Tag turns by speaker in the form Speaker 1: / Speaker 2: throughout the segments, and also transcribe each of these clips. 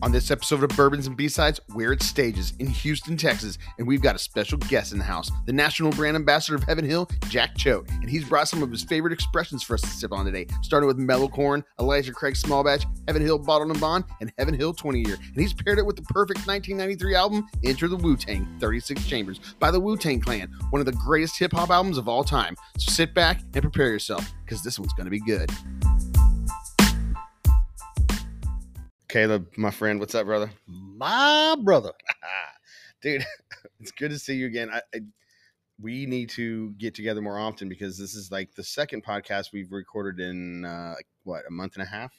Speaker 1: On this episode of Bourbons and B-Sides, we're at Stages in Houston, Texas, and we've got a special guest in the house, the national brand ambassador of Heaven Hill, Jack Choate. And he's brought some of his favorite expressions for us to sip on today, starting with Mellow Corn, Elijah Craig Small Batch, Heaven Hill Bottled and Bond, and Heaven Hill 20 Year. And he's paired it with the perfect 1993 album, Enter the Wu-Tang, 36 Chambers, by the Wu-Tang Clan, one of the greatest hip-hop albums of all time. So sit back and prepare yourself, because this one's going to be good. Caleb, my friend, what's up, brother?
Speaker 2: My brother.
Speaker 1: Ah, dude it's good to see you again I, I we need to get together more often because this is like the second podcast we've recorded in uh like, what a month and a half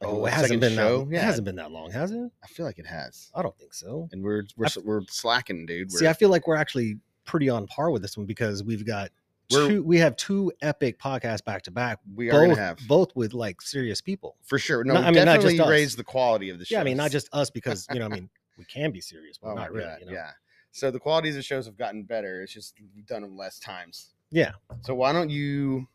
Speaker 1: Like,
Speaker 2: Oh,
Speaker 1: what,
Speaker 2: it hasn't
Speaker 1: second
Speaker 2: been
Speaker 1: show?
Speaker 2: that.
Speaker 1: yeah
Speaker 2: It hasn't been that long, has it?
Speaker 1: i feel like it has
Speaker 2: I don't think so.
Speaker 1: and we're we're,
Speaker 2: I-
Speaker 1: s- we're slacking dude we're,
Speaker 2: See, I feel like we're actually pretty on par with this one because we've got
Speaker 1: We're-
Speaker 2: two. We have two epic podcasts back to back.
Speaker 1: we are
Speaker 2: Both
Speaker 1: gonna have
Speaker 2: both with like serious people.
Speaker 1: for sure no,
Speaker 2: No,
Speaker 1: we
Speaker 2: I mean, not just
Speaker 1: definitely
Speaker 2: us.
Speaker 1: raised the quality of the show
Speaker 2: Yeah, I mean, not just us because you know, I mean, we can be serious, but
Speaker 1: oh my
Speaker 2: not really.
Speaker 1: God,
Speaker 2: you know?
Speaker 1: yeah so the qualities of shows have gotten better it's just we've done them less times
Speaker 2: Yeah.
Speaker 1: So why don't you?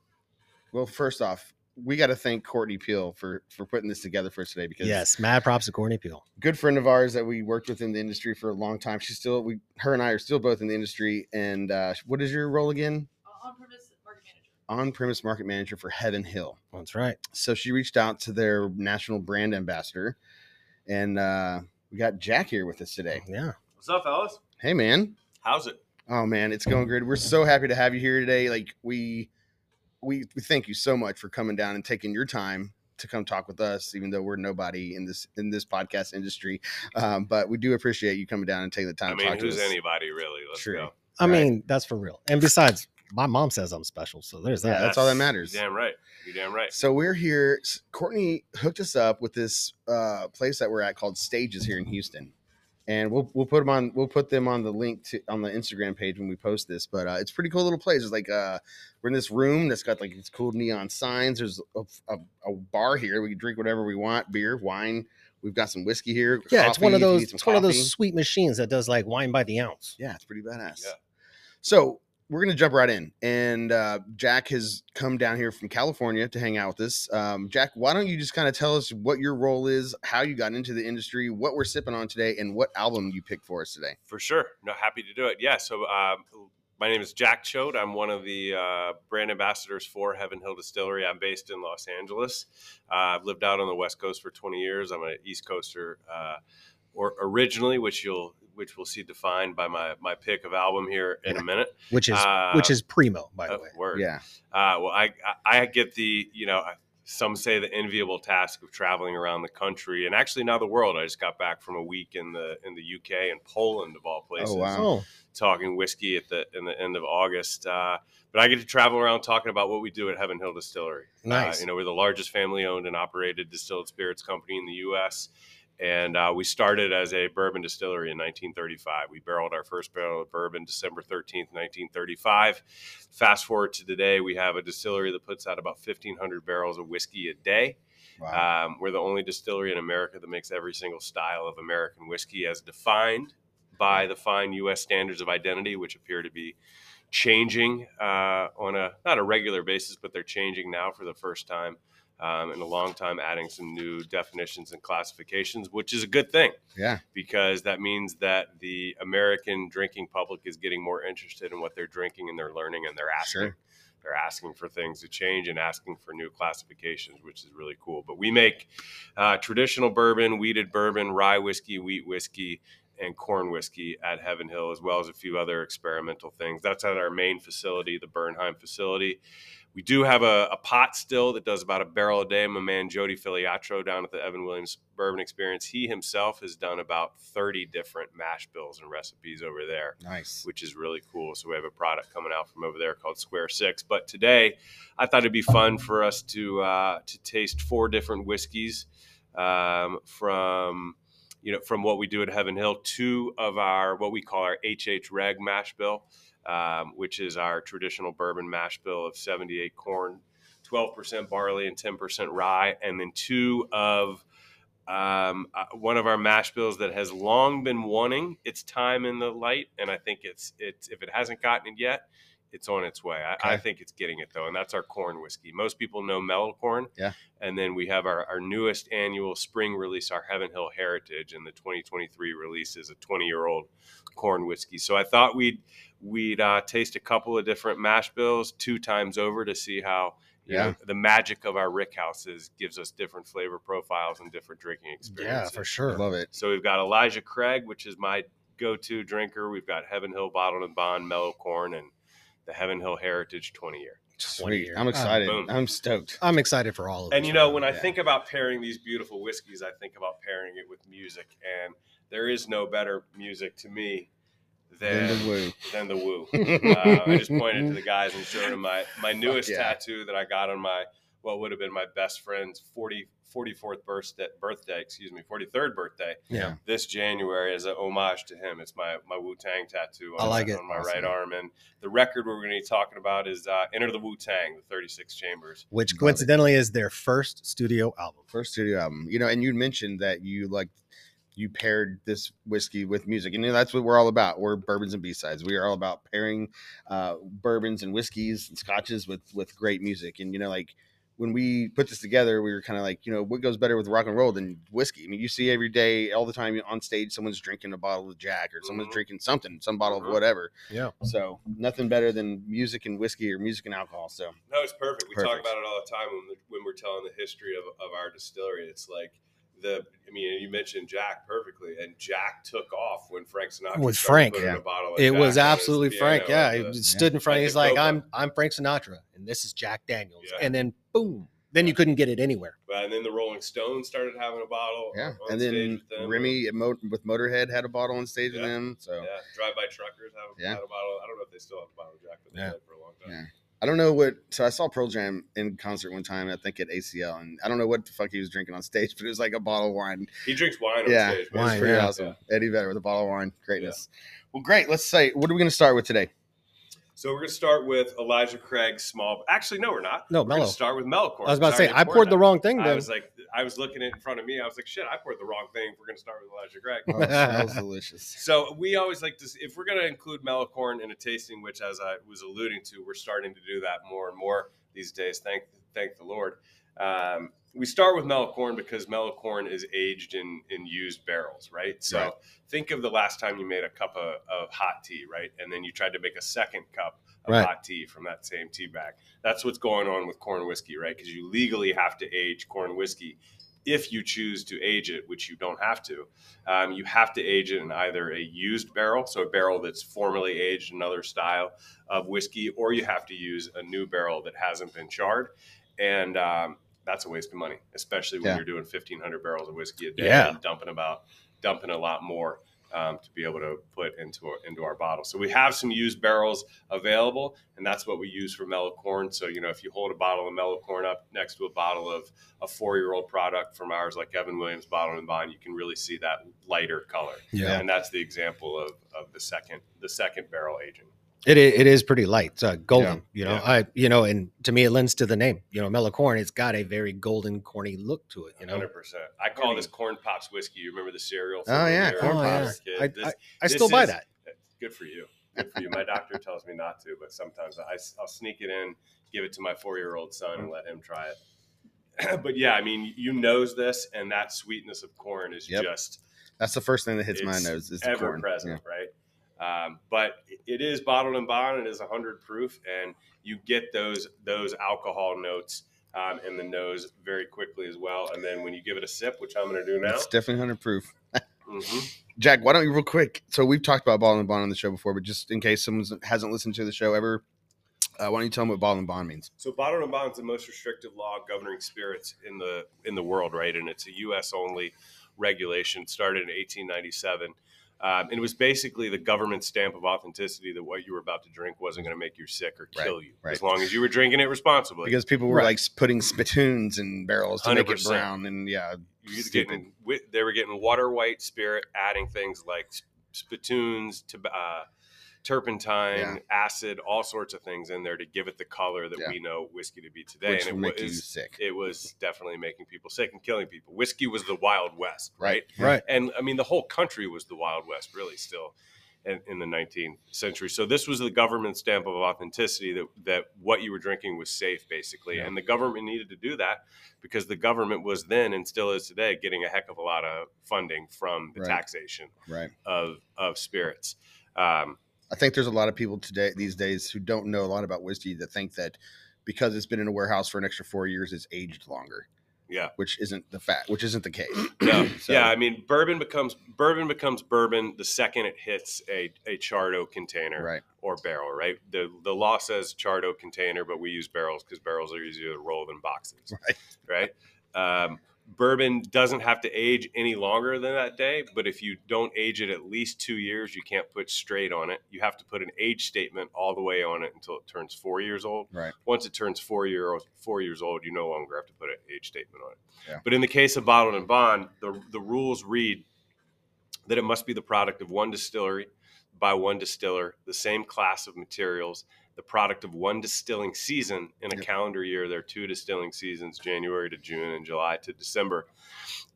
Speaker 1: Well, first off, we got to thank Courtney Peel for for putting this together for us today because
Speaker 2: Yes. Mad props to Courtney Peel.
Speaker 1: good friend of ours that we worked with in the industry for a long time. She's still we her and I are still both in the industry. And uh, what is your role again?
Speaker 3: on premise market manager.
Speaker 1: On premise market manager for Heaven Hill.
Speaker 2: That's right.
Speaker 1: So she reached out to their national brand ambassador, and uh, we got Jack here with us today.
Speaker 2: Yeah.
Speaker 4: What's up, fellas?
Speaker 1: Hey, man.
Speaker 4: How's it?
Speaker 1: Oh man, it's going great. We're so happy to have you here today. Like we we, we thank you so much for coming down and taking your time to come talk with us, even though we're nobody in this in this podcast industry. Um, but we do appreciate you coming down and taking the time
Speaker 4: I
Speaker 1: to
Speaker 4: mean,
Speaker 1: talk to
Speaker 4: who's
Speaker 1: us.
Speaker 4: anybody really? Let's
Speaker 1: True.
Speaker 4: go.
Speaker 2: I
Speaker 1: Right.
Speaker 2: mean, that's for real. And besides, my mom says I'm special, so there's
Speaker 1: Yeah,
Speaker 2: that.
Speaker 1: that's all that matters.
Speaker 4: You're damn right. You're damn right.
Speaker 1: So we're here. S- Courtney hooked us up with this uh, place that we're at called Stages here in Houston, and we'll we'll put them on we'll put them on the link to on the Instagram page when we post this. But uh, it's a pretty cool little place. It's like uh, we're in this room that's got like these cool neon signs. There's a, a, a bar here. We can drink whatever we want, beer, wine. We've got some whiskey here.
Speaker 2: yeah, it's one
Speaker 1: coffee, if you
Speaker 2: of those.
Speaker 1: need some
Speaker 2: It's one of
Speaker 1: coffee.
Speaker 2: those sweet machines that does like wine by the ounce.
Speaker 1: Yeah, it's pretty badass.
Speaker 4: Yeah.
Speaker 1: So we're gonna jump right in, and uh, Jack has come down here from California to hang out with us. Um, Jack, why don't you just kind of tell us what your role is, how you got into the industry, what we're sipping on today, and what album you picked for us today?
Speaker 4: For sure. No, happy to do it. Yeah. So, um, my name is Jack Choate. I'm one of the uh, brand ambassadors for Heaven Hill Distillery. I'm based in Los Angeles. Uh, I've lived out on the West Coast for 20 years. I'm an East Coaster, uh, or originally, which you'll which we'll see defined by my my pick of album here in
Speaker 1: Yeah.
Speaker 4: a minute.
Speaker 2: which is
Speaker 4: Uh,
Speaker 2: which is primo, by the
Speaker 4: uh,
Speaker 2: way.
Speaker 4: word.
Speaker 1: Yeah,
Speaker 4: Uh, well, I, I I get the you know I- some say the enviable task of traveling around the country and actually now the world. I just got back from a week in the in the UK and Poland of all places,
Speaker 1: wow.
Speaker 2: Oh,
Speaker 4: talking whiskey at the in the end of August. Uh, but I get to travel around talking about what we do at Heaven Hill Distillery.
Speaker 2: nice.
Speaker 4: Uh, you know, we're the largest family owned and operated distilled spirits company in the U.S. And uh, we started as a bourbon distillery in 1935. We barreled our first barrel of bourbon December 13th, 1935. Fast forward to today, we have a distillery that puts out about 1,500 barrels of whiskey a day.
Speaker 1: wow.
Speaker 4: Um, we're the only distillery in America that makes every single style of American whiskey as defined by the fine U.S. standards of identity, which appear to be changing uh, on a not a regular basis, but they're changing now for the first time um, in a long time, adding some new definitions and classifications, which is a good thing
Speaker 1: yeah,
Speaker 4: because that means that the American drinking public is getting more interested in what they're drinking and they're learning and they're asking.
Speaker 1: Sure.
Speaker 4: They're asking for things to change and asking for new classifications, which is really cool. But we make uh, traditional bourbon, weeded bourbon, rye whiskey, wheat whiskey, and corn whiskey at Heaven Hill, as well as a few other experimental things. That's at our main facility, the Bernheim facility. We do have a, a pot still that does about a barrel a day. My man Jody Filiatro down at the Evan Williams Bourbon Experience, he himself has done about 30 different mash bills and recipes over there,
Speaker 1: nice.
Speaker 4: which is really cool. So we have a product coming out from over there called Square Six. But today, I thought it'd be fun for us to uh, to taste four different whiskeys um, from you know from what we do at Heaven Hill. Two of our what we call our HH Reg mash bill um, which is our traditional bourbon mash bill of 78 corn, 12% barley, and 10% rye, and then two of um, uh, one of our mash bills that has long been wanting its time in the light, and I think it's it's if it hasn't gotten it yet, it's on its way. I, I
Speaker 1: Okay.
Speaker 4: think it's getting it though, and that's our corn whiskey. Most people know mellow corn.
Speaker 1: Yeah.
Speaker 4: And then we have our, our newest annual spring release, our Heaven Hill Heritage, and the 2023 release is a 20 year old corn whiskey. So I thought we'd we'd uh, taste a couple of different mash bills two times over to see how. you
Speaker 1: Yeah.
Speaker 4: know, the magic of our rick houses gives us different flavor profiles and different drinking
Speaker 2: Yeah,
Speaker 4: experiences.
Speaker 2: for
Speaker 1: I
Speaker 2: sure.
Speaker 1: love it.
Speaker 4: So we've got Elijah Craig, which is my go-to drinker. We've got Heaven Hill Bottled and Bond Mellow Corn and the Heaven Hill Heritage 20 year.
Speaker 1: Sweet.
Speaker 2: year.
Speaker 1: I'm
Speaker 2: Ah,
Speaker 1: excited.
Speaker 4: boom.
Speaker 1: I'm stoked.
Speaker 2: I'm excited for all of
Speaker 4: And
Speaker 2: this
Speaker 4: you know,
Speaker 2: right
Speaker 4: when
Speaker 2: now.
Speaker 4: I
Speaker 1: yeah.
Speaker 4: think about pairing these beautiful whiskeys, I think about pairing it with music, and there is no better music to me
Speaker 1: Then
Speaker 4: than
Speaker 1: the woo.
Speaker 4: than the woo. uh, I just pointed to the guys and showed them my, my newest
Speaker 1: yeah.
Speaker 4: tattoo that I got on my what would have been my best friend's 40, 44th birthday, birthday, excuse me, 43rd birthday
Speaker 2: Yeah.
Speaker 4: this January as a homage to him. It's my, my Wu Tang tattoo on,
Speaker 2: I like
Speaker 4: my-
Speaker 2: it.
Speaker 4: on my
Speaker 1: Awesome.
Speaker 4: right arm. And the record we're going to be talking about is uh, Enter the Wu Tang, the 36 Chambers.
Speaker 1: Love
Speaker 2: Which
Speaker 1: it.
Speaker 2: coincidentally is their first studio album.
Speaker 1: First studio album. You know, and you mentioned that you like you paired this whiskey with music, and you know, that's what we're all about. We're bourbons and B sides. We are all about pairing uh, bourbons and whiskeys and scotches with with great music. And you know, like when we put this together, we were kind of like, you know, what goes better with rock and roll than whiskey? I mean, you see every day, all the time on stage, someone's drinking a bottle of Jack or someone's
Speaker 4: Mhm.
Speaker 1: drinking something, some bottle
Speaker 4: Mhm.
Speaker 1: of whatever.
Speaker 2: Yeah.
Speaker 1: So nothing better than music and whiskey or music and alcohol. So
Speaker 4: No, it's perfect. We talk
Speaker 1: Perfect.
Speaker 4: about it all the time when, the, when we're telling the history of, of our distillery. It's like the, I mean, you mentioned Jack perfectly, and Jack took off when Frank Sinatra
Speaker 2: With
Speaker 4: started
Speaker 2: Frank,
Speaker 4: putting
Speaker 1: yeah.
Speaker 4: a bottle of
Speaker 2: It
Speaker 4: Jack
Speaker 2: was
Speaker 4: on his
Speaker 2: absolutely
Speaker 4: piano
Speaker 2: Frank.
Speaker 4: at
Speaker 2: Yeah,
Speaker 4: the-
Speaker 2: he stood in front.
Speaker 4: at
Speaker 2: He's
Speaker 4: the
Speaker 2: like,
Speaker 4: Copa.
Speaker 2: "I'm I'm Frank Sinatra, and this is Jack Daniels."
Speaker 4: Yeah.
Speaker 2: And then boom, then you couldn't get it anywhere.
Speaker 4: and then the Rolling Stones started having a bottle.
Speaker 1: Yeah,
Speaker 4: on
Speaker 1: and
Speaker 4: stage
Speaker 1: then
Speaker 4: with them.
Speaker 1: Remy at Mo- with Motorhead had a bottle on stage
Speaker 4: Yeah.
Speaker 1: with him. So
Speaker 4: Yeah, drive by truckers have
Speaker 1: Yeah.
Speaker 4: had a bottle. I don't know if they still have a bottle of Jack, but they
Speaker 2: Yeah.
Speaker 4: did for a long time.
Speaker 1: Yeah. I don't know what. So I saw Pearl Jam in concert one time. I think at ACL, and I don't know what the fuck he was drinking on stage, but it was like a bottle of wine.
Speaker 4: He drinks wine on
Speaker 1: Yeah,
Speaker 4: stage.
Speaker 1: It was
Speaker 2: Wine,
Speaker 1: pretty
Speaker 2: yeah.
Speaker 1: awesome. Eddie Vedder with a bottle of wine, greatness. Well, great. Let's say, what are we going to start with today?
Speaker 4: So we're gonna start with Elijah Craig's small. Actually, no, we're not.
Speaker 2: No,
Speaker 4: We're gonna
Speaker 2: mellow.
Speaker 4: start with mellow corn.
Speaker 2: I was about to say,
Speaker 4: already
Speaker 2: I poured the
Speaker 4: that.
Speaker 2: wrong thing.
Speaker 4: I
Speaker 2: Then
Speaker 4: was like, I was looking at it in front of me. I was like, shit, I poured the wrong thing. We're gonna start with Elijah Craig.
Speaker 1: Oh, it smells delicious.
Speaker 4: So we always like to, if we're going to include mellow corn in a tasting, which as I was alluding to, we're starting to do that more and more these days. Thank, thank the Lord. Um, we start with mellow corn because mellow corn is aged in in used barrels, right? So
Speaker 1: Right.
Speaker 4: think of the last time you made a cup of, of hot tea, right? And then you tried to make a second cup of
Speaker 2: Right.
Speaker 4: hot tea from that same tea bag. That's what's going on with corn whiskey, right? Because you legally have to age corn whiskey if you choose to age it, which you don't have to. Um, you have to age it in either a used barrel, so a barrel that's formerly aged another style of whiskey, or you have to use a new barrel that hasn't been charred. And um, that's a waste of money, especially when
Speaker 1: Yeah.
Speaker 4: you're doing 1,500 barrels of whiskey a day
Speaker 2: Yeah.
Speaker 4: and dumping about dumping a lot more um, to be able to put into our, into our bottle. So we have some used barrels available, and that's what we use for mellow corn. So you know, if you hold a bottle of mellow corn up next to a bottle of a four-year-old product from ours, like Evan Williams Bottle and Bond, you can really see that lighter color,
Speaker 2: yeah,
Speaker 4: and that's the example of, of the second the second barrel aging.
Speaker 2: it is, it is pretty light. It's uh, golden, you know.
Speaker 4: Yeah.
Speaker 2: I you know, and to me, it lends to the name. You know, mellow corn. It's got a very golden, corny look to it. You know,
Speaker 4: Hundred percent. I call this corn pops whiskey. You remember the cereal? from
Speaker 1: Oh,
Speaker 4: when
Speaker 1: yeah,
Speaker 4: we were
Speaker 1: corn
Speaker 4: a
Speaker 2: pops.
Speaker 4: kid?
Speaker 2: I-
Speaker 4: This-
Speaker 2: I
Speaker 4: This
Speaker 2: still buy
Speaker 4: is-
Speaker 2: that.
Speaker 4: good for you. Good for you. My doctor tells me not to, but sometimes I, will sneak it in, give it to my four year old son, and let him try it. but yeah, I mean, you knows this, and that sweetness of corn is
Speaker 1: Yep.
Speaker 4: just
Speaker 1: That's the first thing that hits my
Speaker 4: It's
Speaker 1: nose. Is the
Speaker 4: ever
Speaker 1: corn.
Speaker 4: present, right? Um, but it is bottled and bond. It is 100 proof, and you get those those alcohol notes um, in the nose very quickly as well. And then when you give it a sip, which I'm going to do
Speaker 1: Yeah.
Speaker 4: now,
Speaker 1: It's definitely hundred proof.
Speaker 4: mhm,
Speaker 1: Jack, why don't you real quick? So we've talked about Ball and Bond on the show before, but just in case someone hasn't listened to the show ever, uh, why don't you tell them what Ball and Bond means?
Speaker 4: So bottled and bond is the most restrictive law governing spirits in the in the world, right? And it's a U.S. only regulation. It started in 1897. Um, and it was basically the government stamp of authenticity that what you were about to drink wasn't going to make you sick or
Speaker 1: Right,
Speaker 4: kill you,
Speaker 1: right.
Speaker 4: as long as you were drinking it responsibly.
Speaker 1: because people were
Speaker 2: Right.
Speaker 1: like putting spittoons in barrels to make it
Speaker 4: 100%.
Speaker 1: brown and yeah
Speaker 4: you was
Speaker 1: Stupid.
Speaker 4: getting wi- they were getting water white spirit, adding things like sp- spittoons to uh, turpentine,
Speaker 1: Yeah.
Speaker 4: acid, all sorts of things in there to give it the color that
Speaker 1: Yeah.
Speaker 4: we know whiskey to be today.
Speaker 1: which will
Speaker 4: and
Speaker 1: make
Speaker 4: it
Speaker 1: you
Speaker 4: was
Speaker 1: sick
Speaker 4: it was definitely making people sick and killing people. Whiskey was the Wild West, right?
Speaker 1: Right.
Speaker 2: Right.
Speaker 4: And I mean, the whole country was the Wild West, really, still. in, in the 19th century. So this was the government stamp of authenticity that that what you were drinking was safe, basically.
Speaker 2: Yeah.
Speaker 4: And the government needed to do that because the government was then and still is today getting a heck of a lot of funding from the
Speaker 1: Right.
Speaker 4: taxation
Speaker 1: Right.
Speaker 4: of of spirits. Um,
Speaker 1: I think there's a lot of people today these days who don't know a lot about whiskey that think that because it's been in a warehouse for an extra four years, it's aged longer.
Speaker 4: Yeah.
Speaker 1: Which isn't the fact. Which isn't the case.
Speaker 4: no,
Speaker 1: So-
Speaker 4: yeah, I mean, bourbon becomes bourbon becomes bourbon the second it hits a a chardo container
Speaker 1: Right.
Speaker 4: or barrel, right? The the law says chardo container, but we use barrels because barrels are easier to roll than boxes, right? Um, bourbon doesn't have to age any longer than that day, but if you don't age it at least two years, you can't put straight on it. You have to put an age statement all the way on it until it turns four years old
Speaker 1: Right.
Speaker 4: once it turns four year four years old, you no longer have to put an age statement on it.
Speaker 1: Yeah.
Speaker 4: But in the case of bottled and bond, the the rules read that it must be the product of one distillery by one distiller, the same class of materials, the product of one distilling season in a
Speaker 1: Yep.
Speaker 4: calendar year. There are two distilling seasons, January to June and July to December.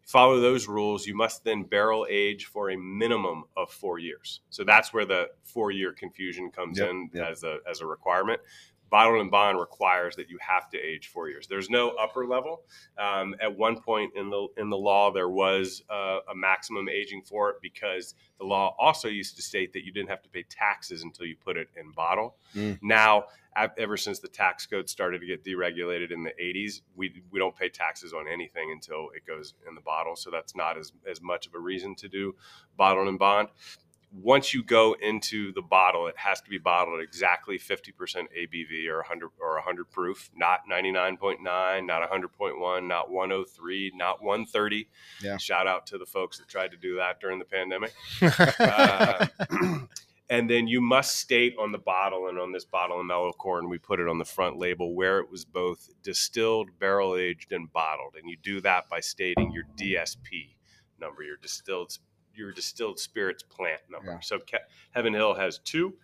Speaker 4: Follow those rules. You must then barrel age for a minimum of four years. So that's where the four year confusion comes
Speaker 1: Yep,
Speaker 4: in
Speaker 1: yep.
Speaker 4: as a as a requirement. Bottled and bond requires that you have to age four years. There's no upper level. Um, at one point in the in the law, there was uh, a maximum aging for it because the law also used to state that you didn't have to pay taxes until you put it in bottle.
Speaker 1: Mm.
Speaker 4: Now, a- ever since the tax code started to get deregulated in the 80s, we we don't pay taxes on anything until it goes in the bottle. So that's not as as much of a reason to do bottled and bond once you go into the bottle, it has to be bottled exactly 50% ABV or 100 or 100 proof, not 99.9, not 100.1, not 103, not 130.
Speaker 1: Yeah.
Speaker 4: Shout out to the folks that tried to do that during the pandemic.
Speaker 2: yeah.
Speaker 4: Uh, and then you must state on the bottle and on this bottle of mellow corn, we put it on the front label where it was both distilled, barrel aged, and bottled. And you do that by stating your DSP number, your distilled your distilled spirits plant number.
Speaker 1: Yeah.
Speaker 4: So Ke- Heaven Hill has two.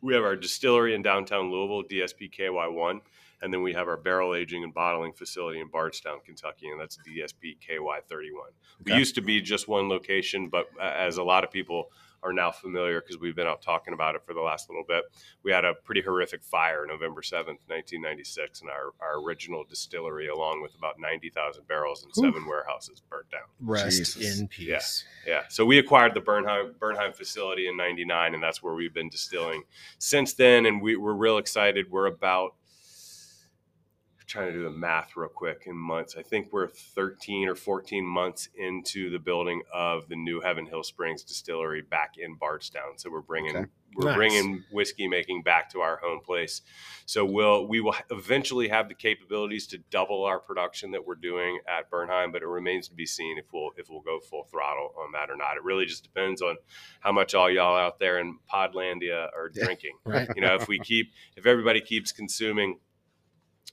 Speaker 4: We have our distillery in downtown Louisville, DSPKY1, and then we have our barrel aging and bottling facility in Bardstown, Kentucky, and that's DSPKY31. We
Speaker 1: Okay.
Speaker 4: used to be just one location, but uh, as a lot of people are now familiar because we've been out talking about it for the last little bit. We had a pretty horrific fire November 7th, 1996, and our, our original distillery, along with about 90,000 barrels and seven warehouses, burnt down.
Speaker 2: Rest
Speaker 1: Jesus.
Speaker 2: in peace.
Speaker 4: Yeah. So we acquired the Bernheim Bernheim facility in '99, and that's where we've been distilling since then. And we, we're real excited. We're about trying to do the math real quick in months. I think we're 13 or 14 months into the building of the new Heaven Hill Springs distillery back in Bardstown. So we're bringing
Speaker 1: Okay.
Speaker 4: we're
Speaker 2: Nice.
Speaker 4: bringing whiskey making back to our home place. So we'll we will eventually have the capabilities to double our production that we're doing at Bernheim, but it remains to be seen if we'll if we'll go full throttle on that or not. It really just depends on how much all y'all out there in Podlandia are
Speaker 1: Yeah.
Speaker 4: drinking.
Speaker 2: Right.
Speaker 4: You know, if we keep if everybody keeps consuming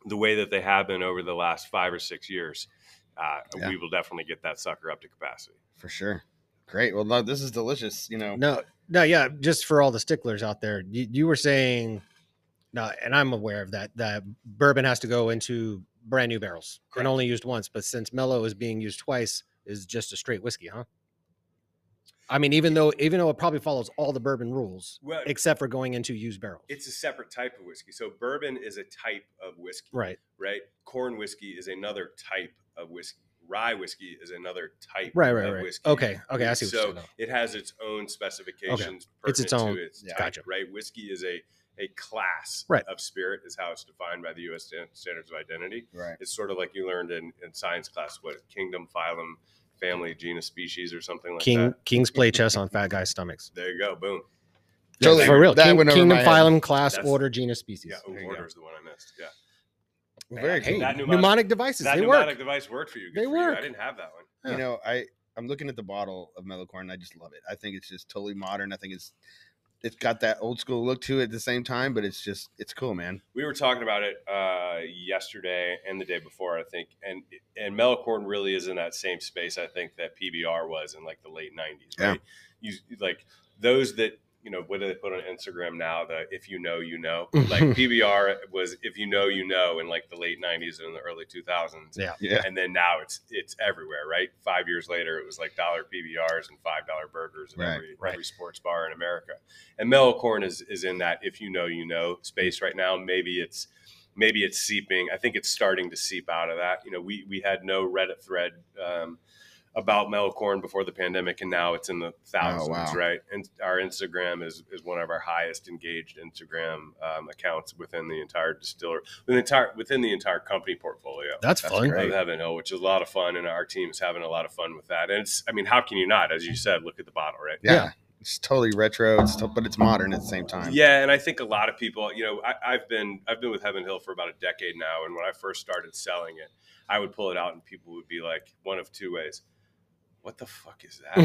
Speaker 4: the way that they have been over the last five or six years, uh,
Speaker 1: Yeah.
Speaker 4: we will definitely get that sucker up to capacity.
Speaker 1: For sure. Great. Well, no, this is delicious. You know.
Speaker 2: No, no, yeah. Just for all the sticklers out there, you, you were saying, no, and I'm aware of that. That bourbon has to go into brand new barrels
Speaker 1: Correct.
Speaker 2: and only used once. But since Mellow is being used twice, is just a straight whiskey, huh? I mean, even though even though it probably follows all the bourbon rules
Speaker 4: Well,
Speaker 2: except for going into used barrels,
Speaker 4: it's a separate type of whiskey. So bourbon is a type of whiskey.
Speaker 2: right?
Speaker 4: right? Corn whiskey is another type of whiskey. Rye whiskey is another type
Speaker 2: Right, right,
Speaker 4: of
Speaker 2: right.
Speaker 4: whiskey.
Speaker 2: Okay, okay, I see what
Speaker 4: so
Speaker 2: you're saying. now.
Speaker 4: it has its own specifications.
Speaker 2: It's its
Speaker 4: pertinent
Speaker 2: own-
Speaker 4: To its
Speaker 1: yeah,
Speaker 4: type,
Speaker 2: gotcha.
Speaker 4: Right, whiskey is a a class
Speaker 2: Right.
Speaker 4: of spirit is how it's defined by the U.S. stan- standards of identity.
Speaker 1: Right.
Speaker 4: It's sort of like you learned in, in science class what kingdom, phylum, family, genus, species, or something like
Speaker 2: King
Speaker 4: that.
Speaker 2: kings play chess on fat guys' stomachs.
Speaker 4: There you go, boom.
Speaker 2: Yeah,
Speaker 1: Totally.
Speaker 2: for real.
Speaker 1: That
Speaker 2: King,
Speaker 1: went over
Speaker 2: kingdom,
Speaker 1: my head.
Speaker 2: phylum, class,
Speaker 4: That's-
Speaker 2: order, genus, species.
Speaker 4: Yeah,
Speaker 1: There you go.
Speaker 4: order is the one I missed. Yeah,
Speaker 1: Well, very
Speaker 2: hey,
Speaker 1: cool.
Speaker 4: That
Speaker 2: mnemonic,
Speaker 4: mnemonic-
Speaker 2: devices.
Speaker 4: that
Speaker 2: they
Speaker 4: pneumatic
Speaker 2: work.
Speaker 4: device worked for you. Good
Speaker 2: They
Speaker 4: for You.
Speaker 2: work.
Speaker 4: I didn't have that one.
Speaker 2: Yeah.
Speaker 1: You know, I I'm looking at the bottle of mellow corn. And I just love it. I think it's just totally modern. I think it's it's got that old school look to it at the same time, but it's just it's cool, man.
Speaker 4: we were talking about it uh, yesterday and the day before, I think, and and Melicorn really is in that same space. I think that PBR was in like the late '90s,
Speaker 1: Yeah.
Speaker 4: right? You like those that you know, what do they put on Instagram now? The if you know, you know. Like PBR was if you know, you know in like the late '90s and in the early 2000s,
Speaker 1: Yeah.
Speaker 4: and then now it's it's everywhere, right? Five years later, it was like dollar PBRs and five dollar burgers at
Speaker 1: Right,
Speaker 4: every,
Speaker 2: right.
Speaker 4: every sports bar in America. And Melcorn is is in that if you know, you know space right now. Maybe it's maybe it's seeping. I think it's starting to seep out of that. You know, we we had no Reddit thread. Um, about Melcorn before the pandemic, and now it's in the thousands,
Speaker 1: Oh, wow.
Speaker 4: right? And our Instagram is, is one of our highest engaged Instagram um, accounts within the entire distiller, within the entire within the entire company portfolio
Speaker 2: That's, fun.
Speaker 1: great.
Speaker 4: of Heaven Hill, which is a lot of fun, and our team's having a lot of fun with that. And it's, I mean, how can you not? As you said, look at the bottle, right?
Speaker 1: Yeah. It's totally retro, it's t- but it's modern at the same time.
Speaker 4: Yeah, and I think a lot of people, you know, I, I've been I've been with Heaven Hill for about a decade now, and when I first started selling it, I would pull it out, and people would be like, one of two ways: "What the fuck is that?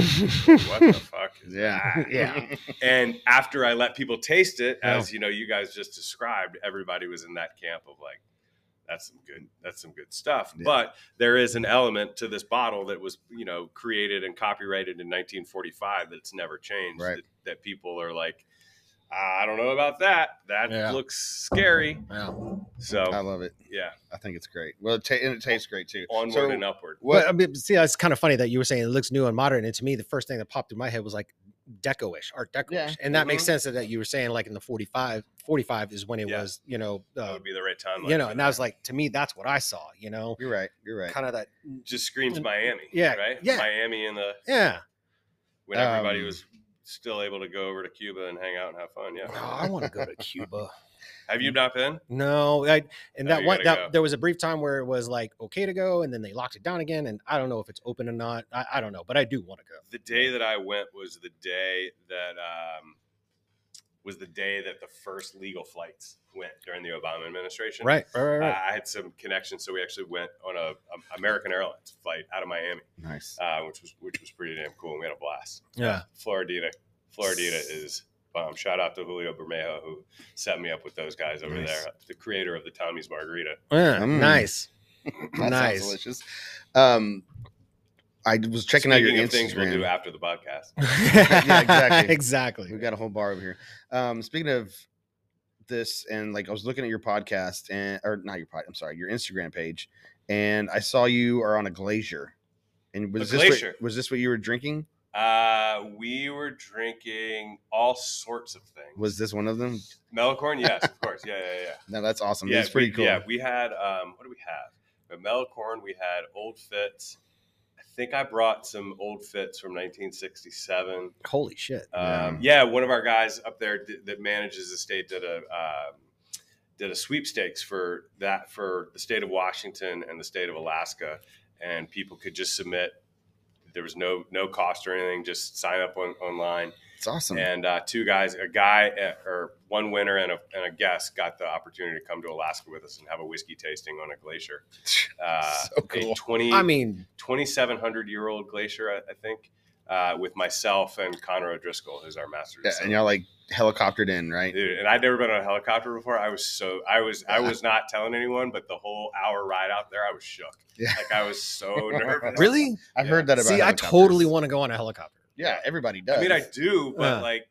Speaker 4: what the fuck is
Speaker 1: Yeah.
Speaker 4: that?"
Speaker 2: Yeah.
Speaker 4: And after I let people taste it,
Speaker 2: Yeah.
Speaker 4: as you know, you guys just described, everybody was in that camp of like, that's some good, that's some good stuff.
Speaker 1: Yeah.
Speaker 4: But there is an element to this bottle that was, you know, created and copyrighted in 1945 that's never changed.
Speaker 1: Right.
Speaker 4: That, that people are like, I don't know about that. That
Speaker 2: Yeah. Um,
Speaker 4: looks scary.
Speaker 2: Yeah.
Speaker 1: I
Speaker 4: So
Speaker 1: love it.
Speaker 4: yeah,
Speaker 1: I think it's great. Well, it ta- and it tastes great too.
Speaker 4: onward
Speaker 1: So
Speaker 4: and uh, upward.
Speaker 1: What?
Speaker 2: But, I mean, see, that's kind of funny that you were saying it looks new and modern. And to me, the first thing that popped in my head was like deco-ish, art deco-ish.
Speaker 1: Yeah. Mm-hmm.
Speaker 2: And that makes
Speaker 4: Mhm.
Speaker 2: sense that, that you were saying like in the 45, 45 is when it
Speaker 4: Yeah.
Speaker 2: was, you know,
Speaker 4: that
Speaker 2: uh,
Speaker 4: would be the right time.
Speaker 2: you know, and I was like, to me, that's what I saw, you know,
Speaker 1: You're right. You're right.
Speaker 2: kind of that.
Speaker 4: just screams Miami.
Speaker 2: Yeah,
Speaker 4: Right.
Speaker 2: yeah.
Speaker 4: Miami in the
Speaker 2: Yeah.
Speaker 4: when everybody
Speaker 1: Um,
Speaker 4: was still able to go over to Cuba and hang out and have fun. Yeah.
Speaker 2: Oh, I want to go to Cuba.
Speaker 4: Have you not been?
Speaker 2: No, I, and
Speaker 4: No,
Speaker 2: that
Speaker 4: Oh, you
Speaker 2: one
Speaker 4: gotta
Speaker 2: that
Speaker 4: go.
Speaker 2: there was a brief time where it was like okay to go, and then they locked it down again, and I don't know if it's open or not. I, I don't know, but I do want to go.
Speaker 4: The day that I went was the day that um, was the day that the first legal flights went during the Obama administration.
Speaker 2: Right, right, right.
Speaker 4: Uh,
Speaker 2: right.
Speaker 4: I had some connections, so we actually went on a, a American Airlines flight out of Miami,
Speaker 1: Nice.
Speaker 4: uh, which was which was pretty damn cool. and We had a blast.
Speaker 2: yeah,
Speaker 4: Floridita, Floridita is bomb. Shout out to Julio Bermejo who set me up with those guys over
Speaker 1: Nice.
Speaker 4: there, the creator of the Tommy's Margarita.
Speaker 2: yeah
Speaker 1: Mm.
Speaker 2: nice.
Speaker 1: That
Speaker 2: Nice.
Speaker 1: sounds delicious. Um, I was checking out your
Speaker 4: Speaking
Speaker 1: Instagram.
Speaker 4: of things we'll do after the podcast.
Speaker 1: Yeah, exactly.
Speaker 2: exactly.
Speaker 1: We've got a whole bar over here. Um, speaking of this, and like I was looking at your podcast and or not your pod, I'm sorry, your Instagram page, and I saw you are on a glacier. And was this
Speaker 4: glacier.
Speaker 1: What, was this what you were drinking?
Speaker 4: Uh, we were drinking all sorts of things.
Speaker 1: Was this one of them?
Speaker 4: Melicorn, yes, of course. Yeah, yeah, yeah.
Speaker 1: No, that's awesome.
Speaker 4: yeah,
Speaker 1: that's pretty
Speaker 4: we,
Speaker 1: cool.
Speaker 4: Yeah, we had um, what do we have? We had Melicorn. We had Old Fits. I think I brought some Old Fits from 1967.
Speaker 2: Holy shit.
Speaker 4: Um, yeah, one of our guys up there d- that manages the state did a um, did a sweepstakes for that for the state of Washington and the state of Alaska, and people could just submit. There was no no cost or anything. Just sign up on, online.
Speaker 1: It's awesome.
Speaker 4: And uh, two guys, a guy uh, or one winner and a, and a guest got the opportunity to come to Alaska with us and have a whiskey tasting on a glacier. Uh,
Speaker 1: So cool.
Speaker 4: A 20,
Speaker 2: I mean,
Speaker 4: 2,700 year old glacier, I, I think, uh, with myself and Conor O'Driscoll, who's our master.
Speaker 1: Yeah, and
Speaker 4: distiller.
Speaker 1: y'all like helicoptered in, right?
Speaker 4: Dude, and I'd never been on a helicopter before. I was so I was I was not telling anyone, but the whole hour ride out there, I was shook.
Speaker 1: Yeah.
Speaker 4: Like I was so nervous.
Speaker 2: really?
Speaker 1: I've
Speaker 4: Yeah.
Speaker 1: heard that about.
Speaker 2: See, I
Speaker 1: helicopters.
Speaker 2: totally want to go on a helicopter.
Speaker 1: Yeah, everybody does.
Speaker 4: I mean, I do, but
Speaker 2: Uh.
Speaker 4: like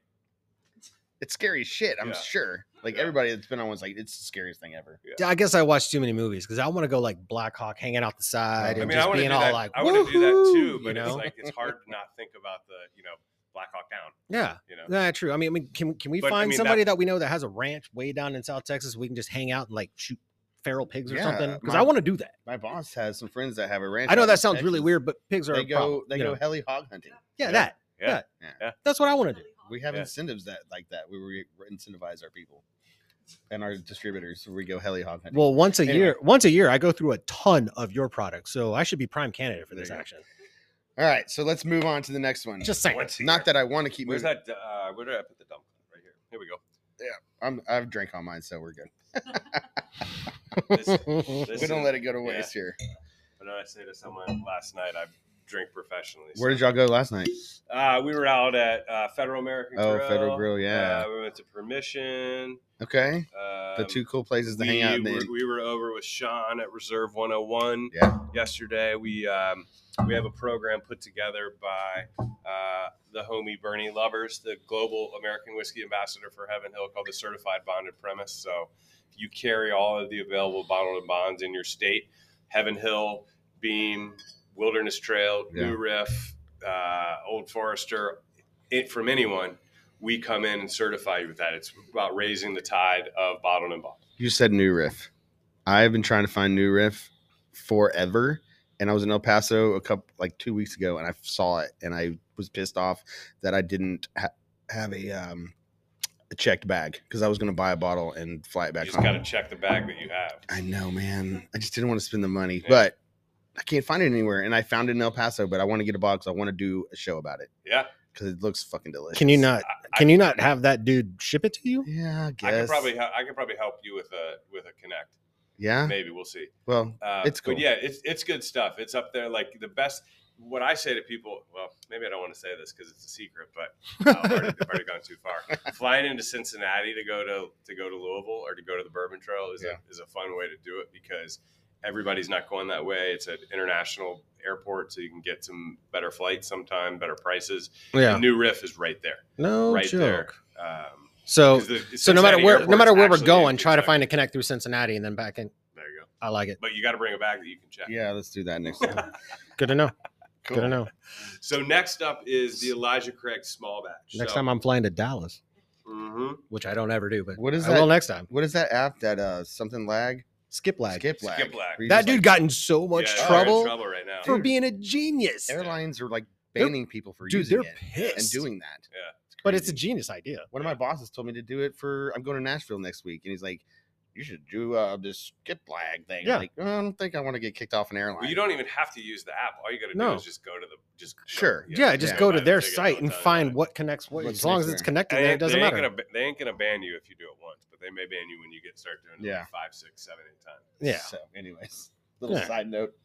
Speaker 1: it's scary as shit. I'm
Speaker 4: Yeah.
Speaker 1: sure. Like
Speaker 4: Yeah.
Speaker 1: everybody that's been on one's like, it's the scariest thing ever.
Speaker 2: Yeah, I guess I watched too many movies because I want to go like Black Hawk, hanging out the side,
Speaker 1: I
Speaker 2: and
Speaker 1: mean,
Speaker 2: just
Speaker 4: wanna
Speaker 2: being
Speaker 4: do
Speaker 2: all
Speaker 4: that.
Speaker 2: like,
Speaker 4: I want to do that too,
Speaker 2: "Woohoo,"
Speaker 4: but
Speaker 2: you
Speaker 4: it's
Speaker 2: know?
Speaker 4: like it's hard to not think about the you know Black Hawk Down.
Speaker 2: yeah,
Speaker 4: You know,
Speaker 2: yeah, true. I mean, I mean, can can we
Speaker 4: But, I
Speaker 2: find
Speaker 4: mean,
Speaker 2: somebody that, we know that has a ranch way down in South Texas? We can just hang out and like shoot feral pigs or
Speaker 1: Yeah,
Speaker 2: something because
Speaker 1: my-
Speaker 2: I want to do that.
Speaker 1: My boss has some friends that have a ranch.
Speaker 2: I know
Speaker 1: out in
Speaker 2: that sounds really
Speaker 1: Texas.
Speaker 2: weird, but pigs are
Speaker 1: They
Speaker 2: a problem,
Speaker 1: go, they
Speaker 2: you
Speaker 1: go
Speaker 2: know?
Speaker 1: heli hog hunting.
Speaker 2: yeah,
Speaker 4: Yeah.
Speaker 2: that,
Speaker 4: Yeah.
Speaker 2: that.
Speaker 1: Yeah.
Speaker 4: Yeah.
Speaker 2: That's what I want to do.
Speaker 1: We have
Speaker 4: Yeah.
Speaker 1: incentives that like that. We re- incentivize our people and our distributors. So we go heli hog hunting.
Speaker 2: Well, once a
Speaker 1: Anyway.
Speaker 2: year, once a year, I go through a ton of your products, so I should be prime candidate for
Speaker 1: There
Speaker 2: this
Speaker 1: you go.
Speaker 2: action.
Speaker 1: All right, so let's move on to the next one.
Speaker 2: Just saying.
Speaker 4: What's
Speaker 1: not that I want to keep
Speaker 4: Where's
Speaker 1: moving.
Speaker 4: that? Uh, where did I put the dump? Right here. Here we go.
Speaker 1: I'm, I've drank all mine, so we're good.
Speaker 4: This,
Speaker 1: we
Speaker 4: this
Speaker 1: don't
Speaker 4: is-
Speaker 1: let it go to waste here.
Speaker 4: I know I said to someone last night. I drink professionally.
Speaker 1: Where did y'all go last night?
Speaker 4: Uh, we were out at uh, Federal American
Speaker 1: Oh,
Speaker 4: Grill.
Speaker 1: Federal Grill, yeah.
Speaker 4: Uh, we went to Permission.
Speaker 1: Okay.
Speaker 4: Um,
Speaker 1: The two cool places to
Speaker 4: we
Speaker 1: hang out. in the-
Speaker 4: Were, we were over with Sean at Reserve 101
Speaker 1: Yeah.
Speaker 4: yesterday. We um, we have a program put together by uh, the homie Bernie Lovers, the global American whiskey ambassador for Heaven Hill, called the Certified Bonded Premise. So if you carry all of the available bottled and bonds in your state, Heaven Hill, Beam, Wilderness Trail,
Speaker 1: Yeah.
Speaker 4: New Riff, uh, Old Forester, it from anyone. We come in and certify you with that. It's about raising the tide of bottled and bond.
Speaker 1: You said New Riff. I've been trying to find New Riff forever. And I was in El Paso a couple, like two weeks ago, and I saw it, and I was pissed off that I didn't ha- have a um, a checked bag because I was going to buy a bottle and fly it back
Speaker 4: you just
Speaker 1: home.
Speaker 4: got to check the bag that you have.
Speaker 1: I know, man. I just didn't want to spend the money,
Speaker 4: Yeah.
Speaker 1: but I can't find it anywhere. And I found it in El Paso, but I want to get a box. I want to do a show about it
Speaker 4: Yeah,
Speaker 1: because it looks fucking delicious.
Speaker 2: Can you not?
Speaker 4: I-
Speaker 2: Can you not have that dude ship it to you?
Speaker 1: Yeah, I
Speaker 4: I
Speaker 1: guess.
Speaker 4: could probably hel- I could probably help you with a with a connect.
Speaker 1: Yeah.
Speaker 4: Maybe we'll see.
Speaker 1: Well,
Speaker 4: Uh,
Speaker 1: It's cool.
Speaker 4: But yeah, it's it's good stuff. It's up there like the best. What I say to people, well, maybe I don't want to say this because it's a secret, but uh, I've already, I've already gone too far. Flying into Cincinnati to go to to go to Louisville or to go to the Bourbon Trail is
Speaker 1: Yeah.
Speaker 4: a, is a fun way to do it because everybody's not going that way. It's an international airport, so you can get some better flights sometime, better prices.
Speaker 2: Yeah.
Speaker 4: And New Riff is right there,
Speaker 2: No
Speaker 4: right
Speaker 2: joke.
Speaker 4: there. Um,
Speaker 2: So,
Speaker 4: 'Cause the
Speaker 2: so no matter
Speaker 4: Cincinnati
Speaker 2: where, no
Speaker 4: airport's
Speaker 2: matter where we're
Speaker 4: actually in
Speaker 2: going, try to
Speaker 4: Kentucky.
Speaker 2: find a connect through Cincinnati and then back in.
Speaker 4: There you go.
Speaker 2: I like it.
Speaker 4: But you got to bring a bag that you can check.
Speaker 1: yeah, let's do that next time.
Speaker 2: Good to know.
Speaker 1: Cool.
Speaker 2: Good to know.
Speaker 4: So next up is the Elijah Craig small batch. mm-hmm.
Speaker 2: Next time I'm flying to Dallas, which I don't ever do, but
Speaker 1: What is
Speaker 2: I will
Speaker 1: that?
Speaker 2: next time.
Speaker 1: What is that app that uh something lag?
Speaker 2: Skip lag.
Speaker 1: Skip lag.
Speaker 4: Skip lag.
Speaker 1: Where you
Speaker 2: That
Speaker 1: just,
Speaker 2: dude
Speaker 1: like,
Speaker 2: got in so much
Speaker 1: they're in
Speaker 2: trouble,
Speaker 4: trouble right now.
Speaker 2: for
Speaker 1: Dude.
Speaker 2: being a genius.
Speaker 1: airlines are like
Speaker 2: They're-
Speaker 1: banning people for
Speaker 2: Dude,
Speaker 1: using
Speaker 2: they're
Speaker 1: it
Speaker 2: pissed.
Speaker 1: and doing that.
Speaker 4: Yeah.
Speaker 2: but it's a
Speaker 1: crazy.
Speaker 2: genius idea.
Speaker 1: one of my bosses told me to do it for I'm going to Nashville next week, and he's like, "You should do uh this skip lag thing." I'm
Speaker 2: Yeah.
Speaker 1: like "Oh, I don't think I want to get kicked off an airline.
Speaker 4: Well, you don't even have to use the app. All you got to do
Speaker 2: No.
Speaker 4: is just go to the just go-
Speaker 1: Sure.
Speaker 2: Yeah, just
Speaker 1: yeah.
Speaker 2: go
Speaker 4: buy
Speaker 2: to
Speaker 4: the
Speaker 2: their
Speaker 4: ticket,
Speaker 2: site
Speaker 4: they'll
Speaker 2: and
Speaker 4: tell you
Speaker 2: find
Speaker 4: about it.
Speaker 2: what connects what.
Speaker 1: What's
Speaker 2: as long
Speaker 1: next
Speaker 2: as it's
Speaker 1: there?
Speaker 2: connected,
Speaker 4: They
Speaker 2: then it
Speaker 4: ain't-
Speaker 2: doesn't
Speaker 4: they ain't
Speaker 2: matter.
Speaker 4: Gonna, they ain't gonna ban you if you do it once, but they may ban you when you get start doing it
Speaker 1: Yeah.
Speaker 4: like five, six, seven, eight times.
Speaker 2: Yeah.
Speaker 1: So, anyways, little
Speaker 2: Yeah.
Speaker 1: side note.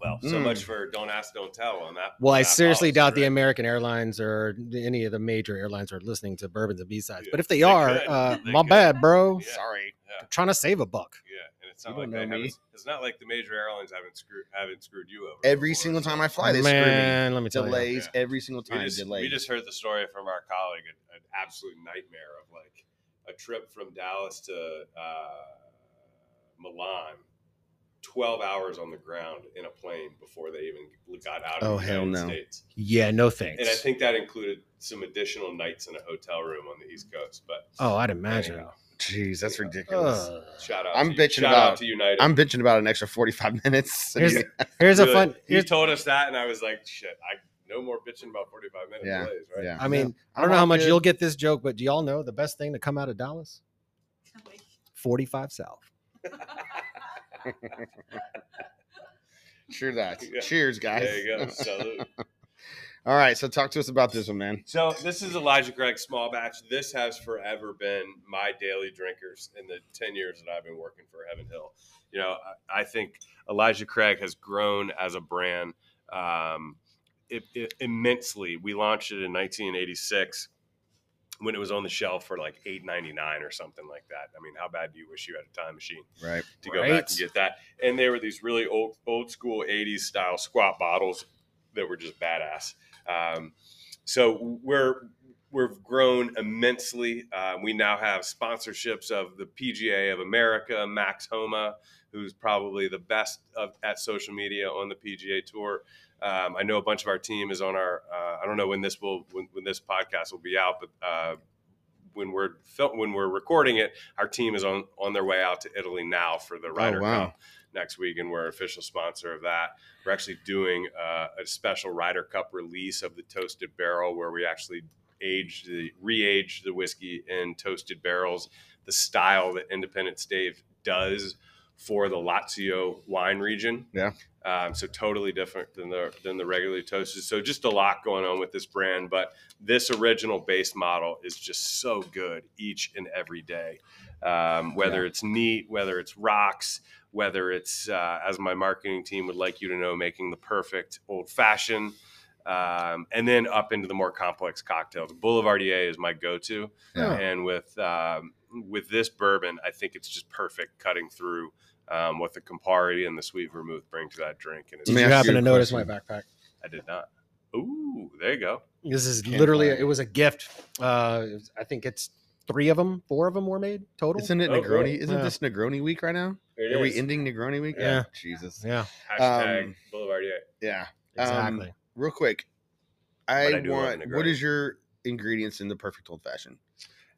Speaker 4: Well, so
Speaker 1: Mm.
Speaker 4: much for don't ask, don't tell on that.
Speaker 2: Well, I
Speaker 4: that
Speaker 2: seriously
Speaker 4: policy,
Speaker 2: doubt the
Speaker 4: right?
Speaker 2: American Airlines or any of the major airlines are listening to bourbons and B sides.
Speaker 4: Yeah,
Speaker 2: But if they,
Speaker 4: they
Speaker 2: are,
Speaker 4: could.
Speaker 2: uh,
Speaker 4: They
Speaker 2: my
Speaker 4: could.
Speaker 2: bad, bro.
Speaker 4: Yeah.
Speaker 1: Sorry.
Speaker 4: Yeah,
Speaker 2: Trying to save a buck.
Speaker 4: yeah, and it's
Speaker 1: You
Speaker 4: not
Speaker 1: don't
Speaker 4: like
Speaker 1: know
Speaker 4: they haven't-
Speaker 1: me.
Speaker 4: It's not like the major airlines haven't screwed haven't screwed you over.
Speaker 1: Every
Speaker 4: before,
Speaker 1: single
Speaker 4: so-
Speaker 1: time I fly, they
Speaker 2: Oh, Man, let me
Speaker 1: screw
Speaker 2: tell
Speaker 1: me.
Speaker 2: you.
Speaker 1: Delays every single
Speaker 4: we
Speaker 1: time.
Speaker 4: just,
Speaker 1: delays.
Speaker 4: we just heard the story from our colleague, an, an absolute nightmare of like a trip from Dallas to uh, Milan, 12 hours on the ground in a plane before they even got out of
Speaker 1: Oh,
Speaker 4: the
Speaker 1: hell
Speaker 4: United
Speaker 1: no.
Speaker 4: States.
Speaker 2: Yeah, no thanks.
Speaker 4: And I think that included some additional nights in a hotel room on the East Coast. But
Speaker 2: oh, I'd imagine.
Speaker 4: anyhow,
Speaker 1: Jeez, that's
Speaker 4: Yeah.
Speaker 1: ridiculous.
Speaker 2: Ugh.
Speaker 4: shout out
Speaker 1: I'm
Speaker 4: to,
Speaker 1: bitching
Speaker 4: shout
Speaker 1: about-
Speaker 4: out to United.
Speaker 1: I'm bitching about an extra 45 minutes.
Speaker 2: Here's, here's a
Speaker 4: Really,
Speaker 2: fun.
Speaker 4: He
Speaker 2: here's-
Speaker 4: told us that, and I was like, shit, I no more bitching about 45 minute
Speaker 1: Yeah,
Speaker 4: delays, right?
Speaker 1: yeah.
Speaker 2: I mean, I
Speaker 1: I'm
Speaker 2: don't know
Speaker 1: all
Speaker 2: how much
Speaker 1: good.
Speaker 2: you'll get this joke, but do y'all know the best thing to come out of Dallas? 45 South.
Speaker 1: Sure that.
Speaker 4: Yeah.
Speaker 1: Cheers, guys.
Speaker 4: There you go. Salute.
Speaker 1: All right, so talk to us about this one, man.
Speaker 4: So this is Elijah Craig small batch. This has forever been my daily drinkers in the ten years that I've been working for Heaven Hill. You know, I, I think Elijah Craig has grown as a brand um, it, it immensely. We launched it in 1986 when it was on the shelf for like 8.99 or something like that. I mean, how bad do you wish you had a time machine?
Speaker 1: Right.
Speaker 4: to go
Speaker 2: Right.
Speaker 4: back and get that. And they were these really old, old school '80s style squat bottles that were just badass. Um, so we're we've grown immensely. Uh, we now have sponsorships of the PGA of America, Max Homa, who's probably the best of, at social media on the PGA Tour. Um, I know a bunch of our team is on our. Uh, I don't know when this will when, when this podcast will be out, but. Uh, when we're fil- when we're recording it, our team is on on their way out to Italy now for the Ryder
Speaker 1: wow.
Speaker 4: Cup next week, and we're an official sponsor of that. We're actually doing uh, a special Ryder Cup release of the Toasted Barrel, where we actually age the re-age the whiskey in toasted barrels, the style that Independence Dave does for the Lazio wine region.
Speaker 1: Yeah.
Speaker 4: Um, so totally different than the than the regularly toasted. So just a lot going on with this brand, but this original base model is just so good each and every day. um, whether it's neat, whether it's rocks, whether it's, uh, as my marketing team would like you to know, making the perfect old fashioned, um, and then up into the more complex cocktails. Boulevardier is my go to.
Speaker 1: Yeah.
Speaker 4: And with, um, with this bourbon, I think it's just perfect cutting through um, what the Campari and the sweet vermouth bring to that drink. And it's,
Speaker 1: Let
Speaker 2: Did
Speaker 1: me
Speaker 2: you
Speaker 1: ask
Speaker 2: happen
Speaker 1: you a
Speaker 2: to notice
Speaker 1: question.
Speaker 2: my backpack?
Speaker 4: I did not. Ooh, there you go.
Speaker 2: This is
Speaker 1: Can't
Speaker 2: literally
Speaker 1: find it.
Speaker 2: it was a gift. Uh, it was- I think it's three of them, four of them were made total.
Speaker 1: Isn't it
Speaker 4: Oh,
Speaker 1: Negroni?
Speaker 4: really?
Speaker 1: Isn't
Speaker 2: Yeah.
Speaker 1: this Negroni week right now?
Speaker 4: There it
Speaker 1: Are we
Speaker 4: is.
Speaker 1: ending Negroni week?
Speaker 2: Yeah.
Speaker 1: Oh, Jesus.
Speaker 2: yeah,
Speaker 4: Hashtag
Speaker 1: Um,
Speaker 4: Boulevardier.
Speaker 1: Yeah. Um,
Speaker 2: exactly.
Speaker 1: Real quick,
Speaker 4: But
Speaker 1: I,
Speaker 4: I do love
Speaker 1: want. What
Speaker 4: Negroni.
Speaker 1: is your ingredients in the perfect old fashioned?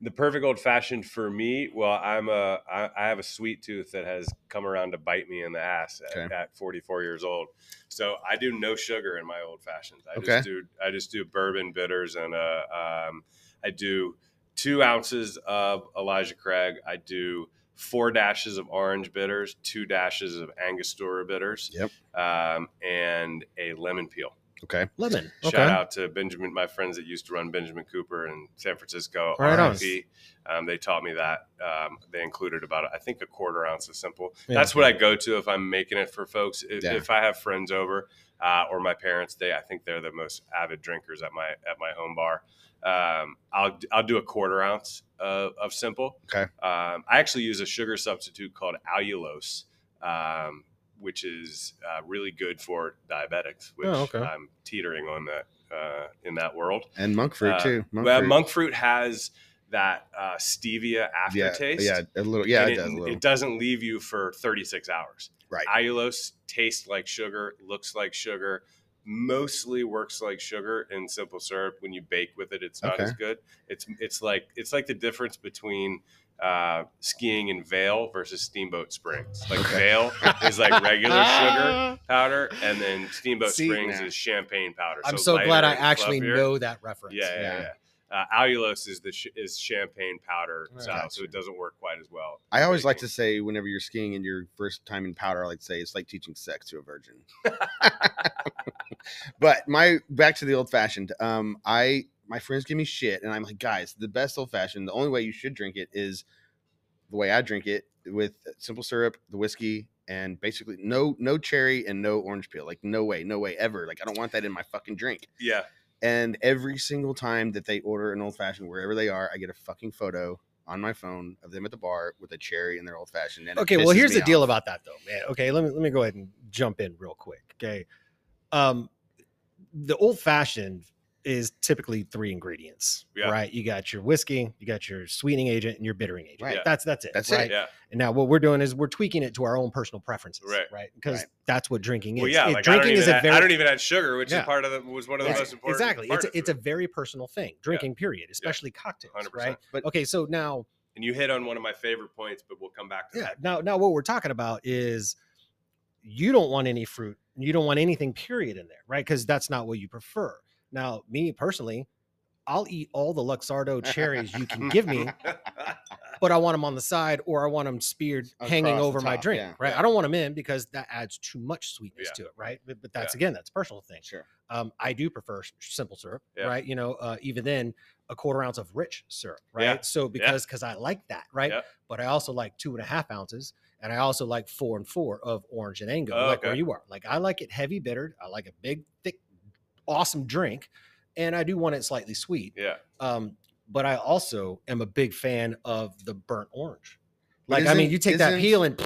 Speaker 4: The perfect old fashioned for me. Well, I'm a I, I have a sweet tooth that has come around to bite me in the ass at,
Speaker 1: Okay.
Speaker 4: at 44 years old. So I do no sugar in my old fashions. I
Speaker 1: Okay.
Speaker 4: just do I just do bourbon bitters and uh, um, I do two ounces of Elijah Craig. I do four dashes of orange bitters, two dashes of Angostura bitters,
Speaker 1: Yep.
Speaker 4: um, and a lemon peel.
Speaker 1: Okay.
Speaker 2: Lemon. Okay.
Speaker 4: Shout out to Benjamin, my friends that used to run Benjamin Cooper in San Francisco.
Speaker 2: Right on.
Speaker 4: RIP. Um, they taught me that. Um, they included about, I think, a quarter ounce of simple.
Speaker 2: Yeah.
Speaker 4: That's what I go to if I'm making it for folks. If,
Speaker 1: Yeah.
Speaker 4: if I have friends over uh, or my parents, they I think they're the most avid drinkers at my at my home bar. Um, I'll I'll do a quarter ounce of, of simple.
Speaker 1: Okay.
Speaker 4: Um, I actually use a sugar substitute called allulose. Um, which is uh, really good for diabetics, which
Speaker 2: Oh, okay.
Speaker 4: I'm teetering on that uh, in that world.
Speaker 1: And monk fruit
Speaker 4: Uh,
Speaker 1: too.
Speaker 4: well,
Speaker 1: fruit.
Speaker 4: monk fruit has that uh, stevia aftertaste.
Speaker 1: Yeah, yeah, a little. Yeah,
Speaker 4: and
Speaker 1: it, does a
Speaker 4: it,
Speaker 1: little.
Speaker 4: it doesn't leave you for 36 hours.
Speaker 1: Right.
Speaker 4: Allulose tastes like sugar, looks like sugar, mostly works like sugar in simple syrup. When you bake with it, it's not
Speaker 1: Okay.
Speaker 4: as good. It's it's like it's like the difference between uh, skiing in Vail versus Steamboat Springs. Like
Speaker 1: Okay.
Speaker 4: Vail is like regular sugar
Speaker 2: Ah!
Speaker 4: powder, and then Steamboat
Speaker 1: See,
Speaker 4: Springs
Speaker 1: nah.
Speaker 4: is champagne powder.
Speaker 2: I'm so glad
Speaker 4: lighter
Speaker 2: I
Speaker 4: and
Speaker 2: actually
Speaker 4: fluffier.
Speaker 2: know that reference.
Speaker 4: Yeah, yeah, yeah.
Speaker 1: Yeah.
Speaker 4: Uh, allulose is the sh- is champagne powder
Speaker 2: Right.
Speaker 4: style, so
Speaker 1: Gotcha.
Speaker 4: it doesn't work quite as well.
Speaker 1: I always like to
Speaker 4: Baking.
Speaker 1: say, whenever you're skiing and your first time in powder, I like to say it's like teaching sex to a virgin. but my back to the old fashioned. Um, I my friends give me shit, and I'm like, guys, the best old fashioned. The only way you should drink it is the way I drink it with simple syrup, the whiskey, and basically no no cherry and no orange peel. Like no way, no way ever. Like I don't want that in my fucking drink.
Speaker 4: yeah,
Speaker 1: And every single time that they order an old fashioned, wherever they are, I get a fucking photo on my phone of them at the bar with a cherry in their old fashioned.
Speaker 2: okay well here's the deal about that though man okay let me let me go ahead and jump in real quick okay um the old fashioned is typically three ingredients
Speaker 4: Yeah.
Speaker 2: right you got your whiskey you got your sweetening agent and your bittering agent
Speaker 1: Right.
Speaker 4: Yeah.
Speaker 2: that's that's it
Speaker 1: That's it.
Speaker 2: right
Speaker 4: yeah.
Speaker 2: and now what we're doing is we're tweaking it to our own personal preferences
Speaker 4: Right.
Speaker 2: right because
Speaker 1: Right.
Speaker 2: that's what drinking is
Speaker 4: Well, yeah.
Speaker 2: It-
Speaker 4: Like, I,
Speaker 2: drinking
Speaker 4: don't
Speaker 2: is
Speaker 4: even
Speaker 2: a
Speaker 4: add,
Speaker 2: very
Speaker 4: I don't even add sugar, which
Speaker 2: Yeah.
Speaker 4: is part of the was one of the
Speaker 2: Right.
Speaker 4: most important.
Speaker 2: exactly
Speaker 4: part
Speaker 2: it's
Speaker 4: of
Speaker 2: a, it's a
Speaker 4: food.
Speaker 2: very personal thing drinking period especially cocktails
Speaker 4: 100%.
Speaker 2: right
Speaker 1: But-
Speaker 2: okay so now
Speaker 4: and you hit on one of my favorite points, but we'll come back to
Speaker 2: yeah
Speaker 4: that.
Speaker 2: now now what we're talking about is you don't want any fruit you don't want anything period in there right because that's not what you prefer now me personally i'll eat all the luxardo cherries you can give me but i want them on the side or i want them speared hanging
Speaker 1: Across the
Speaker 2: over my
Speaker 1: top,
Speaker 2: drink
Speaker 1: yeah,
Speaker 2: right i don't want them in because that adds too much sweetness
Speaker 4: Yeah.
Speaker 2: to it right but, but that's again that's a personal thing
Speaker 1: Sure.
Speaker 2: um, I do prefer s- simple syrup,
Speaker 4: Yeah.
Speaker 2: right? You know, uh, even then, a quarter ounce of rich syrup, right?
Speaker 4: Yeah.
Speaker 2: So because because I like that, right?
Speaker 4: Yeah.
Speaker 2: But I also like two and a half ounces, and I also like four and four of orange and mango,
Speaker 4: Oh,
Speaker 2: like where
Speaker 4: okay.
Speaker 2: you are. Like I like it heavy bittered. I like a big, thick, awesome drink, and I do want it slightly sweet.
Speaker 4: Yeah,
Speaker 2: Um, but I also am a big fan of the burnt orange.
Speaker 1: But
Speaker 2: Like I mean,
Speaker 1: isn't-
Speaker 2: you take that
Speaker 1: isn't-
Speaker 2: peel and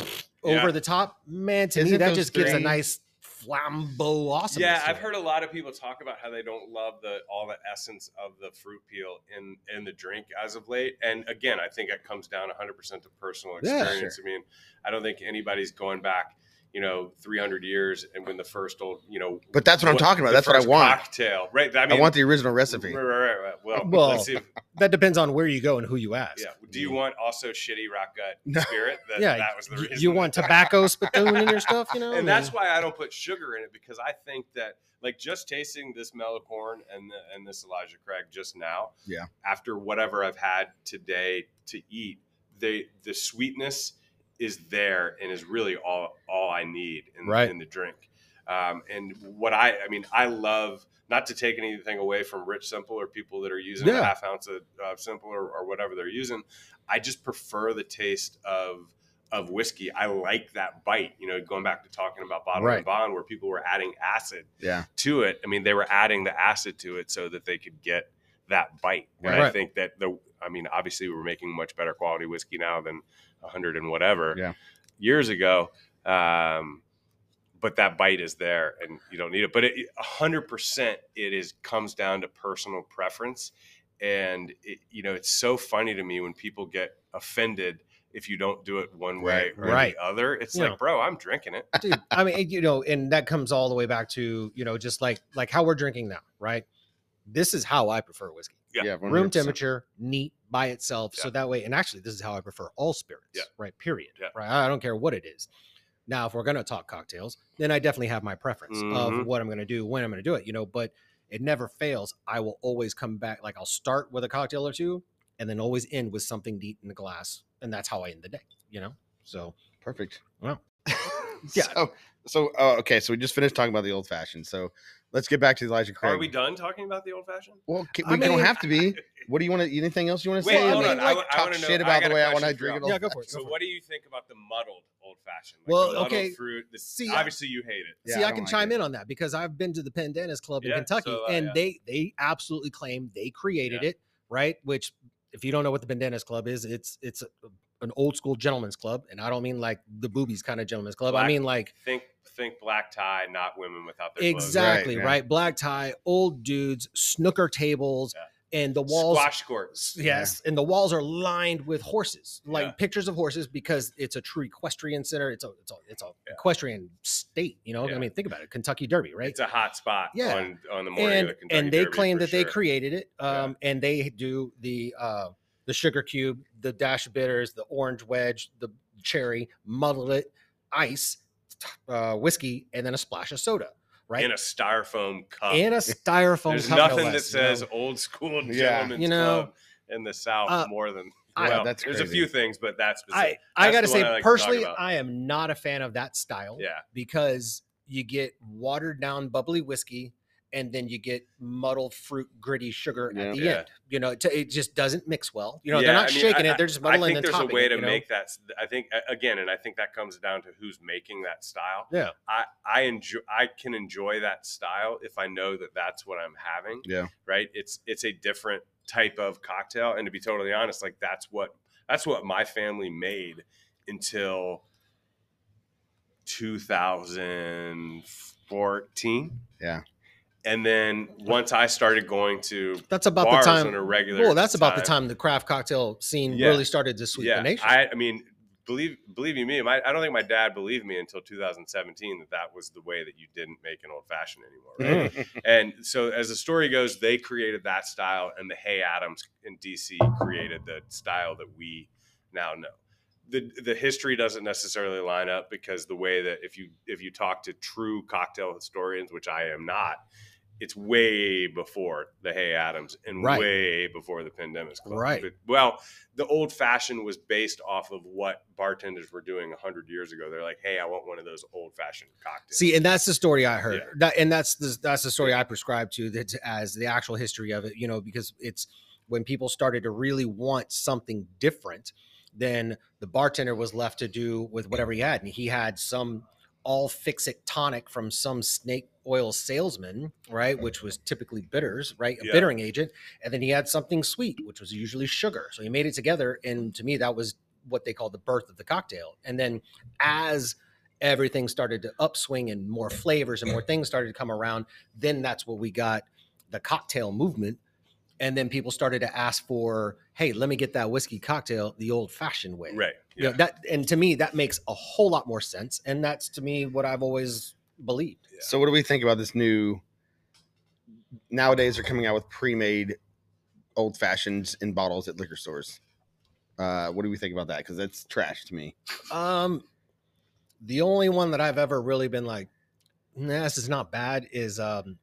Speaker 2: over
Speaker 4: Yeah.
Speaker 2: the top, man. To me,
Speaker 1: Isn't
Speaker 2: that
Speaker 1: those
Speaker 2: just gives a
Speaker 1: three-
Speaker 2: nice flambeau awesome.
Speaker 4: yeah. I've heard a lot of people talk about how they don't love the all the essence of the fruit peel in in the drink as of late. And again, I think it comes down 100 percent to personal
Speaker 2: Yeah,
Speaker 4: experience. I mean, I don't think anybody's going back, you know, 300 years and when the first old, you know,
Speaker 1: But that's what I'm talking about.
Speaker 4: the
Speaker 1: That's what I
Speaker 4: first
Speaker 1: want.
Speaker 4: Cocktail, right? I
Speaker 1: I,
Speaker 4: mean,
Speaker 1: want the original recipe.
Speaker 4: Right, right, right, right. Well,
Speaker 2: Well,
Speaker 4: let's see. If,
Speaker 2: that depends on where you go and who you ask.
Speaker 4: yeah. Do you want also shitty rock gut
Speaker 1: No.
Speaker 4: spirit? That,
Speaker 2: yeah,
Speaker 4: that was the
Speaker 2: y-
Speaker 4: reason.
Speaker 2: you want tobacco spittoon in your stuff, you know?
Speaker 4: and that's why I don't put sugar in it because I think that like just tasting this mellow corn and the, and this Elijah Craig just now,
Speaker 1: Yeah.
Speaker 4: after whatever I've had today to eat, they the sweetness is there and is really all all I need in,
Speaker 2: Right.
Speaker 4: in the drink. Um, and what I, I mean, I love not to take anything away from Rich Simple or people that are using
Speaker 1: Yeah.
Speaker 4: a half ounce of uh, Simple or, or whatever they're using. I just prefer the taste of of whiskey. I like that bite. You know, going back to talking about bottle
Speaker 1: Right.
Speaker 4: and bond, where people were adding acid
Speaker 1: Yeah.
Speaker 4: to it. I mean, they were adding the acid to it so that they could get that bite. And I
Speaker 1: Right.
Speaker 4: think that the, I mean, obviously we're making much better quality whiskey now than a hundred and whatever
Speaker 1: Yeah.
Speaker 4: years ago. Um, but that bite is there, and you don't need it. But it- a hundred percent, it is comes down to personal preference, and it, you know it's so funny to me when people get offended if you don't do it one way
Speaker 1: Right,
Speaker 4: or
Speaker 2: right.
Speaker 4: the other. It's
Speaker 2: Yeah.
Speaker 4: like, bro, I'm drinking it.
Speaker 2: dude i mean you know and that comes all the way back to you know just like like how we're drinking now right this is how i prefer whiskey
Speaker 4: Yeah.
Speaker 1: Yeah.
Speaker 2: room
Speaker 1: 100%.
Speaker 2: temperature neat by itself so that way and actually this is how i prefer all spirits
Speaker 4: Yeah.
Speaker 2: right period
Speaker 4: Yeah.
Speaker 2: right i don't care what it is now if we're going to talk cocktails then i definitely have my preference
Speaker 4: Mhm.
Speaker 2: of what i'm going to do when i'm going to do it you know but it never fails i will always come back like i'll start with a cocktail or two and then always end with something neat in the glass and that's how i end the day you know so
Speaker 1: Perfect.
Speaker 2: Wow.
Speaker 1: yeah.
Speaker 2: Yeah.
Speaker 1: So, so oh, okay. So we just finished talking about the old fashioned. So let's get back to Elijah Craig.
Speaker 4: Are we done talking about the old fashioned?
Speaker 1: Well, ca-
Speaker 2: I
Speaker 1: we don't
Speaker 2: mean-
Speaker 1: have to be. What do you want to? Anything else you want to
Speaker 4: Wait,
Speaker 1: say?
Speaker 4: hold
Speaker 1: I
Speaker 4: on.
Speaker 1: mean,
Speaker 4: I
Speaker 1: like,
Speaker 4: wa- I
Speaker 1: talk
Speaker 4: wanna know-
Speaker 1: shit
Speaker 4: I
Speaker 1: about
Speaker 4: got
Speaker 1: the
Speaker 4: a
Speaker 1: way I
Speaker 4: question
Speaker 1: want to
Speaker 4: for
Speaker 1: drink it.
Speaker 4: y'all.
Speaker 1: all
Speaker 2: yeah go
Speaker 1: the
Speaker 2: for it
Speaker 4: So,
Speaker 2: go for it.
Speaker 4: what do you think about the muddled old fashioned?
Speaker 2: Well,
Speaker 4: the muddled
Speaker 2: okay.
Speaker 4: fruit. This,
Speaker 2: See, I-
Speaker 4: obviously, you hate it.
Speaker 1: Yeah,
Speaker 2: See,
Speaker 1: I
Speaker 2: I,
Speaker 1: don't
Speaker 2: can
Speaker 1: like
Speaker 2: chime
Speaker 1: it.
Speaker 2: in on that because I've been to the Pendennis Club
Speaker 4: Yeah,
Speaker 2: in Kentucky,
Speaker 4: so, uh,
Speaker 2: and
Speaker 4: yeah.
Speaker 2: they they absolutely claim they created
Speaker 4: Yeah.
Speaker 2: it, right? Which, if you don't know what the Pendennis Club is, it's it's a- an old school gentleman's club, and I don't mean like the boobies kind of gentleman's club.
Speaker 4: Black
Speaker 2: I mean like
Speaker 4: Think, think black tie, not women without their clothes.
Speaker 2: exactly
Speaker 1: yeah.
Speaker 2: right, black tie, old dudes, snooker tables, and the walls.
Speaker 4: Squash courts.
Speaker 2: Yes, and the walls are lined with horses, like
Speaker 4: Yeah.
Speaker 2: pictures of horses, because it's a true equestrian center. It's a it's a it's a
Speaker 4: Yeah.
Speaker 2: equestrian state. You know,
Speaker 4: Yeah.
Speaker 2: I mean, think about it, Kentucky Derby, right?
Speaker 4: It's a hot spot
Speaker 2: Yeah.
Speaker 4: on, on the morning of
Speaker 2: and
Speaker 4: the Kentucky
Speaker 2: and they
Speaker 4: Derby,
Speaker 2: claim
Speaker 4: for
Speaker 2: that they
Speaker 4: sure.
Speaker 2: created it
Speaker 4: Yeah.
Speaker 2: um and they do the uh the sugar cube the dash bitters the orange wedge the cherry muddled it ice t- uh whiskey and then a splash of soda right
Speaker 4: in a styrofoam cup.
Speaker 2: and a styrofoam
Speaker 4: There's
Speaker 2: cup no
Speaker 4: nothing that
Speaker 2: less, you know?
Speaker 4: says old school
Speaker 1: Yeah.
Speaker 4: gentleman's
Speaker 2: You know,
Speaker 4: club in the South
Speaker 2: uh,
Speaker 4: more than.
Speaker 2: I-
Speaker 4: well,
Speaker 1: that's
Speaker 4: there's a
Speaker 1: crazy.
Speaker 4: few things, but that's
Speaker 2: i
Speaker 4: specific.
Speaker 2: i
Speaker 4: That's
Speaker 2: gotta
Speaker 4: the one
Speaker 2: say
Speaker 4: I like to talk
Speaker 2: personally
Speaker 4: about.
Speaker 2: i am not a fan of that style
Speaker 4: yeah.
Speaker 2: because you get watered down bubbly whiskey and then you get muddled fruit gritty sugar
Speaker 1: Yeah.
Speaker 2: at the
Speaker 4: Yeah.
Speaker 2: end you know it, it just doesn't mix well you know
Speaker 4: Yeah,
Speaker 2: they're not
Speaker 4: I mean,
Speaker 2: shaking
Speaker 4: I-
Speaker 2: it they're just
Speaker 4: I
Speaker 2: muddling
Speaker 4: think
Speaker 2: and
Speaker 4: there's a
Speaker 2: topping
Speaker 4: way
Speaker 2: it,
Speaker 4: to
Speaker 2: you know?
Speaker 4: make that. s- I think a- again, and I think that comes down to who's making that style.
Speaker 2: Yeah.
Speaker 4: I I enjoy. I can enjoy that style if I know that that's what I'm having.
Speaker 1: Yeah.
Speaker 4: right. It's it's a different type of cocktail, and to be totally honest, like that's what that's what my family made until 2014.
Speaker 1: Yeah.
Speaker 4: And then once I started going to
Speaker 2: that's about
Speaker 4: bars
Speaker 2: the time
Speaker 4: on a regular
Speaker 2: Well, that's about the time the craft cocktail scene
Speaker 4: Yeah.
Speaker 2: really started to sweep the nation.
Speaker 4: I, I mean, believe believe you me, my, I don't think my dad believed me until 2017 that that was the way that you didn't make an old fashioned anymore.
Speaker 2: Mm.
Speaker 4: Right? and so, as the story goes, they created that style, and the Hay Adams in DC created the style that we now know. The, the history doesn't necessarily line up because the way that if you if you talk to true cocktail historians, which I am not, it's way before the Hay Adams and
Speaker 2: Right.
Speaker 4: way before the Pandemics Club.
Speaker 2: Right.
Speaker 4: But- well, the old fashioned was based off of what bartenders were doing 100 years ago. They're like, hey, I want one of those old fashioned cocktails.
Speaker 2: See, and that's the story I heard.
Speaker 4: Yeah.
Speaker 2: That and that's the that's the story I prescribe to that as the actual history of it, you know, because it's when people started to really want something different, then the bartender was left to do with whatever he had. And he had some all fix it tonic from some snake oil salesman, right? Which was typically bitters, right? A
Speaker 4: Yeah.
Speaker 2: bittering agent. And then he had something sweet, which was usually sugar. So he made it together. And to me, that was what they call the birth of the cocktail. And then as everything started to upswing and more flavors and more things started to come around, then that's what we got the cocktail movement. And then people started to ask for, hey, let me get that whiskey cocktail the old fashioned way
Speaker 4: right.
Speaker 2: you know that and to me that makes a whole lot more sense and that's to me what i've always believed
Speaker 1: So what do we think about this new? Nowadays, they're coming out with pre-made old fashions in bottles at liquor stores. Uh, what do we think about that? Because that's trash to me.
Speaker 2: um the only one that i've ever really been like nah, this is not bad is um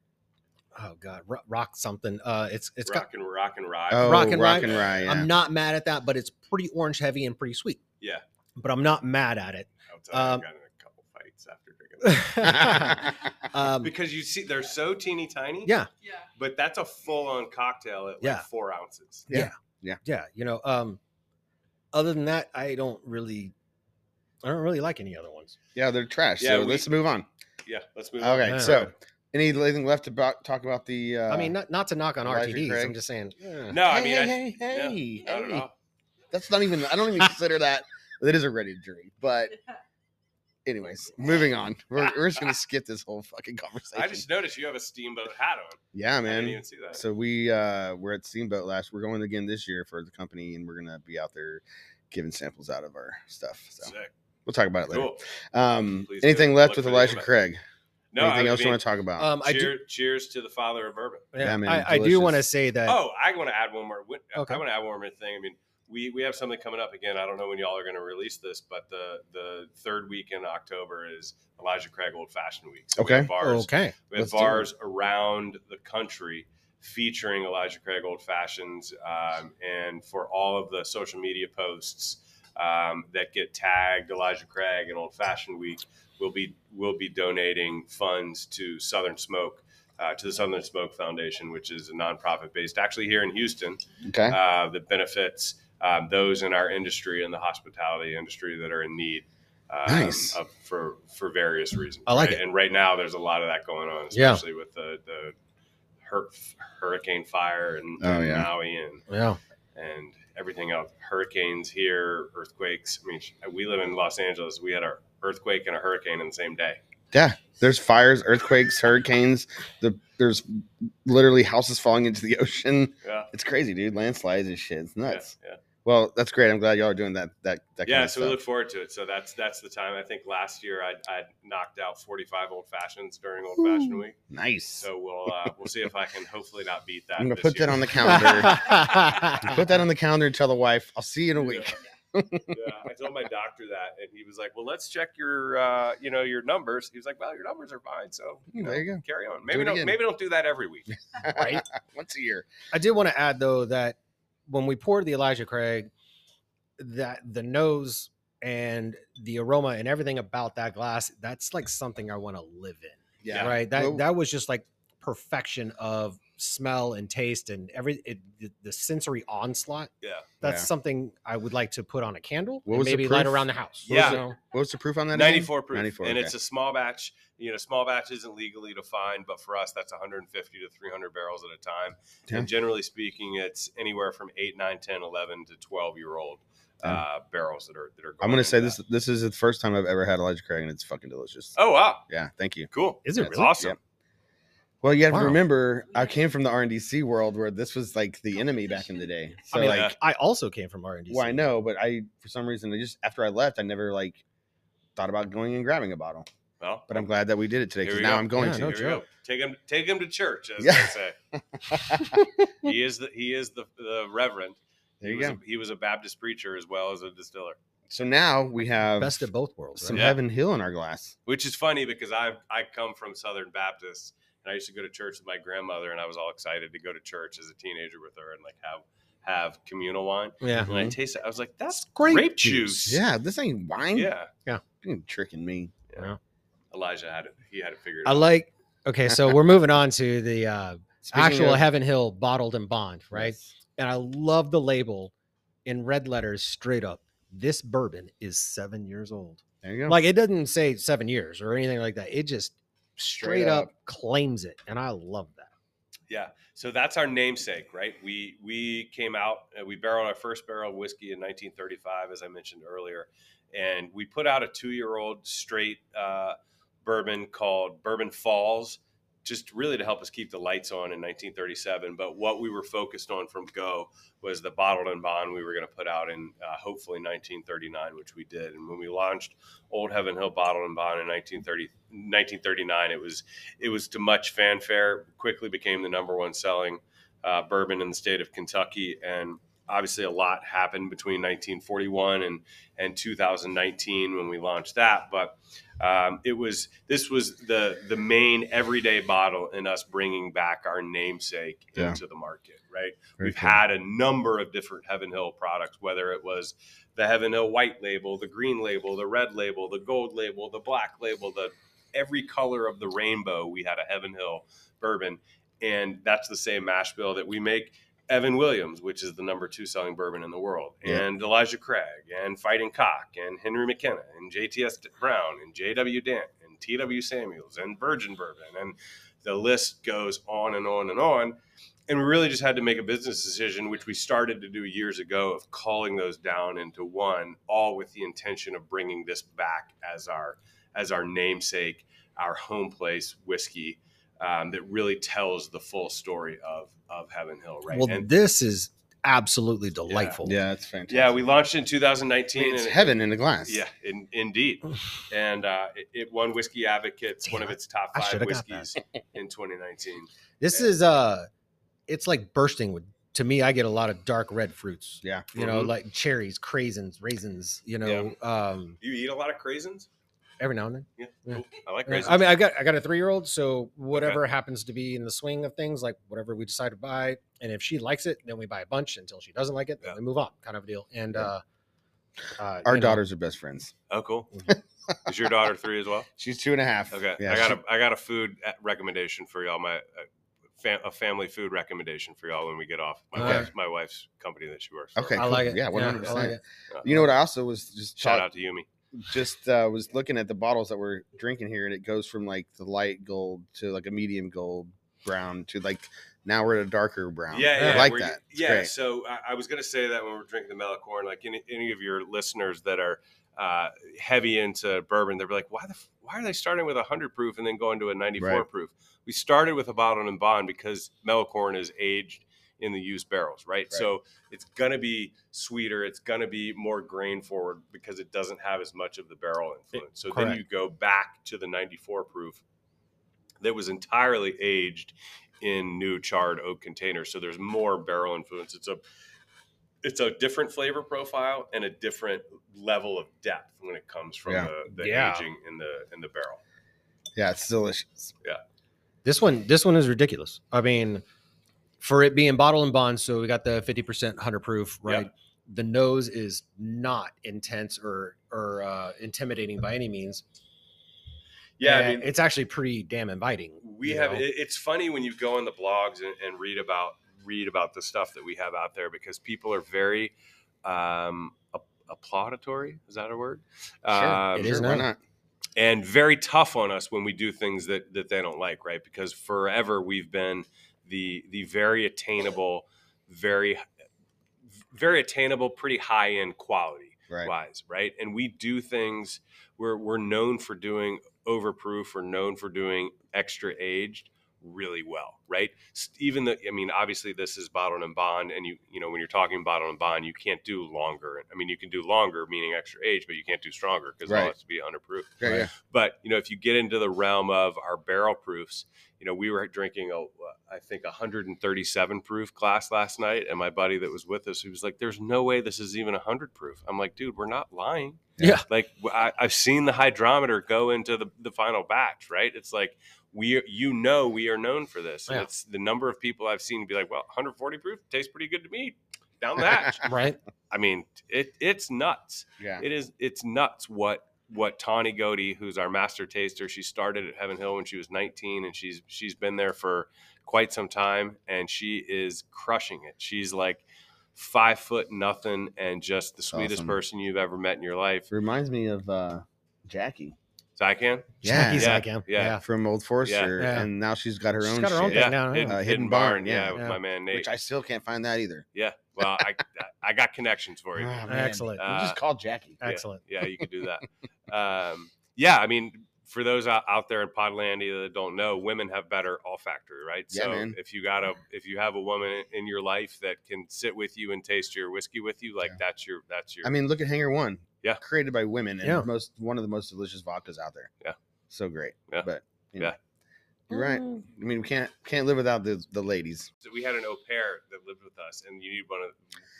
Speaker 2: oh god rock, rock something uh it's it's got
Speaker 4: rock and rock and ride.
Speaker 1: Oh,
Speaker 2: Rock and
Speaker 1: rock
Speaker 2: Rye.
Speaker 1: and rye. Yeah.
Speaker 2: i'm not mad at that but it's pretty orange heavy and pretty sweet
Speaker 4: Yeah.
Speaker 2: but i'm not mad at it
Speaker 4: I'll tell you, I've
Speaker 2: um,
Speaker 4: gotten in a couple fights after drinking
Speaker 2: um,
Speaker 4: because you see they're so teeny tiny.
Speaker 2: Yeah.
Speaker 3: Yeah.
Speaker 4: But that's a full on cocktail at like
Speaker 2: Yeah.
Speaker 4: four ounces.
Speaker 1: Yeah.
Speaker 2: yeah, you know, um, other than that, I don't really, I don't really like any other ones.
Speaker 1: yeah, they're trash.
Speaker 4: Yeah,
Speaker 1: so
Speaker 4: we-
Speaker 1: let's move on.
Speaker 4: Yeah. Let's move on.
Speaker 1: Okay,
Speaker 2: Yeah.
Speaker 1: so anything left about talk about the? Uh,
Speaker 2: I mean, not not to knock on
Speaker 1: Elijah
Speaker 2: RTDs.
Speaker 1: Craig.
Speaker 2: I'm just saying,
Speaker 1: yeah.
Speaker 4: No, I
Speaker 1: Hey,
Speaker 4: mean, I-
Speaker 1: hey, hey, hey,
Speaker 4: I don't
Speaker 1: hey.
Speaker 4: know.
Speaker 1: That's not even. I don't even consider that. That is a ready to drink. But anyways, moving on. We're, we're just gonna skip this whole fucking conversation.
Speaker 4: I just noticed you have a steamboat hat on.
Speaker 1: yeah,
Speaker 4: I
Speaker 1: man.
Speaker 4: didn't even see that.
Speaker 1: So we uh we're at Steamboat last. We're going again this year for the company, and we're gonna be out there giving samples out of our stuff. So
Speaker 4: Sick.
Speaker 1: we'll talk about it later.
Speaker 4: Cool.
Speaker 1: Um,
Speaker 4: Please do.
Speaker 1: anything left
Speaker 4: Look
Speaker 1: with
Speaker 4: for the
Speaker 1: Elijah
Speaker 4: email.
Speaker 1: Craig?
Speaker 4: No,
Speaker 1: anything
Speaker 4: I
Speaker 1: else
Speaker 4: mean,
Speaker 1: you want to talk about?
Speaker 2: um, I do,
Speaker 4: cheer- cheers to the father of bourbon.
Speaker 2: yeah,
Speaker 1: Yeah, man,
Speaker 2: I, I do want to
Speaker 1: delicious.
Speaker 2: say that.
Speaker 4: Oh, I want to add one more. win-
Speaker 2: Okay.
Speaker 4: I want to add one more thing. I mean, we, we have something coming up again. I don't know when y'all are going to release this, but the the third week in October is Elijah Craig Old Fashioned Week. So
Speaker 1: Okay. Oh,
Speaker 4: we have bars,
Speaker 2: okay,
Speaker 4: we have
Speaker 1: let's do it.
Speaker 4: bars around the country featuring Elijah Craig Old Fashions, um, and for all of the social media posts um, that get tagged Elijah Craig and Old Fashioned Week, we'll be we'll be donating funds to Southern Smoke. Uh, to the Southern Smoke Foundation, which is a nonprofit based actually here in Houston,
Speaker 1: okay.
Speaker 4: uh, that benefits um, those in our industry and the hospitality industry that are in need um,
Speaker 1: Nice.
Speaker 4: of- for for various reasons.
Speaker 2: I like
Speaker 4: right?
Speaker 2: it.
Speaker 4: And right now, there's a lot of that going on,
Speaker 2: Yeah.
Speaker 4: especially with the the hur- hurricane fire and,
Speaker 1: Oh,
Speaker 4: and
Speaker 1: yeah.
Speaker 4: Maui and
Speaker 2: yeah,
Speaker 4: and everything else. Hurricanes here, earthquakes. I mean, sh- we live in Los Angeles. We had our earthquake and a hurricane in the same day.
Speaker 1: There's fires, earthquakes, hurricanes. The there's literally houses falling into the ocean.
Speaker 4: Yeah.
Speaker 1: It's crazy, dude. Landslides and shit. It's
Speaker 4: Yeah,
Speaker 1: nuts.
Speaker 4: yeah.
Speaker 1: Well, that's great. I'm glad y'all are doing that. That that.
Speaker 4: yeah
Speaker 1: kind of
Speaker 4: so we
Speaker 1: stuff.
Speaker 4: look forward to it so that's that's the time i think last year i i knocked out 45 old fashions during old fashioned week
Speaker 1: nice.
Speaker 4: so we'll uh, we'll see if i can hopefully not beat that
Speaker 1: I'm gonna
Speaker 4: this
Speaker 1: put that
Speaker 4: year.
Speaker 1: on the calendar. put
Speaker 2: put
Speaker 1: that on the calendar and tell the wife. I'll see you in a week.
Speaker 4: yeah. Yeah, i told my doctor that and he was like well let's check your uh you know your numbers he was like well your numbers are fine so you
Speaker 1: Hmm, there
Speaker 4: know,
Speaker 1: you go.
Speaker 4: carry on maybe
Speaker 1: it
Speaker 4: do not
Speaker 1: again.
Speaker 4: maybe don't do that every week
Speaker 2: Right.
Speaker 1: Once a year.
Speaker 2: I did want to add though that when we poured the Elijah Craig, that the nose and the aroma and everything about that glass, that's like something I want to live in.
Speaker 1: Yeah.
Speaker 2: right that
Speaker 1: Well-
Speaker 2: that was just like perfection of smell and taste and every it, the, the sensory onslaught
Speaker 4: yeah
Speaker 2: that's
Speaker 1: Yeah.
Speaker 2: something i would like to put on a candle
Speaker 1: What
Speaker 2: and
Speaker 1: was the
Speaker 2: maybe light
Speaker 1: proof?
Speaker 2: around the house
Speaker 4: What was
Speaker 2: you
Speaker 4: the-
Speaker 2: know?
Speaker 1: What was the proof on that? again?
Speaker 4: 94 proof
Speaker 1: 94,
Speaker 4: and
Speaker 1: okay.
Speaker 4: it's a small batch you know small batch isn't legally defined but for us that's 150 to 300 barrels at a time
Speaker 1: Yeah.
Speaker 4: and generally speaking it's anywhere from 8 9 10 11 to 12 year old uh, barrels that are that are going
Speaker 1: I'm gonna
Speaker 4: into
Speaker 1: say
Speaker 4: that.
Speaker 1: this. This is the first time I've ever had Elijah Craig, and it's fucking delicious.
Speaker 4: oh wow
Speaker 1: Yeah. Thank you.
Speaker 4: cool
Speaker 2: Is it
Speaker 4: That's
Speaker 2: really?
Speaker 4: awesome
Speaker 1: Yep. Well, you have
Speaker 2: Wow.
Speaker 1: to remember, I came from the R&DC world where this was like the enemy back in the day. So
Speaker 2: i mean
Speaker 1: like,
Speaker 4: Yeah.
Speaker 2: i also came from r&d
Speaker 1: well, I know, but I for some reason I just after I left, I never like thought about going and grabbing a bottle.
Speaker 4: well
Speaker 1: But I'm glad that we did it today
Speaker 4: Here
Speaker 1: because
Speaker 4: we
Speaker 1: now
Speaker 4: go.
Speaker 1: I'm going
Speaker 2: Yeah,
Speaker 1: to.
Speaker 2: no
Speaker 4: here we go. take him take him to church as
Speaker 1: Yeah.
Speaker 4: they say he is the he is the, the reverend
Speaker 1: There
Speaker 4: he
Speaker 1: you
Speaker 4: was
Speaker 1: go.
Speaker 4: A, he was a baptist preacher as well as a distiller
Speaker 1: So now we have
Speaker 2: best of both worlds
Speaker 1: some
Speaker 2: right?
Speaker 4: Yeah.
Speaker 1: Heaven Hill in our glass.
Speaker 4: which is funny because I I come from Southern Baptists and I used to go to church with my grandmother and I was all excited to go to church as a teenager with her and like have have communal wine.
Speaker 2: yeah
Speaker 1: Uh-huh.
Speaker 4: And I tasted, I was like, that's
Speaker 2: It's grape
Speaker 4: grape
Speaker 2: juice.
Speaker 4: juice.
Speaker 1: Yeah, this ain't wine.
Speaker 4: yeah.
Speaker 1: you tricking me.
Speaker 4: Elijah had it. He had it figured
Speaker 2: i
Speaker 4: out.
Speaker 2: like okay so we're moving on to the uh
Speaker 1: Speaking
Speaker 2: actual
Speaker 1: of-
Speaker 2: heaven hill bottled and bond right and i love the label in red letters straight up this bourbon is seven years old
Speaker 1: There you go.
Speaker 2: like it doesn't say seven years or anything like that. It just straight,
Speaker 1: Straight
Speaker 2: up.
Speaker 1: up.
Speaker 2: claims it, and I love that.
Speaker 4: Yeah. So that's our namesake, right? We we came out, uh, we barreled our first barrel of whiskey in 1935, as I mentioned earlier, and we put out a two-year-old straight uh, bourbon called Bourbon Falls, just really to help us keep the lights on in 1937. But what we were focused on from go was the bottled and bond we were going to put out in uh, hopefully 1939, which we did. And when we launched Old Heaven Hill Bottled and Bond in 1930, 1939, it was it was to much fanfare. Quickly became the number one selling uh, bourbon in the state of Kentucky, and obviously a lot happened between 1941 and and 2019 when we launched that. But um, it was this was the the main everyday bottle in us bringing back our namesake
Speaker 1: Yeah.
Speaker 4: into the market, right?
Speaker 1: Very
Speaker 4: We've
Speaker 1: cool.
Speaker 4: had a number of different Heaven Hill products, whether it was the Heaven Hill white label, the green label, the red label, the gold label, the black label, the every color of the rainbow. We had a Heaven Hill bourbon, and that's the same mash bill that we make Evan Williams, which is the number two selling bourbon in the world,
Speaker 1: Yeah.
Speaker 4: and Elijah Craig, and Fighting Cock, and Henry McKenna, and JTS Brown, and JW Dent, and TW Samuels, and Virgin Bourbon, and the list goes on and on and on. And we really just had to make a business decision, which we started to do years ago, of calling those down into one, all with the intention of bringing this back as our as our namesake, our home place whiskey um, that really tells the full story of of Heaven Hill, right?
Speaker 2: Well,
Speaker 4: and
Speaker 2: this is absolutely delightful.
Speaker 1: Yeah, it's fantastic.
Speaker 4: yeah, we launched in
Speaker 1: I
Speaker 4: 2019.
Speaker 1: mean, it's
Speaker 4: and it-
Speaker 1: heaven in a glass.
Speaker 4: yeah, in, indeed. And uh, it, it won Whiskey Advocates, one of
Speaker 2: Damn,
Speaker 4: its top
Speaker 2: I
Speaker 4: five
Speaker 2: shoulda got that.
Speaker 4: whiskeys in 2019.
Speaker 2: This is uh it's like bursting with to me, I get a lot of dark red fruits.
Speaker 1: Yeah.
Speaker 2: You know,
Speaker 4: Mhm.
Speaker 2: like cherries, craisins, raisins, you know, um
Speaker 4: You eat a lot of craisins?
Speaker 2: every now and then.
Speaker 4: Yeah,
Speaker 2: Yeah.
Speaker 4: cool. I like
Speaker 2: Yeah,
Speaker 4: raisins.
Speaker 2: I mean, I got I got a three year old, so whatever happens to be in the swing of things, like whatever we decide to buy, and if she likes it, then we buy a bunch. Until she doesn't like it, then
Speaker 4: Yeah.
Speaker 2: we move on, kind of a deal. And
Speaker 1: Yeah.
Speaker 2: uh, uh,
Speaker 1: Our
Speaker 2: you know,
Speaker 1: daughters are best friends.
Speaker 4: oh, cool. Is your daughter three as well?
Speaker 1: She's two and a half.
Speaker 4: Okay,
Speaker 1: Yeah,
Speaker 4: I got
Speaker 1: she-
Speaker 4: a I got a food uh, recommendation for y'all. My uh, fam- a family food recommendation for y'all when we get off. My,
Speaker 2: Okay.
Speaker 4: wife's, my wife's company that she works. For.
Speaker 1: Okay,
Speaker 2: I
Speaker 1: cool.
Speaker 2: like it.
Speaker 1: Yeah, one hundred
Speaker 2: I like
Speaker 1: percent.
Speaker 2: it.
Speaker 4: Uh,
Speaker 1: You know what? I also was just
Speaker 4: Shout
Speaker 1: talk-
Speaker 4: out to Yumi.
Speaker 1: just uh, was looking at the bottles that we're drinking here, and it goes from like the light gold to like a medium gold brown to like now we're at a darker brown.
Speaker 4: Yeah, yeah,
Speaker 1: I like
Speaker 4: where you-
Speaker 1: that. It's
Speaker 4: yeah.
Speaker 1: great.
Speaker 4: So I, I was gonna say that when we're drinking the Melicorn, like any, any of your listeners that are uh, heavy into bourbon, they're like, why the f- why are they starting with a hundred proof and then going to a ninety four
Speaker 1: Right.
Speaker 4: proof? We started with a bottle and bond because Melicorn is aged in the used barrels, right? So it's gonna be sweeter, it's gonna be more grain forward because it doesn't have as much of the barrel influence. So then
Speaker 2: correct.
Speaker 4: you go back to the ninety four proof that was entirely aged in new charred oak containers. So there's more barrel influence. It's a it's a different flavor profile and a different level of depth when it comes from
Speaker 1: Yeah.
Speaker 4: the, the
Speaker 2: Yeah.
Speaker 4: aging in the in the barrel.
Speaker 1: yeah, it's delicious.
Speaker 2: This one, this one is ridiculous. I mean, for it being bottle and bond, so we got the fifty percent hunter proof,
Speaker 4: Yeah.
Speaker 2: right? The nose is not intense or or uh, intimidating by any means.
Speaker 4: Yeah, I
Speaker 2: And
Speaker 4: mean,
Speaker 2: it's actually pretty damn inviting.
Speaker 4: we
Speaker 2: you
Speaker 4: have
Speaker 2: know?
Speaker 4: it, it's funny when you go on the blogs and, and read about read about the stuff that we have out there because people are very um a- applaudatory is that a word
Speaker 1: Sure,
Speaker 4: um,
Speaker 2: it is
Speaker 1: sure, why
Speaker 2: now.
Speaker 1: not?
Speaker 4: and very tough on us when we do things that that they don't like, right? Because forever we've been the the very attainable, very very attainable, pretty high end quality
Speaker 1: Right.
Speaker 4: wise, right? And we do things we're we're known for doing overproof, we're known for doing extra aged really well, right? S- Even the I mean, obviously this is bottled and bond, and you you know when you're talking bottled and bond, you can't do longer. I mean, you can do longer, meaning extra age, but you can't do stronger because
Speaker 1: Right.
Speaker 4: all has to be underproof.
Speaker 1: Yeah, yeah.
Speaker 4: But you know, if you get into the realm of our barrel proofs, you know, we were drinking a, I think, 137 proof glass last night, and my buddy that was with us, he was like, "There's no way this is even 100 proof." I'm like, "Dude, we're not lying.
Speaker 2: Yeah.
Speaker 4: like w- I, have seen the hydrometer go into the, the final batch. Right? It's like we, you know, we are known for this. And
Speaker 2: Yeah.
Speaker 4: it's the number of people I've seen be like, "Well, 140 proof tastes pretty good to me." Down the hatch.
Speaker 2: right.
Speaker 4: I mean, it it's nuts
Speaker 1: Yeah.
Speaker 4: it is it's nuts what what Tawny Godey, who's our master taster, she started at Heaven Hill when she was 19, and she's she's been there for quite some time, and she is crushing it. She's like five foot nothing, and just the sweetest
Speaker 1: awesome.
Speaker 4: person you've ever met in your life.
Speaker 1: Reminds me of uh, Jackie
Speaker 4: Zycan,
Speaker 1: Yeah.
Speaker 2: He's
Speaker 4: Yeah,
Speaker 2: like him.
Speaker 4: yeah.
Speaker 2: Yeah.
Speaker 1: from Old Forester,
Speaker 2: Yeah.
Speaker 1: and now she's got her
Speaker 2: She's
Speaker 1: own.
Speaker 2: got her own
Speaker 1: shit,
Speaker 4: yeah,
Speaker 2: thing now, yeah.
Speaker 4: Hidden,
Speaker 1: Uh, Hidden
Speaker 4: Hidden
Speaker 1: Barn,
Speaker 4: Barn, yeah,
Speaker 1: yeah.
Speaker 4: with
Speaker 2: Yeah.
Speaker 4: my man Nate.
Speaker 1: Which I still can't find that either.
Speaker 4: yeah, well, I I got connections for you.
Speaker 1: Ah, man.
Speaker 2: Excellent.
Speaker 1: We'll
Speaker 4: Uh,
Speaker 1: just call Jackie.
Speaker 2: Excellent.
Speaker 4: yeah, you could do that. um, yeah, I mean, for those out, out there in Podlandia that don't know, women have better olfactory, right?
Speaker 1: Yeah,
Speaker 4: so
Speaker 1: man.
Speaker 4: if you got a if you have a woman in your life that can sit with you and taste your whiskey with you, like
Speaker 1: Yeah.
Speaker 4: that's your that's your
Speaker 1: I mean, look at Hanger One.
Speaker 4: Yeah.
Speaker 1: Created by women and
Speaker 2: Yeah.
Speaker 1: most one of the most delicious vodkas out there.
Speaker 4: Yeah.
Speaker 1: So great.
Speaker 4: Yeah.
Speaker 1: But you
Speaker 4: Yeah.
Speaker 1: know, You're right. I mean, we can't can't live without the the ladies.
Speaker 4: we had an au pair that lived with us, and you need one of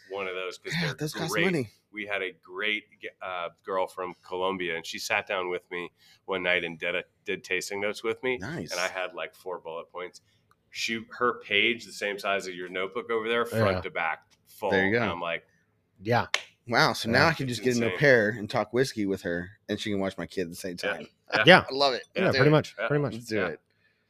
Speaker 4: one of those because
Speaker 1: Yeah,
Speaker 4: they're
Speaker 1: those cost
Speaker 4: great.
Speaker 1: money.
Speaker 4: we had a great uh, girl from Colombia, and she sat down with me one night and did a, did tasting notes with me.
Speaker 1: Nice.
Speaker 4: and I had like four bullet points. Shoot her page the same size as your notebook over there, front
Speaker 2: Yeah.
Speaker 4: to back, full.
Speaker 1: There you go.
Speaker 4: And I'm like,
Speaker 2: Yeah.
Speaker 1: Wow. So now
Speaker 2: Yeah.
Speaker 1: I can just get in a
Speaker 4: Insane.
Speaker 1: pair and talk whiskey with her, and she can watch my kid at the same
Speaker 4: Yeah.
Speaker 1: time.
Speaker 2: Yeah.
Speaker 1: I love it.
Speaker 2: Yeah,
Speaker 1: Let's do
Speaker 2: pretty
Speaker 1: it.
Speaker 2: much.
Speaker 4: Yeah.
Speaker 2: Pretty much.
Speaker 1: Let's do
Speaker 4: Yeah.
Speaker 1: it.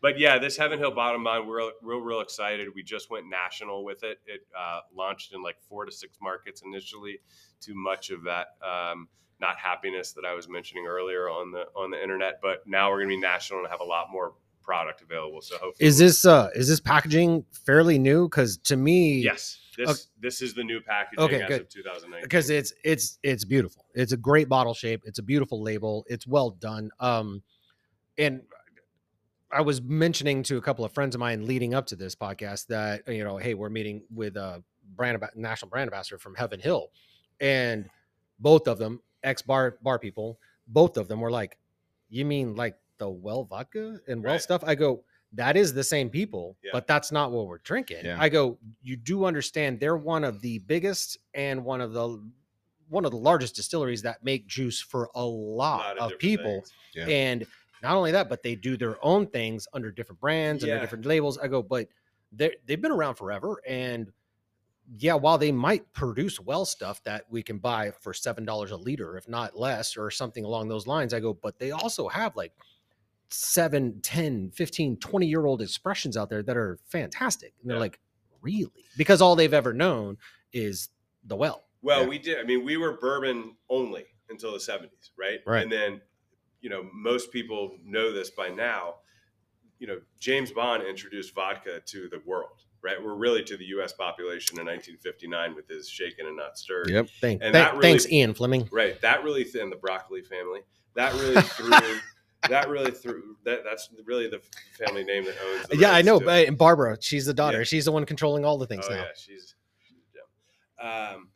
Speaker 4: but yeah, this Heaven Hill Bottom Line, we're real, real excited. We just went national with it. It uh, launched in like four to six markets initially. Too much of that um, not happiness that I was mentioning earlier on the on the internet, but now we're going to be national and have a lot more product available. So hopefully,
Speaker 2: Is this uh is this packaging fairly new? Because to me,
Speaker 4: yes, this
Speaker 2: Okay.
Speaker 4: this is the new packaging
Speaker 2: Okay,
Speaker 4: as
Speaker 2: good.
Speaker 4: of 2019.
Speaker 2: because it's it's it's beautiful. It's a great bottle shape. It's a beautiful label. It's well done. Um, and I was mentioning to a couple of friends of mine leading up to this podcast that you know, hey, we're meeting with a brand amba- national brand ambassador from Heaven Hill, and both of them ex bar bar people. Both of them were like, "You mean like the well vodka and well
Speaker 4: Right.
Speaker 2: stuff?" I go. That is the same people,
Speaker 4: Yeah.
Speaker 2: but that's not what we're drinking.
Speaker 1: Yeah.
Speaker 2: I go, you do understand they're one of the biggest and one of the one of the largest distilleries that make juice for a
Speaker 4: A
Speaker 2: lot,
Speaker 4: lot
Speaker 2: of
Speaker 4: different
Speaker 2: people.
Speaker 4: things.
Speaker 1: Yeah.
Speaker 2: And not only that, but they do their own things under different brands,
Speaker 4: Yeah.
Speaker 2: under different labels. I go, but they they've been around forever. And yeah, while they might produce well stuff that we can buy for seven dollars a liter, if not less, or something along those lines, I go, but they also have like seven, 10, 15, 20 year old expressions out there that are fantastic. And they're
Speaker 4: Yeah.
Speaker 2: like, really? Because all they've ever known is the well.
Speaker 4: Well,
Speaker 1: Yeah.
Speaker 4: we did. I mean, we were bourbon only until the 70s, right?
Speaker 2: Right.
Speaker 4: And then, you know, most people know this by now. You know, James Bond introduced vodka to the world, right? We're really to the U.S. population in 1959 with his shaken and not stirred.
Speaker 1: Yep.
Speaker 2: Thank,
Speaker 4: And
Speaker 2: tha-
Speaker 4: that really-
Speaker 2: thanks, Ian Fleming.
Speaker 4: Right. That really th- and the broccoli family. That really threw. that really threw. That that's really the family name that owns. The
Speaker 2: Yeah, I
Speaker 4: rights
Speaker 2: know.
Speaker 4: to it.
Speaker 2: But and Barbara, she's the daughter.
Speaker 4: Yeah.
Speaker 2: She's the one controlling all the things
Speaker 4: oh,
Speaker 2: now.
Speaker 4: Yeah, she's, she's dumb. Um,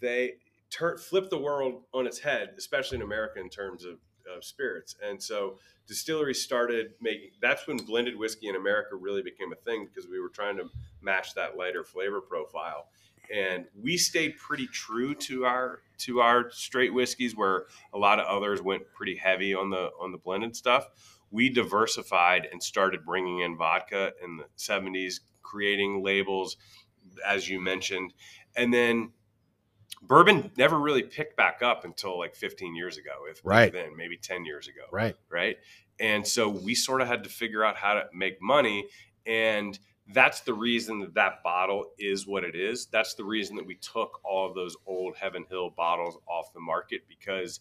Speaker 4: they tur flip the world on its head, especially in America in terms of, of spirits. And so distilleries started making that's when blended whiskey in America really became a thing because we were trying to match that lighter flavor profile. And we stayed pretty true to our to our straight whiskeys, where a lot of others went pretty heavy on the on the blended stuff. We diversified and started bringing in vodka in the '70s, creating labels, as you mentioned. And then bourbon never really picked back up until like 15 years ago, if not
Speaker 2: Right.
Speaker 4: then maybe 10 years ago,
Speaker 2: Right.
Speaker 4: right? And so we sort of had to figure out how to make money. And that's the reason that that bottle is what it is. That's the reason that we took all of those old Heaven Hill bottles off the market because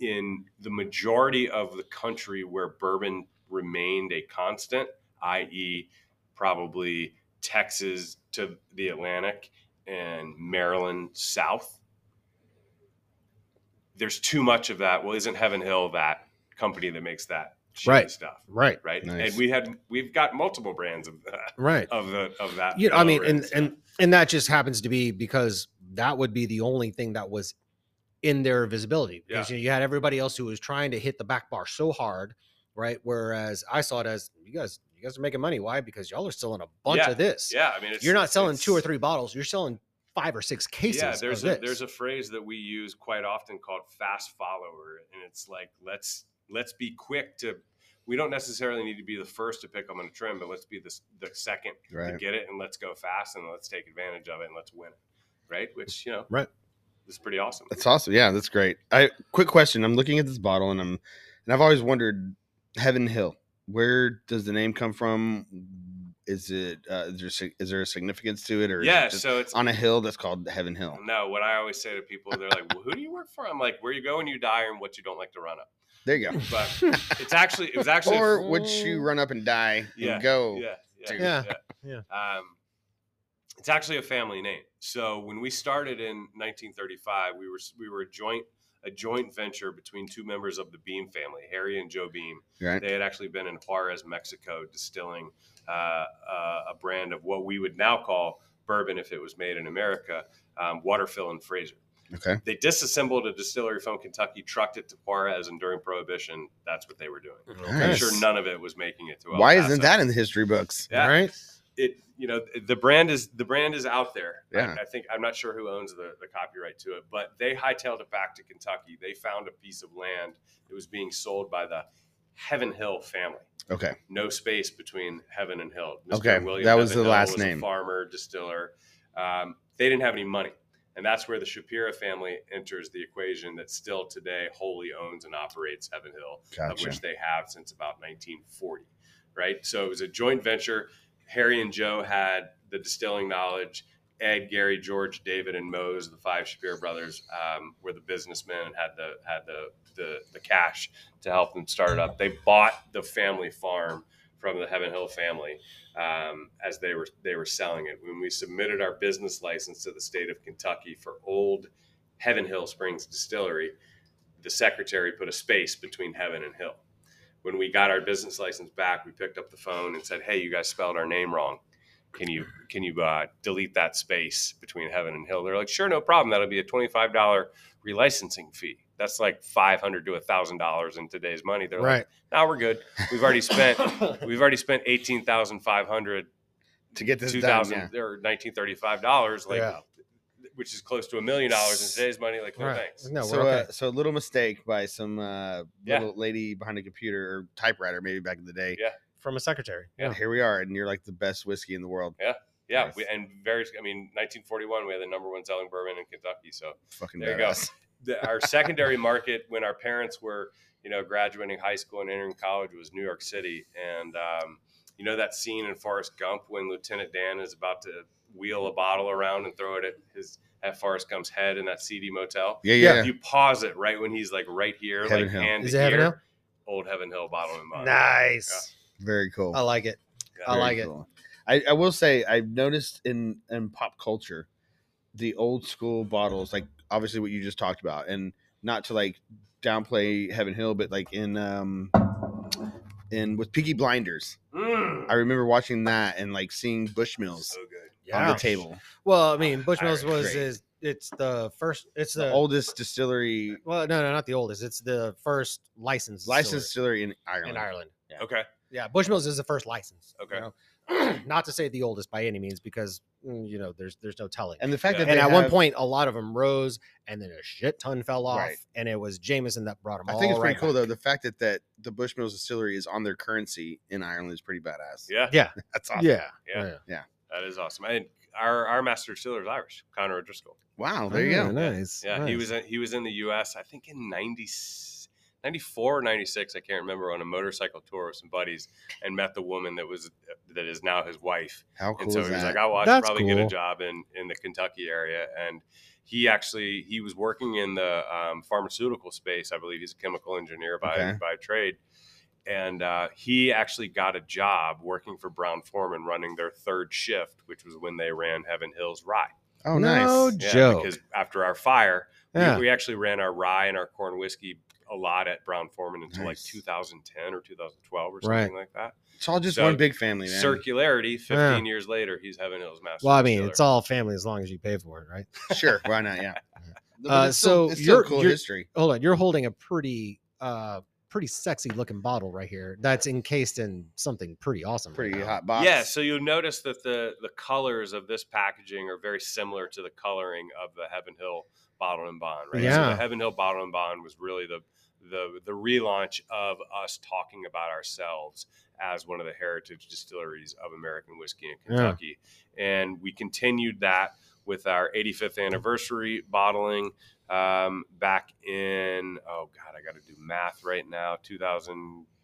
Speaker 4: in the majority of the country where bourbon remained a constant, i.e., probably Texas to the Atlantic and Maryland south, there's too much of that. Well, isn't Heaven Hill that company that makes that shitty
Speaker 2: Right.
Speaker 4: stuff?
Speaker 2: Right.
Speaker 4: Right,
Speaker 1: Nice.
Speaker 4: and we had we've got multiple brands of
Speaker 2: Right.
Speaker 4: of the of that.
Speaker 2: you know, I mean,
Speaker 4: lower end
Speaker 2: and
Speaker 4: stuff.
Speaker 2: and and that just happens to be because that would be the only thing that was in their visibility. Because you, know, you had everybody else who was trying to hit the back bar so hard, right? Whereas I saw it as you guys, you guys are making money. Why? Because y'all are selling a bunch of this.
Speaker 4: yeah, I mean, it's,
Speaker 2: You're not selling two or
Speaker 4: it's-
Speaker 2: three bottles. You're selling five or six cases.
Speaker 4: Yeah, there's
Speaker 2: of
Speaker 4: a
Speaker 2: this.
Speaker 4: there's a phrase that we use quite often called fast follower, and it's like let's let's be quick to. We don't necessarily need to be the first to pick up on a trend, but let's be the, s- the second
Speaker 1: Right.
Speaker 4: to get it, and let's go fast, and let's take advantage of it, and let's win it, right? Which you know,
Speaker 2: Right.
Speaker 4: is pretty awesome.
Speaker 1: That's awesome. Yeah, that's great. I quick question. I'm looking at this bottle and I'm and I've always wondered Heaven Hill. Where does the name come from? Is it uh, is there sig- is there a significance to it or is it
Speaker 4: yeah,
Speaker 1: just
Speaker 4: so Um, it's
Speaker 1: on a hill that's called Heaven Hill?
Speaker 4: no. What I always say to people, they're like, well, "Who do you work for?" I'm like, "Where you go when you die, and what you don't like to run up."
Speaker 1: There you go.
Speaker 4: But it's actually it was actually a
Speaker 1: Or would you run up and die
Speaker 4: Yeah,
Speaker 1: and go?
Speaker 4: yeah, yeah,
Speaker 1: Dude.
Speaker 2: Yeah.
Speaker 4: yeah. Um, it's actually a family name. So when we started in 1935, we were we were a joint a joint venture between two members of the Beam family, Harry and Joe Beam.
Speaker 1: Right.
Speaker 4: They had actually been in Juarez, Mexico, distilling uh, uh, a brand of what we would now call bourbon if it was made in America, um, Waterfill and Fraser
Speaker 1: Okay.
Speaker 4: they disassembled a distillery from Kentucky, trucked it to Juarez, and during Prohibition, that's what they were doing. I'm
Speaker 1: Nice.
Speaker 4: sure none of it was making it to. El
Speaker 1: Why isn't
Speaker 4: Paso.
Speaker 1: that in the history books?
Speaker 4: Yeah.
Speaker 2: Right.
Speaker 4: It you know the brand is the brand is out there. I-
Speaker 1: Yeah.
Speaker 4: I, think I'm not sure who owns the, the copyright to it, but they hightailed it back to Kentucky. They found a piece of land that was being sold by the Heaven Hill family.
Speaker 1: Okay.
Speaker 4: No space between Heaven and Hill.
Speaker 1: Okay, that was the
Speaker 4: Hill
Speaker 1: last
Speaker 4: was a
Speaker 1: name.
Speaker 4: farmer distiller. Um, they didn't have any money. And that's where the Shapira family enters the equation that still today wholly owns and operates Heaven Hill, of
Speaker 1: Gotcha.
Speaker 4: which they have since about 1940, right? So it was a joint venture. Harry and Joe had the distilling knowledge. Ed, Gary, George, David, and Mose, the five Shapiro brothers, um, were the businessmen and had the had the, the the cash to help them start it up. They bought the family farm from the Heaven Hill family um, as they were they were selling it. When we submitted our business license to the state of Kentucky for old Heaven Hill Springs Distillery, the secretary put a space between Heaven and Hill. When we got our business license back, we picked up the phone and said, "Hey, you guys spelled our name wrong. Can you can you uh, delete that space between Heaven and Hill?" They're like, "Sure, no problem. That'll be a twenty five dollar relicensing fee. That's like five hundred to thousand dollars in today's money." They're like,
Speaker 2: right.
Speaker 4: "Now we're good. We've already spent we've already spent eighteen thousand five hundred
Speaker 1: to get this
Speaker 4: two
Speaker 1: done.
Speaker 4: thousand
Speaker 1: Yeah.
Speaker 4: or nineteen thirty five dollars, like
Speaker 2: yeah.
Speaker 4: which is close to a million dollars in today's money. Like, no
Speaker 2: Right.
Speaker 4: thanks.
Speaker 2: No,
Speaker 1: so,
Speaker 2: we're okay.
Speaker 1: uh, so a little mistake by some uh,
Speaker 4: Yeah.
Speaker 1: little lady behind a computer or typewriter, maybe back in the day.
Speaker 4: Yeah.
Speaker 2: From a secretary.
Speaker 4: Yeah.
Speaker 1: Here we are, and you're like the best whiskey in the world.
Speaker 4: Yeah,
Speaker 1: Nice.
Speaker 4: we, and very. I mean, 1941, we had the number one selling bourbon in Kentucky. So
Speaker 1: Fucking
Speaker 4: There you go.
Speaker 1: badass.
Speaker 4: the, our secondary market, when our parents were, you know, graduating high school and entering college, was New York City. And um, you know that scene in Forrest Gump when Lieutenant Dan is about to wheel a bottle around and throw it at his at Forrest Gump's head in that seedy motel.
Speaker 1: Yeah, yeah.
Speaker 4: You pause it right when he's like right here,
Speaker 1: Heaven
Speaker 4: like
Speaker 1: Hill.
Speaker 4: hand
Speaker 2: Is
Speaker 4: to
Speaker 2: it Heaven
Speaker 4: ear.
Speaker 2: Hill?
Speaker 4: Old Heaven Hill bottle
Speaker 1: uh,
Speaker 4: in bottle.
Speaker 2: Nice.
Speaker 1: Very cool.
Speaker 2: I like it.
Speaker 4: Yeah.
Speaker 2: I
Speaker 1: Very
Speaker 2: like it.
Speaker 1: cool. I, I will say I've noticed in in pop culture, the old school bottles, like obviously what you just talked about, and not to like downplay Heaven Hill, but like in um in with Peaky Blinders,
Speaker 4: Mm.
Speaker 1: I remember watching that and like seeing Bushmills
Speaker 4: So good.
Speaker 1: on the table,
Speaker 2: Well, I mean, Bushmills
Speaker 4: Alright,
Speaker 2: was
Speaker 1: great.
Speaker 2: is it's the first. It's
Speaker 1: the
Speaker 2: the,
Speaker 1: oldest distillery
Speaker 2: Well, no, no, not the oldest. It's the first licensed
Speaker 1: licensed
Speaker 2: licensed
Speaker 1: distillery in Ireland.
Speaker 2: in Ireland.
Speaker 4: Okay.
Speaker 2: Yeah, Bushmills is the first license. you
Speaker 4: Okay.
Speaker 2: know. not to say the oldest by any means, because mm, you know there's there's no telling.
Speaker 1: And the fact
Speaker 4: Yeah.
Speaker 1: that
Speaker 2: And
Speaker 1: they
Speaker 2: at one
Speaker 1: have-
Speaker 2: point, a lot of them rose, and then a shit ton fell off,
Speaker 1: Right.
Speaker 2: and it was Jameson that brought them.
Speaker 1: I think it's pretty cool though. The fact that that the Bushmills distillery is on their currency in Ireland is pretty badass.
Speaker 4: Yeah.
Speaker 1: that's awesome.
Speaker 2: Yeah,
Speaker 4: Yeah.
Speaker 2: yeah.
Speaker 4: That is awesome. And our our master distiller is Irish, Conor O'Driscoll.
Speaker 1: Wow, there you
Speaker 2: Oh,
Speaker 1: go.
Speaker 2: Nice.
Speaker 4: Yeah, he
Speaker 2: nice.
Speaker 4: was in, he was in the U.S. I think in 90, 94 or ninety six. I can't remember. On a motorcycle tour with some buddies, and met the woman that was that is now his wife.
Speaker 1: How cool
Speaker 4: and so
Speaker 1: is
Speaker 4: he was
Speaker 1: that?
Speaker 4: like, "I will
Speaker 2: That's
Speaker 4: probably get a
Speaker 2: cool.
Speaker 4: job in in the Kentucky area." And he actually he was working in the um, pharmaceutical space. I believe he's a chemical engineer by
Speaker 1: Okay.
Speaker 4: by trade. And uh, he actually got a job working for Brown Foreman, running their third shift, which was when they ran Heaven Hills Rye.
Speaker 1: oh,
Speaker 2: No
Speaker 1: nice.
Speaker 4: Yeah,
Speaker 2: joke.
Speaker 4: Because after our fire, we-
Speaker 2: Yeah.
Speaker 4: We, actually ran our rye and our corn whiskey a lot at Brown Foreman until
Speaker 1: Nice.
Speaker 4: like 2010 or 2012 or
Speaker 2: Right.
Speaker 4: something like that.
Speaker 1: It's all just
Speaker 4: So,
Speaker 1: one big family, man.
Speaker 4: Circularity, 15
Speaker 2: Yeah.
Speaker 4: years later, he's Heaven Hills Master.
Speaker 2: well, I mean, it's all family as long as you pay for it, right?
Speaker 1: sure, why not? Yeah. But
Speaker 2: Uh,
Speaker 1: it's still-
Speaker 2: so
Speaker 1: it's still
Speaker 2: you're-
Speaker 1: cool
Speaker 2: you're-
Speaker 1: history.
Speaker 2: hold on you're holding a pretty uh pretty sexy looking bottle right here that's encased in something pretty awesome right
Speaker 1: Pretty
Speaker 2: now.
Speaker 1: hot box.
Speaker 4: Yeah, so you'll notice that the the colors of this packaging are very similar to the coloring of the Heaven Hill Bottle and Bond, right? So
Speaker 2: Yeah.
Speaker 4: the Heaven Hill Bottle and Bond was really the the the relaunch of us talking about ourselves as one of the heritage distilleries of American whiskey in
Speaker 2: Yeah.
Speaker 4: Kentucky, and we continued that with our 85th anniversary bottling um, back in oh god, I got to do math right now,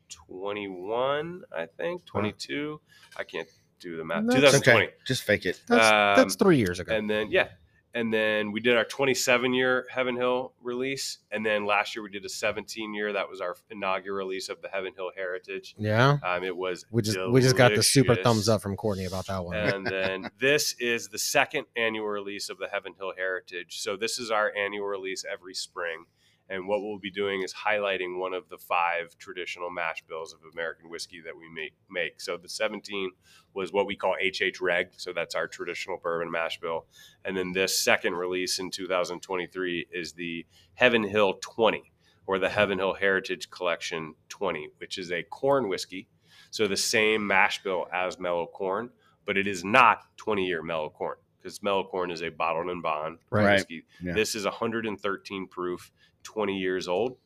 Speaker 4: 2021, I
Speaker 2: Uh-huh.
Speaker 4: think 22. I can't do the math.
Speaker 2: That's
Speaker 1: It's
Speaker 4: 2020.
Speaker 1: okay. Just fake it.
Speaker 2: that's, that's
Speaker 4: Um,
Speaker 2: three years ago
Speaker 4: And then yeah, and then we did our 27 year Heaven Hill release, and then last year we did a 17 year. That was our inaugural release of the Heaven Hill Heritage.
Speaker 2: yeah
Speaker 4: Um, it was
Speaker 2: we just we just got the super
Speaker 4: delicious.
Speaker 2: thumbs up from courtney about that one
Speaker 4: And then this is the second annual release of the Heaven Hill Heritage. So this is our annual release every spring. And what we'll be doing is highlighting one of the five traditional mash bills of American whiskey that we make. make. So the 17 was what we call HH Reg. So that's our traditional bourbon mash bill. And then this second release in 2023 is the Heaven Hill 20 or the Heaven Hill Heritage Collection 20, which is a corn whiskey. So the same mash bill as mellow corn, but it is not 20 year mellow corn because mellow corn is a bottled and bond
Speaker 2: Right.
Speaker 4: whiskey.
Speaker 1: Yeah.
Speaker 4: This is 113 proof, 20 years old.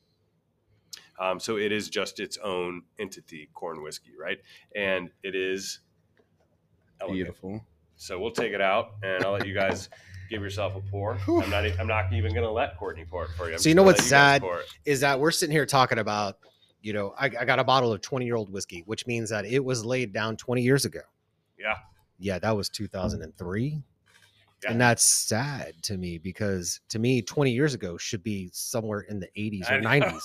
Speaker 4: Um, so it is just its own entity, corn whiskey, right? And it is elegant.
Speaker 1: Beautiful.
Speaker 4: So we'll take it out, and I'll let you guys Give yourself a pour. I'm not. e- I'm not even going to let Courtney pour it for you. I'm
Speaker 2: So you know
Speaker 4: just gonna
Speaker 2: what's sad?
Speaker 4: let guys pour it.
Speaker 2: is that we're sitting here talking about, you know, I, I got a bottle of 20 year old whiskey, which means that it was laid down 20 years ago.
Speaker 4: Yeah.
Speaker 2: Yeah, that was 2003.
Speaker 4: Yeah.
Speaker 2: And that's sad to me because to me, 20 years ago should be somewhere in the 80s
Speaker 4: I
Speaker 2: or
Speaker 4: know.
Speaker 2: 90s.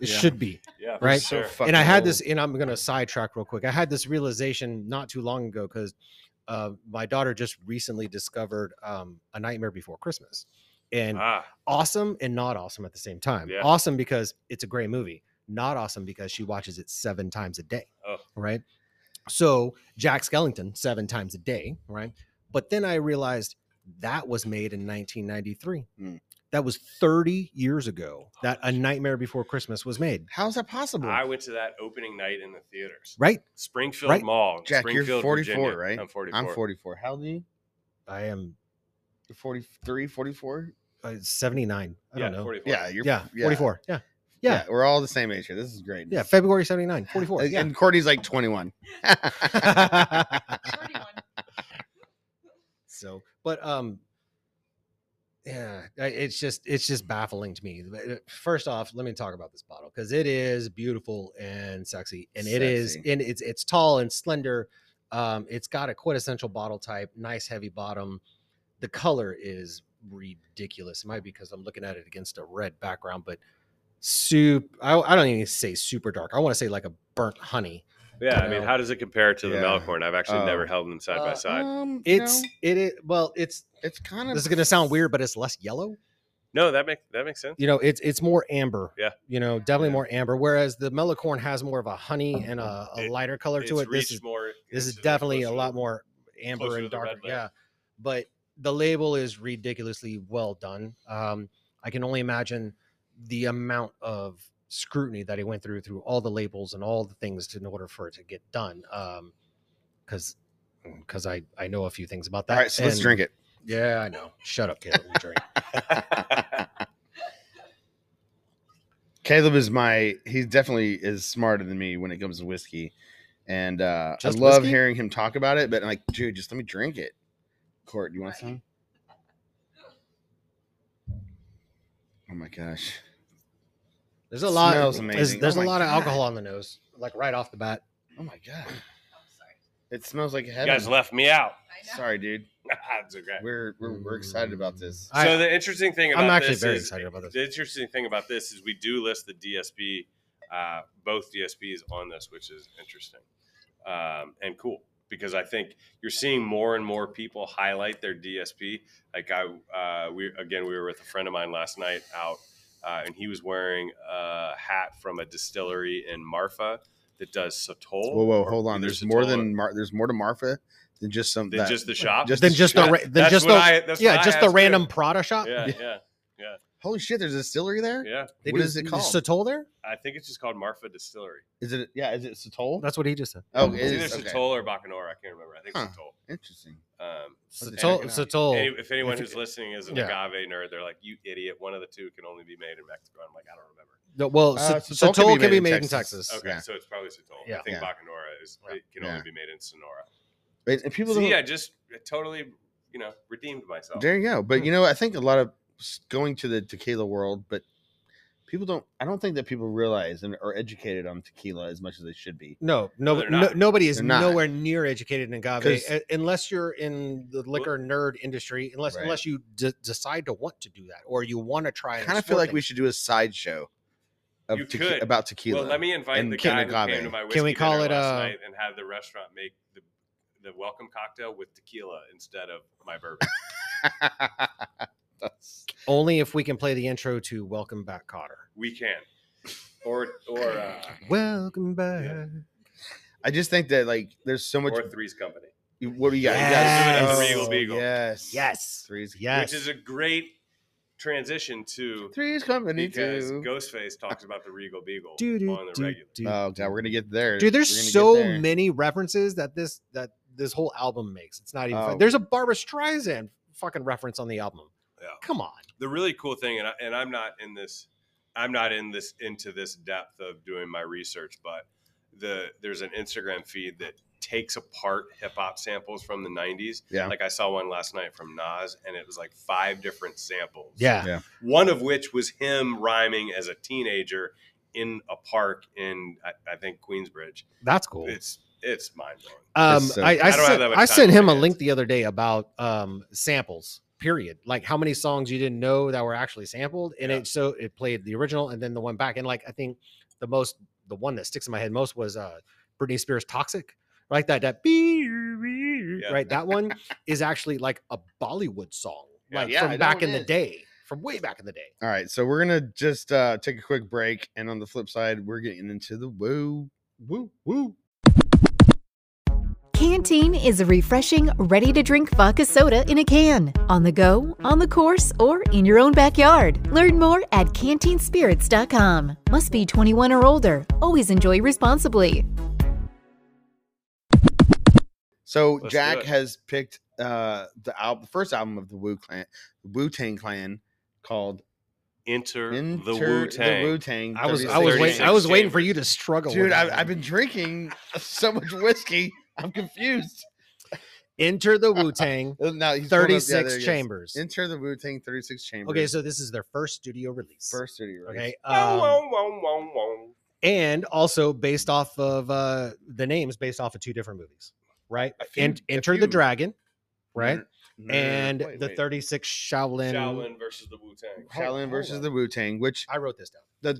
Speaker 2: It
Speaker 1: Yeah.
Speaker 2: should be.
Speaker 4: yeah.
Speaker 2: Right?
Speaker 1: So fucking
Speaker 2: and I had
Speaker 1: old.
Speaker 2: this, and I'm going to sidetrack real quick. I had this realization not too long ago because uh, my daughter just recently discovered um, A Nightmare Before Christmas. And
Speaker 4: Ah,
Speaker 2: awesome and not awesome at the same time.
Speaker 4: Yeah.
Speaker 2: Awesome because it's a great movie. Not awesome because she watches it seven times a day.
Speaker 4: Oh.
Speaker 2: Right. So Jack Skellington seven times a day. Right. But then I realized that was made in 1993.
Speaker 4: Hmm.
Speaker 1: Mm.
Speaker 2: That was 30 years ago that A Nightmare Before Christmas was made.
Speaker 1: How's that possible?
Speaker 4: I went to that opening night in the theaters,
Speaker 2: Right.
Speaker 4: Springfield
Speaker 2: Right.
Speaker 4: Mall.
Speaker 1: Jack, you're
Speaker 4: Springfield,
Speaker 1: 44,
Speaker 4: Virginia.
Speaker 1: right?
Speaker 4: I'm 44.
Speaker 1: I'm 44. How old are you?
Speaker 2: I am
Speaker 1: You're 43, 44?
Speaker 2: uh, 79. I
Speaker 4: yeah,
Speaker 2: don't know.
Speaker 4: 44.
Speaker 1: Yeah, you're
Speaker 2: yeah, 44. Yeah. Yeah. Yeah.
Speaker 1: We're all the same age here. This is great.
Speaker 2: February 79. 44.
Speaker 1: And-
Speaker 2: Yeah.
Speaker 1: And Courtney's like 21.
Speaker 2: so but um yeah I- it's just it's just baffling to me But, uh, first off let me talk about this bottle because it is beautiful and sexy and it is
Speaker 1: Sexy.
Speaker 2: and it's it's tall and slender um it's got a quintessential bottle type nice heavy bottom the color is ridiculous it might be because i'm looking at it against a red background but soup I, I don't even say super dark i want to say like a burnt honey
Speaker 4: Yeah, I
Speaker 2: You
Speaker 4: mean,
Speaker 2: know?
Speaker 4: how does it compare to the
Speaker 1: Yeah.
Speaker 4: Melkorn? I've actually
Speaker 1: Oh.
Speaker 4: never held them side by
Speaker 2: Uh,
Speaker 4: side.
Speaker 1: Um,
Speaker 2: it's
Speaker 1: no,
Speaker 2: it is well it's
Speaker 1: it's kind of
Speaker 2: this is gonna sound weird but it's less yellow
Speaker 4: No, that makes that makes sense.
Speaker 2: you know it's it's more amber
Speaker 4: Yeah.
Speaker 2: you know definitely
Speaker 4: Yeah.
Speaker 2: more amber whereas the melicorn has more of a honey and a, a
Speaker 4: It-
Speaker 2: lighter color
Speaker 4: It's
Speaker 2: to it this
Speaker 4: reached
Speaker 2: is
Speaker 4: more.
Speaker 2: this is
Speaker 4: it's
Speaker 2: definitely a
Speaker 4: closer to
Speaker 2: lot
Speaker 4: the-
Speaker 2: more amber
Speaker 4: closer
Speaker 2: and
Speaker 4: to the red
Speaker 2: darker
Speaker 4: layer.
Speaker 2: yeah but the label is ridiculously well done um i can only imagine the amount of scrutiny that he went through through all the labels and all the things in order for it to get done um because because i i know a few things about that
Speaker 1: All right, so let's
Speaker 2: and-
Speaker 1: drink it.
Speaker 2: yeah i know shut up kid we drink
Speaker 1: Caleb is my he definitely is smarter than me when it comes to whiskey. And uh
Speaker 2: Just
Speaker 1: I love
Speaker 2: whiskey?
Speaker 1: hearing him talk about it, but I'm like, dude, just let me drink it. Court, you want some? Oh my gosh.
Speaker 2: There's a lot.
Speaker 1: Smells
Speaker 2: there's
Speaker 1: amazing.
Speaker 2: there's
Speaker 1: Oh
Speaker 2: a
Speaker 1: my
Speaker 2: lot of
Speaker 1: God.
Speaker 2: alcohol on the nose, like right off the bat.
Speaker 1: Oh my god. It smells like
Speaker 4: You
Speaker 1: heaven.
Speaker 4: guys left me out.
Speaker 1: Sorry, dude.
Speaker 4: That's okay.
Speaker 1: We're we're, we're excited about this.
Speaker 2: I,
Speaker 4: so the interesting thing about
Speaker 2: I'm actually
Speaker 4: this
Speaker 2: very
Speaker 4: is,
Speaker 2: excited about this.
Speaker 4: the interesting thing about this is we do list the DSP, uh, both DSPs on this, which is interesting um, and cool because I think you're seeing more and more people highlight their DSP. Like I, uh, we again, we were with a friend of mine last night out, uh, and he was wearing a hat from a distillery in Marfa that does Sotol.
Speaker 1: Whoa, whoa,
Speaker 4: or
Speaker 1: hold on.
Speaker 4: either
Speaker 1: There's more
Speaker 4: Sotol
Speaker 1: than Mar- there's more to Marfa than just some
Speaker 4: than
Speaker 1: that-
Speaker 4: just the shop.
Speaker 1: just
Speaker 2: then just the
Speaker 4: Yeah,
Speaker 2: ra- then
Speaker 4: that's
Speaker 2: just
Speaker 4: what
Speaker 2: the
Speaker 4: I- that's
Speaker 2: yeah,
Speaker 4: what I
Speaker 2: just the
Speaker 4: asked, too.
Speaker 2: random Prada shop.
Speaker 4: Yeah, yeah,
Speaker 1: Holy shit, there's a distillery there?
Speaker 4: yeah.
Speaker 2: They
Speaker 1: What
Speaker 2: do-
Speaker 1: is it
Speaker 2: is
Speaker 1: called?
Speaker 2: Sotol there?
Speaker 4: I think it's just called Marfa Distillery.
Speaker 1: Is it yeah, is it Satol?
Speaker 2: That's what he just said.
Speaker 1: Oh, it
Speaker 4: It's
Speaker 1: is.
Speaker 4: either
Speaker 1: okay.
Speaker 4: Satol or Bacanora. I can't remember. I think
Speaker 1: Huh.
Speaker 4: Satol.
Speaker 1: Interesting.
Speaker 4: Um,
Speaker 1: What's it
Speaker 2: Sotol.
Speaker 1: called?
Speaker 4: any-
Speaker 2: Sotol.
Speaker 4: if anyone
Speaker 2: If-
Speaker 4: who's listening is an
Speaker 2: yeah.
Speaker 4: agave nerd, they're like, "You idiot! One of the two can only be made in Mexico." I'm like, I don't remember.
Speaker 2: No, well,
Speaker 1: Uh,
Speaker 2: Sotol can, be made in Texas.
Speaker 4: Okay,
Speaker 1: Yeah.
Speaker 4: so it's probably Satol.
Speaker 2: Yeah.
Speaker 4: I think
Speaker 1: Yeah.
Speaker 4: Bacanora is it can
Speaker 1: Yeah.
Speaker 4: only be made in Sonora.
Speaker 1: And- and people
Speaker 4: See,
Speaker 1: don't-
Speaker 4: I just uh, totally, you know, redeemed myself.
Speaker 1: There you go. But
Speaker 2: Hmm.
Speaker 1: you know, I think a lot of s- going to the tequila world, but people don't. I don't think that people realize and are educated on tequila as much as they should be.
Speaker 2: No, no,
Speaker 4: they're
Speaker 2: no,
Speaker 4: not.
Speaker 2: nobody is
Speaker 1: They're not.
Speaker 2: nowhere near educated in agave
Speaker 1: 'Cause-
Speaker 2: a- unless you're in the liquor nerd industry. Unless
Speaker 1: Right.
Speaker 2: unless you d- decide to want to do that or you want to try.
Speaker 1: I
Speaker 2: and
Speaker 1: kind of
Speaker 2: explore
Speaker 1: feel like
Speaker 2: things.
Speaker 1: we should do a sideshow of
Speaker 4: You
Speaker 1: tequi-
Speaker 4: could.
Speaker 1: about tequila.
Speaker 4: well, let me invite
Speaker 1: and
Speaker 4: the
Speaker 1: can
Speaker 4: guy who
Speaker 1: agave.
Speaker 4: came to my whiskey
Speaker 2: Can we call
Speaker 4: dinner
Speaker 2: it,
Speaker 4: last
Speaker 2: uh,
Speaker 4: night and have the restaurant make the the welcome cocktail with tequila instead of my bourbon.
Speaker 1: That's-
Speaker 2: only if we can play the intro to "Welcome Back, Cotter."
Speaker 4: we can, or or uh,
Speaker 2: Welcome back.
Speaker 1: I just think that like there's so much.
Speaker 4: or Three's Company.
Speaker 1: you- what do you got? You got-
Speaker 2: Yes. Yes.
Speaker 4: Regal Beagle.
Speaker 1: Yes.
Speaker 2: Yes.
Speaker 1: Three's.
Speaker 2: Yes.
Speaker 4: which is a great transition to
Speaker 1: Three's company
Speaker 4: because
Speaker 1: too.
Speaker 4: Ghostface talks about the Regal Beagle
Speaker 2: Dude, dude,
Speaker 4: on the
Speaker 2: dude,
Speaker 4: regular.
Speaker 2: dude.
Speaker 1: oh god, we're gonna get there.
Speaker 2: Dude, there's
Speaker 1: We're gonna get
Speaker 2: so
Speaker 1: there.
Speaker 2: many references that this that this whole album makes. It's not even.
Speaker 1: Oh.
Speaker 2: Fun. There's a Barbara Streisand fucking reference on the album.
Speaker 4: Yeah.
Speaker 2: Come on.
Speaker 4: The really cool thing, and I, and I'm not in this, I'm not in this into this depth of doing my research, but the there's an Instagram feed that takes apart hip hop samples from the 90s.
Speaker 1: Yeah.
Speaker 4: Like I saw one last night from Nas and it was like five different samples.
Speaker 2: Yeah.
Speaker 4: One of which was him rhyming as a teenager in a park in, I, I think, Queensbridge.
Speaker 2: That's cool.
Speaker 4: It's, it's mind blowing.
Speaker 2: Um,
Speaker 1: so-
Speaker 2: I, I,
Speaker 4: I don't have
Speaker 2: sent,
Speaker 4: that much
Speaker 2: I
Speaker 4: time
Speaker 2: sent
Speaker 4: on my
Speaker 2: him a
Speaker 4: hands.
Speaker 2: link the other day about um, samples. Period. Like how many songs you didn't know that were actually sampled, and
Speaker 4: Yeah.
Speaker 2: it so it played the original and then the one back. And like I think the most, the one that sticks in my head most was uh, Britney Spears' "Toxic." Like that, that bee, bee,
Speaker 4: Yeah.
Speaker 2: right. That one is actually like a Bollywood song,
Speaker 4: Yeah.
Speaker 2: like
Speaker 1: Yeah,
Speaker 2: from
Speaker 1: that
Speaker 2: back
Speaker 1: one
Speaker 2: in the
Speaker 1: is.
Speaker 2: day, from way back in the day.
Speaker 1: All right, so we're gonna just uh, take a quick break, and on the flip side, we're getting into the woo, woo, woo.
Speaker 3: Canteen is a refreshing, ready to drink vodka soda in a can. On the go, on the course, or in your own backyard. Learn more at CanteenSpirits.com. Must be 21 or older. Always enjoy responsibly.
Speaker 1: So
Speaker 4: Let's do
Speaker 1: Jack
Speaker 4: it.
Speaker 1: has picked uh, the al- the first album of the Wu Clan, Wu Tang Clan, called
Speaker 4: Enter, Er, the
Speaker 1: Enter
Speaker 4: Wu Tang.
Speaker 1: The Wu Tang.
Speaker 2: I was, I
Speaker 4: 36
Speaker 2: was waiting, I
Speaker 4: 36
Speaker 2: was waiting for
Speaker 4: chambers.
Speaker 2: you to struggle,
Speaker 1: dude.
Speaker 2: with that
Speaker 1: I,
Speaker 2: one.
Speaker 1: I've been drinking so much whiskey. I'm confused.
Speaker 2: enter the Wu Tang,
Speaker 1: Uh, No, he's pulling up the
Speaker 2: thirty
Speaker 1: other-
Speaker 2: six
Speaker 1: yes.
Speaker 2: chambers.
Speaker 1: Enter the Wu Tang 36 Chambers.
Speaker 2: Okay, so this is their first studio release.
Speaker 1: first studio. release.
Speaker 2: Okay.
Speaker 4: Wow,
Speaker 2: um,
Speaker 4: wow, wow, wow, wow.
Speaker 2: and also based off of uh, the names based off of two different movies, right?
Speaker 4: A few-
Speaker 2: And
Speaker 4: a
Speaker 2: Enter
Speaker 4: few.
Speaker 2: the Dragon, right?
Speaker 4: Mm,
Speaker 1: No, no, no, no,
Speaker 2: and
Speaker 1: mm-hmm, wait,
Speaker 2: the
Speaker 1: wait.
Speaker 2: 36 Shaolin.
Speaker 4: Shaolin versus the Wu Tang.
Speaker 2: Hold on,
Speaker 1: Shaolin
Speaker 2: hold
Speaker 1: versus
Speaker 2: on.
Speaker 1: the Wu Tang, which
Speaker 2: I wrote this down.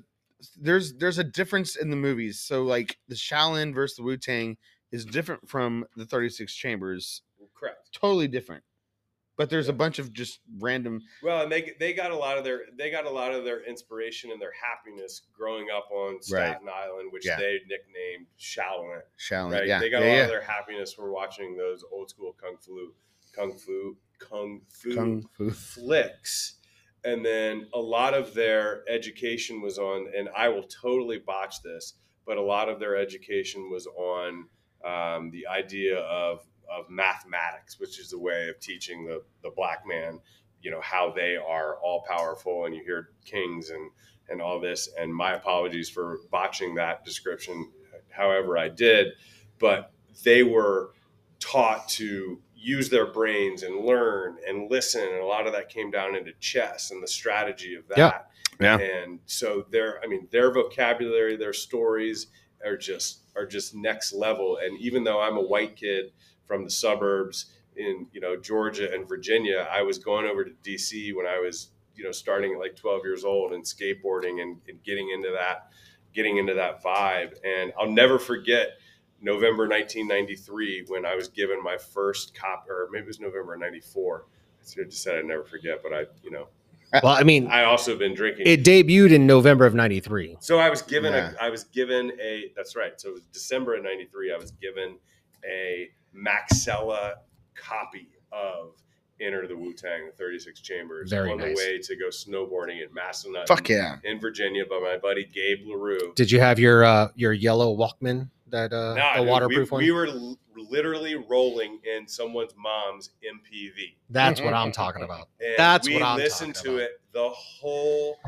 Speaker 1: there's there's a difference in the movies. So like the Shaolin versus the Wu Tang is different from the 36 Chambers.
Speaker 4: Correct.
Speaker 1: Totally different. But there's a
Speaker 4: Yeah.
Speaker 1: bunch of just random
Speaker 4: Well, and they they got a lot of their they got a lot of their inspiration and their happiness growing up on Staten Island, which
Speaker 1: Yeah.
Speaker 4: they nicknamed Shaolin.
Speaker 1: Shaolin.
Speaker 4: Right?
Speaker 1: Yeah.
Speaker 4: They got
Speaker 1: yeah,
Speaker 4: a lot
Speaker 1: yeah.
Speaker 4: of their happiness from watching those old school kung fu, kung fu, kung fu
Speaker 1: Kung Fu.
Speaker 4: flicks. And then a lot of their education was on, and I will totally botch this, but a lot of their education was on um, the idea of, of mathematics, which is the way of teaching the, the black man, you know, how they are all powerful. And you hear kings and, and all this. And my apologies for botching that description, however, I did. But they were taught to use their brains and learn and listen. And a lot of that came down into chess and the strategy of that.
Speaker 1: Yeah.
Speaker 2: Yeah.
Speaker 4: And so their, I mean, their vocabulary, their stories are just are just next level. And even though I'm a white kid from the suburbs in you know Georgia and Virginia, I was going over to DC when I was you know starting at like 12 years old and skateboarding and, and getting into that getting into that vibe. And I'll never forget November 1993 when I was given my first cop, or maybe it was November 94. I sort of just said I'd never forget, but I, you know,
Speaker 2: Well, I mean,
Speaker 4: I also have been drinking.
Speaker 2: it debuted in November of 93.
Speaker 4: so I was given
Speaker 1: Yeah.
Speaker 4: a, I was given a, that's right. So it was December of 93. I was given a Maxella copy of Enter the Wu Tang, the 36 Chambers,
Speaker 2: Very
Speaker 4: on
Speaker 2: nice.
Speaker 4: the way to go snowboarding at Massanutten
Speaker 1: Fuck yeah.
Speaker 4: in Virginia by my buddy Gabe LaRue.
Speaker 2: Did you have your uh, your yellow Walkman that uh,
Speaker 4: Nah,
Speaker 2: the
Speaker 4: dude,
Speaker 2: waterproof
Speaker 4: we,
Speaker 2: one?
Speaker 4: We were l- literally rolling in someone's mom's MPV.
Speaker 2: That's what I'm talking about.
Speaker 4: And
Speaker 2: That's
Speaker 4: we
Speaker 2: what I'm
Speaker 4: listened
Speaker 2: talking
Speaker 4: to
Speaker 2: about.
Speaker 4: it the whole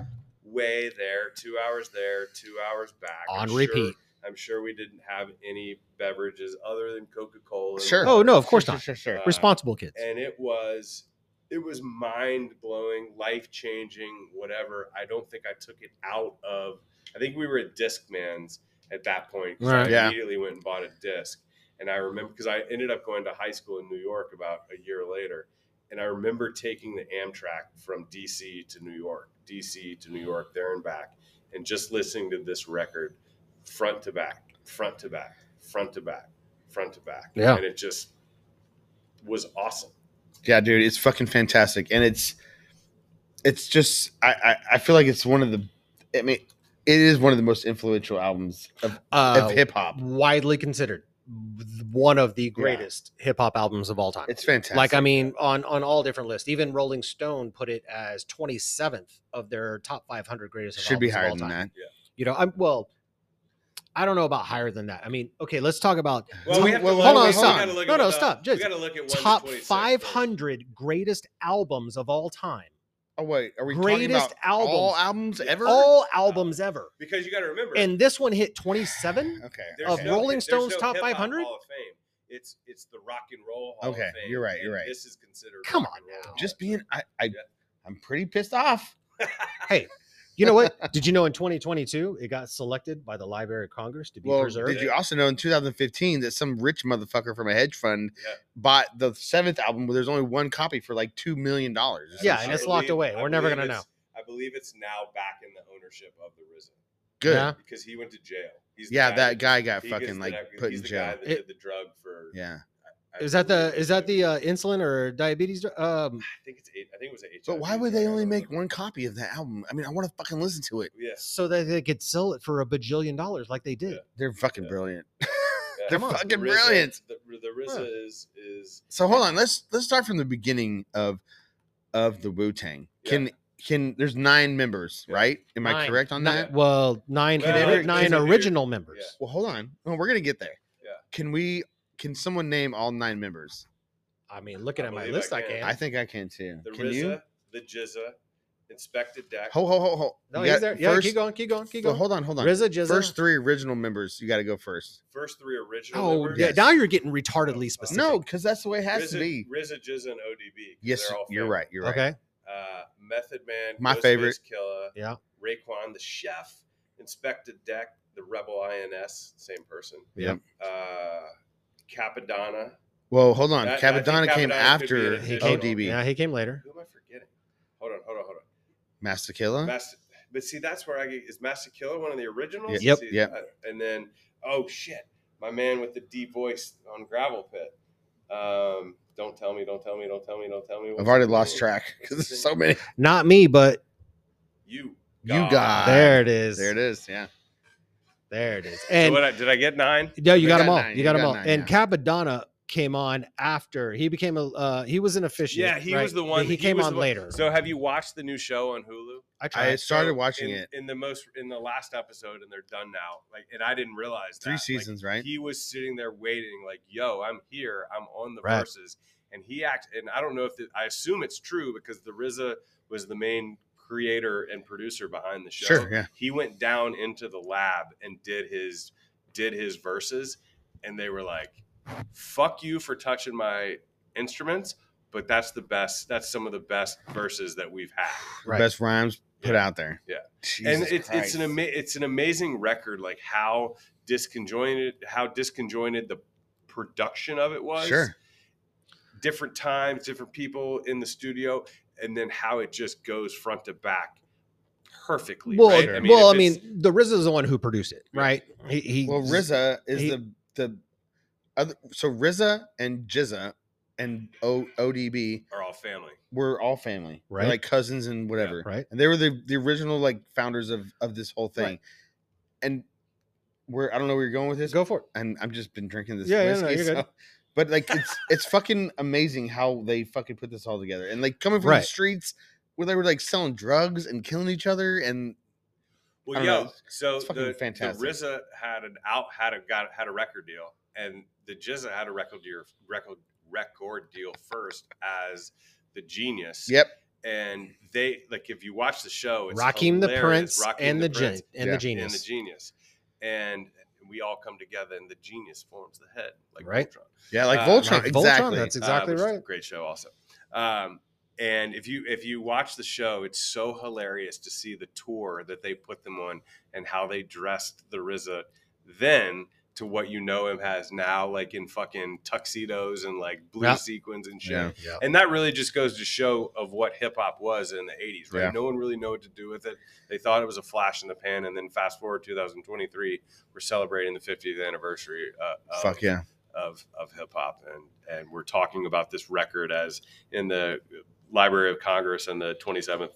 Speaker 4: way there, two hours there, two hours back.
Speaker 2: On
Speaker 4: I'm Sure,
Speaker 2: repeat.
Speaker 4: I'm sure we didn't have any beverages other than Coca Cola.
Speaker 1: Sure.
Speaker 2: Oh no, of course
Speaker 1: Sure,
Speaker 2: not.
Speaker 1: Sure, sure. sure.
Speaker 4: Uh,
Speaker 2: Responsible kids.
Speaker 4: and it was it was mind blowing, life changing, whatever. I don't think I took it out of. I think we were at Discman's at that point. 'cause
Speaker 2: Right.
Speaker 4: I
Speaker 1: Yeah.
Speaker 4: immediately went and bought a disc, and I remember because I ended up going to high school in New York about a year later, and I remember taking the Amtrak from DC to New York, DC to New York, there and back, and just listening to this record front to back, front to back, front to back, front to back.
Speaker 2: Yeah.
Speaker 4: and it just was awesome.
Speaker 1: yeah, dude, it's fucking fantastic. And it's it's just I, I I feel like it's one of the I mean it is one of the most influential albums of,
Speaker 2: Uh,
Speaker 1: of hip hop.
Speaker 2: widely considered one of the greatest hip hop albums of all time.
Speaker 1: It's fantastic.
Speaker 2: like I mean, on on all different lists. Even Rolling Stone put it as 27th of their top 500 greatest.
Speaker 1: should be
Speaker 2: albums of
Speaker 1: higher
Speaker 2: all
Speaker 1: than
Speaker 2: time.
Speaker 1: that.
Speaker 2: You know, I'm well. I don't know about higher than that. I mean, okay, let's talk about
Speaker 4: Well, we have to
Speaker 1: Well,
Speaker 4: look-
Speaker 1: hold on,
Speaker 4: we
Speaker 1: stop.
Speaker 4: gotta look
Speaker 2: No,
Speaker 4: at
Speaker 2: no,
Speaker 4: the-
Speaker 2: stop.
Speaker 4: We
Speaker 2: Just
Speaker 4: got to look at one to
Speaker 2: top
Speaker 4: 26 first.
Speaker 2: 500 greatest albums of all time.
Speaker 1: Oh wait, are we talking
Speaker 2: greatest
Speaker 1: about
Speaker 2: albums,
Speaker 1: all albums ever?
Speaker 2: all albums ever.
Speaker 4: because you got to remember,
Speaker 2: And this one hit 27.
Speaker 1: okay,
Speaker 4: there's
Speaker 2: of
Speaker 1: okay.
Speaker 4: no-
Speaker 2: Rolling
Speaker 4: there's
Speaker 2: Stones
Speaker 4: no
Speaker 2: top
Speaker 4: hip-hop
Speaker 2: 500?
Speaker 4: Hall of Fame. It's it's the Rock and Roll Hall
Speaker 1: Okay,
Speaker 4: of Fame.
Speaker 1: you're right,
Speaker 4: and
Speaker 1: you're right.
Speaker 4: This is considered.
Speaker 2: Come
Speaker 4: rock
Speaker 2: on
Speaker 4: and roll.
Speaker 2: now.
Speaker 1: just being I, I I'm pretty pissed off.
Speaker 2: You know what? Did you know in 2022 it got selected by the Library of Congress to be
Speaker 1: Well,
Speaker 2: preserved?
Speaker 1: did you also know in 2015 that some rich motherfucker from a hedge fund
Speaker 4: Yeah.
Speaker 1: bought the seventh album where there's only one copy for like two million dollars?
Speaker 2: Yeah,
Speaker 4: I
Speaker 2: and it's locked away.
Speaker 4: I
Speaker 2: We're never
Speaker 4: believe
Speaker 2: gonna
Speaker 4: it's- I believe it's now back in the ownership of the RZA
Speaker 1: good.
Speaker 2: Yeah.
Speaker 1: Yeah,
Speaker 4: because he went to jail. He's the
Speaker 1: that guy got
Speaker 4: he gets
Speaker 1: fucking
Speaker 4: the
Speaker 1: like
Speaker 4: guy-
Speaker 1: put
Speaker 4: he's
Speaker 1: in
Speaker 4: the
Speaker 1: jail.
Speaker 4: Guy that
Speaker 2: It-
Speaker 4: did the drug for.
Speaker 1: Yeah,
Speaker 4: I
Speaker 2: Is that the
Speaker 4: believe
Speaker 2: is that the uh, insulin or diabetes? dr- Um,
Speaker 4: I think it's. eight- I think it was an HIV.
Speaker 1: but why would they
Speaker 4: drug, I
Speaker 1: only
Speaker 4: don't
Speaker 1: make
Speaker 4: remember.
Speaker 1: one copy of that album? I mean, I want to fucking listen to it.
Speaker 4: Yeah.
Speaker 2: so that they could sell it for a bajillion dollars, like they did.
Speaker 4: Yeah.
Speaker 1: They're fucking
Speaker 4: Yeah.
Speaker 1: brilliant.
Speaker 4: yeah.
Speaker 1: They're
Speaker 4: The
Speaker 1: fucking
Speaker 4: RZA-
Speaker 1: brilliant.
Speaker 4: The, the RZA is is
Speaker 1: So hold on, let's let's start from the beginning of of the Wu Tang.
Speaker 4: Yeah.
Speaker 1: Can can there's nine members,
Speaker 4: Yeah.
Speaker 1: right? Am I
Speaker 2: Nine.
Speaker 1: correct on
Speaker 2: Ni-
Speaker 1: that?
Speaker 2: Well, nine
Speaker 4: Well,
Speaker 2: nine
Speaker 1: it- it's
Speaker 4: a weird-
Speaker 2: original members.
Speaker 4: yeah.
Speaker 1: Well, hold on. Well, we're gonna get there.
Speaker 4: Yeah.
Speaker 1: Can we? Can someone name all nine members?
Speaker 2: I mean, looking
Speaker 4: I
Speaker 2: at my
Speaker 4: believe I
Speaker 2: list, I
Speaker 4: can.
Speaker 2: can.
Speaker 1: I think I can too.
Speaker 4: the
Speaker 1: can
Speaker 4: RZA,
Speaker 1: you?
Speaker 4: the Jizza, Inspector Deck.
Speaker 1: Ho ho ho ho.
Speaker 2: no,
Speaker 1: You
Speaker 2: he's
Speaker 1: got
Speaker 2: there. Yeah,
Speaker 1: first-
Speaker 2: keep going, keep going, keep
Speaker 1: well,
Speaker 2: going.
Speaker 1: hold on, hold on.
Speaker 2: RZA, Jizza.
Speaker 1: First three original members. You got to go first.
Speaker 4: First three original.
Speaker 2: oh,
Speaker 4: members.
Speaker 2: yeah.
Speaker 1: Yes.
Speaker 2: Now you're getting
Speaker 4: Oh,
Speaker 2: retardedly specific.
Speaker 1: No, because that's the way it has
Speaker 4: RZA,
Speaker 1: to be.
Speaker 4: RZA, Jizza, and ODB. 'cause
Speaker 1: Yes,
Speaker 4: they're all
Speaker 1: you're
Speaker 4: famous.
Speaker 1: right. You're right.
Speaker 2: Okay.
Speaker 4: Uh, Method Man,
Speaker 1: My
Speaker 4: Ghostface
Speaker 1: favorite.
Speaker 4: Killer,
Speaker 2: Yeah.
Speaker 4: Raekwon the Chef, Inspector Deck, the Rebel INS, same person.
Speaker 1: Yep.
Speaker 4: Uh, Capadonna.
Speaker 1: Well, hold on.
Speaker 4: That- I think
Speaker 1: Capadonna came
Speaker 4: Capadonna could be
Speaker 1: after
Speaker 4: an
Speaker 2: He
Speaker 4: additional.
Speaker 2: came,
Speaker 1: ODB.
Speaker 2: Yeah, he came later.
Speaker 4: Who am I forgetting? Hold on, hold on, hold on.
Speaker 1: Master Killer.
Speaker 4: Master, but see, that's where I get is Master Killer one of the originals.
Speaker 1: Yep,
Speaker 4: See,
Speaker 1: yep.
Speaker 4: I- and then oh shit, my man with the deep voice on Gravel Pit. Um, don't tell me, don't tell me, don't tell me, don't tell me.
Speaker 1: I've
Speaker 4: what's
Speaker 1: already
Speaker 4: his
Speaker 1: lost
Speaker 4: name?
Speaker 1: track
Speaker 4: What's
Speaker 1: because
Speaker 4: his
Speaker 1: there's
Speaker 4: name?
Speaker 1: so many.
Speaker 2: Not me, but
Speaker 4: You,
Speaker 1: You
Speaker 4: God.
Speaker 1: Ah, got-
Speaker 2: there it is.
Speaker 1: There it is. Yeah.
Speaker 2: There it is.
Speaker 4: So
Speaker 2: And
Speaker 4: what I, did I get nine?
Speaker 2: Yeah, you
Speaker 1: We
Speaker 2: got,
Speaker 1: got
Speaker 2: them all.
Speaker 1: nine,
Speaker 2: You got
Speaker 1: we
Speaker 2: them
Speaker 1: got
Speaker 2: all.
Speaker 1: nine,
Speaker 2: and Capadonna came on after he became a. Uh, he was an official.
Speaker 4: Yeah, he was the one.
Speaker 2: He
Speaker 4: he
Speaker 2: came
Speaker 4: was
Speaker 2: on
Speaker 4: the one-
Speaker 2: later.
Speaker 4: So have you watched the new show on Hulu?
Speaker 2: I
Speaker 1: I
Speaker 2: tried.
Speaker 1: started
Speaker 4: So
Speaker 1: watching
Speaker 4: in,
Speaker 1: it.
Speaker 4: in the most in the last episode, and they're done now. Like, and I didn't realize
Speaker 1: Three
Speaker 4: that. Like,
Speaker 1: seasons, right?
Speaker 4: he was sitting there waiting, like, "Yo, I'm here. I'm on the
Speaker 2: Right.
Speaker 4: verses." And he act, and I don't know if the, I assume it's true because the RZA was the main creator and producer behind the show.
Speaker 1: Sure, yeah.
Speaker 4: He went down into the lab and did his did his verses, and they were like, "Fuck you for touching my instruments." But that's the best. That's some of the best verses that we've had
Speaker 1: The
Speaker 2: Right.
Speaker 1: Best rhymes put
Speaker 4: Yeah.
Speaker 1: out there.
Speaker 4: Yeah.
Speaker 1: Jesus
Speaker 4: and it's it's
Speaker 1: Christ.
Speaker 4: an ama- it's an amazing record, like how disconjointed how disconjointed the production of it was.
Speaker 1: Sure.
Speaker 4: Different times, different people in the studio, and then how it just goes front to back perfectly.
Speaker 2: well,
Speaker 4: right?
Speaker 1: I
Speaker 2: well,
Speaker 4: if
Speaker 2: I mean,
Speaker 4: it's-
Speaker 2: the RZA is the one who produced it,
Speaker 4: Yeah.
Speaker 2: right? He, he
Speaker 1: Well, RZA is
Speaker 2: he-
Speaker 1: the the other. So RZA and Jizza and o, ODB
Speaker 4: are all family.
Speaker 1: were all family, They're
Speaker 2: Right.
Speaker 1: Like cousins and whatever,
Speaker 2: right.
Speaker 1: and they were the the original like founders of of this whole thing.
Speaker 2: Right.
Speaker 1: And we're I don't know where you're going with this,
Speaker 2: Go for it.
Speaker 1: and I've just been drinking this
Speaker 2: Yeah, yeah, no,
Speaker 1: whiskey.
Speaker 2: you're good.
Speaker 1: so- but like it's it's fucking amazing how they fucking put this all together, and like coming from
Speaker 2: Right.
Speaker 1: the streets where they were like selling drugs and killing each other, and I
Speaker 4: Well,
Speaker 1: don't
Speaker 4: yo,
Speaker 1: know.
Speaker 4: so
Speaker 1: It's fucking
Speaker 4: the,
Speaker 1: fantastic.
Speaker 4: the RZA had an out had a got had a record deal, and the Jizza had a record deal record record deal first as the genius.
Speaker 1: yep,
Speaker 4: and they like if you watch the show, Oh, it's
Speaker 2: Rakim the
Speaker 4: hilarious,
Speaker 2: Prince
Speaker 4: Rakim
Speaker 2: and the, gen-
Speaker 4: Prince
Speaker 2: and
Speaker 1: Yeah.
Speaker 2: the
Speaker 1: And
Speaker 4: and the
Speaker 2: genius.
Speaker 4: genius, and we all come together, and the genius forms the head, like
Speaker 2: Right.
Speaker 4: Voltron.
Speaker 1: yeah, like
Speaker 4: Uh,
Speaker 1: Voltron,
Speaker 2: Like Voltron,
Speaker 1: exactly.
Speaker 2: that's
Speaker 4: Uh,
Speaker 2: exactly
Speaker 4: which is a
Speaker 2: right.
Speaker 4: great show, also. Um, and if you if you watch the show, it's so hilarious to see the tour that they put them on and how they dressed the RZA then to what you know him as now, like in fucking tuxedos and like blue
Speaker 2: Yeah.
Speaker 4: sequins and shit.
Speaker 1: Yeah.
Speaker 4: And that really just goes to show of what hip hop was in the 80s, right?
Speaker 1: Yeah.
Speaker 4: No one really knew what to do with it. They thought it was a flash in the pan. And then fast forward 2023, we're celebrating the 50th anniversary uh, of,
Speaker 1: Fuck yeah.
Speaker 4: of, of hip hop. And, and we're talking about this record as in the Library of Congress and the 27th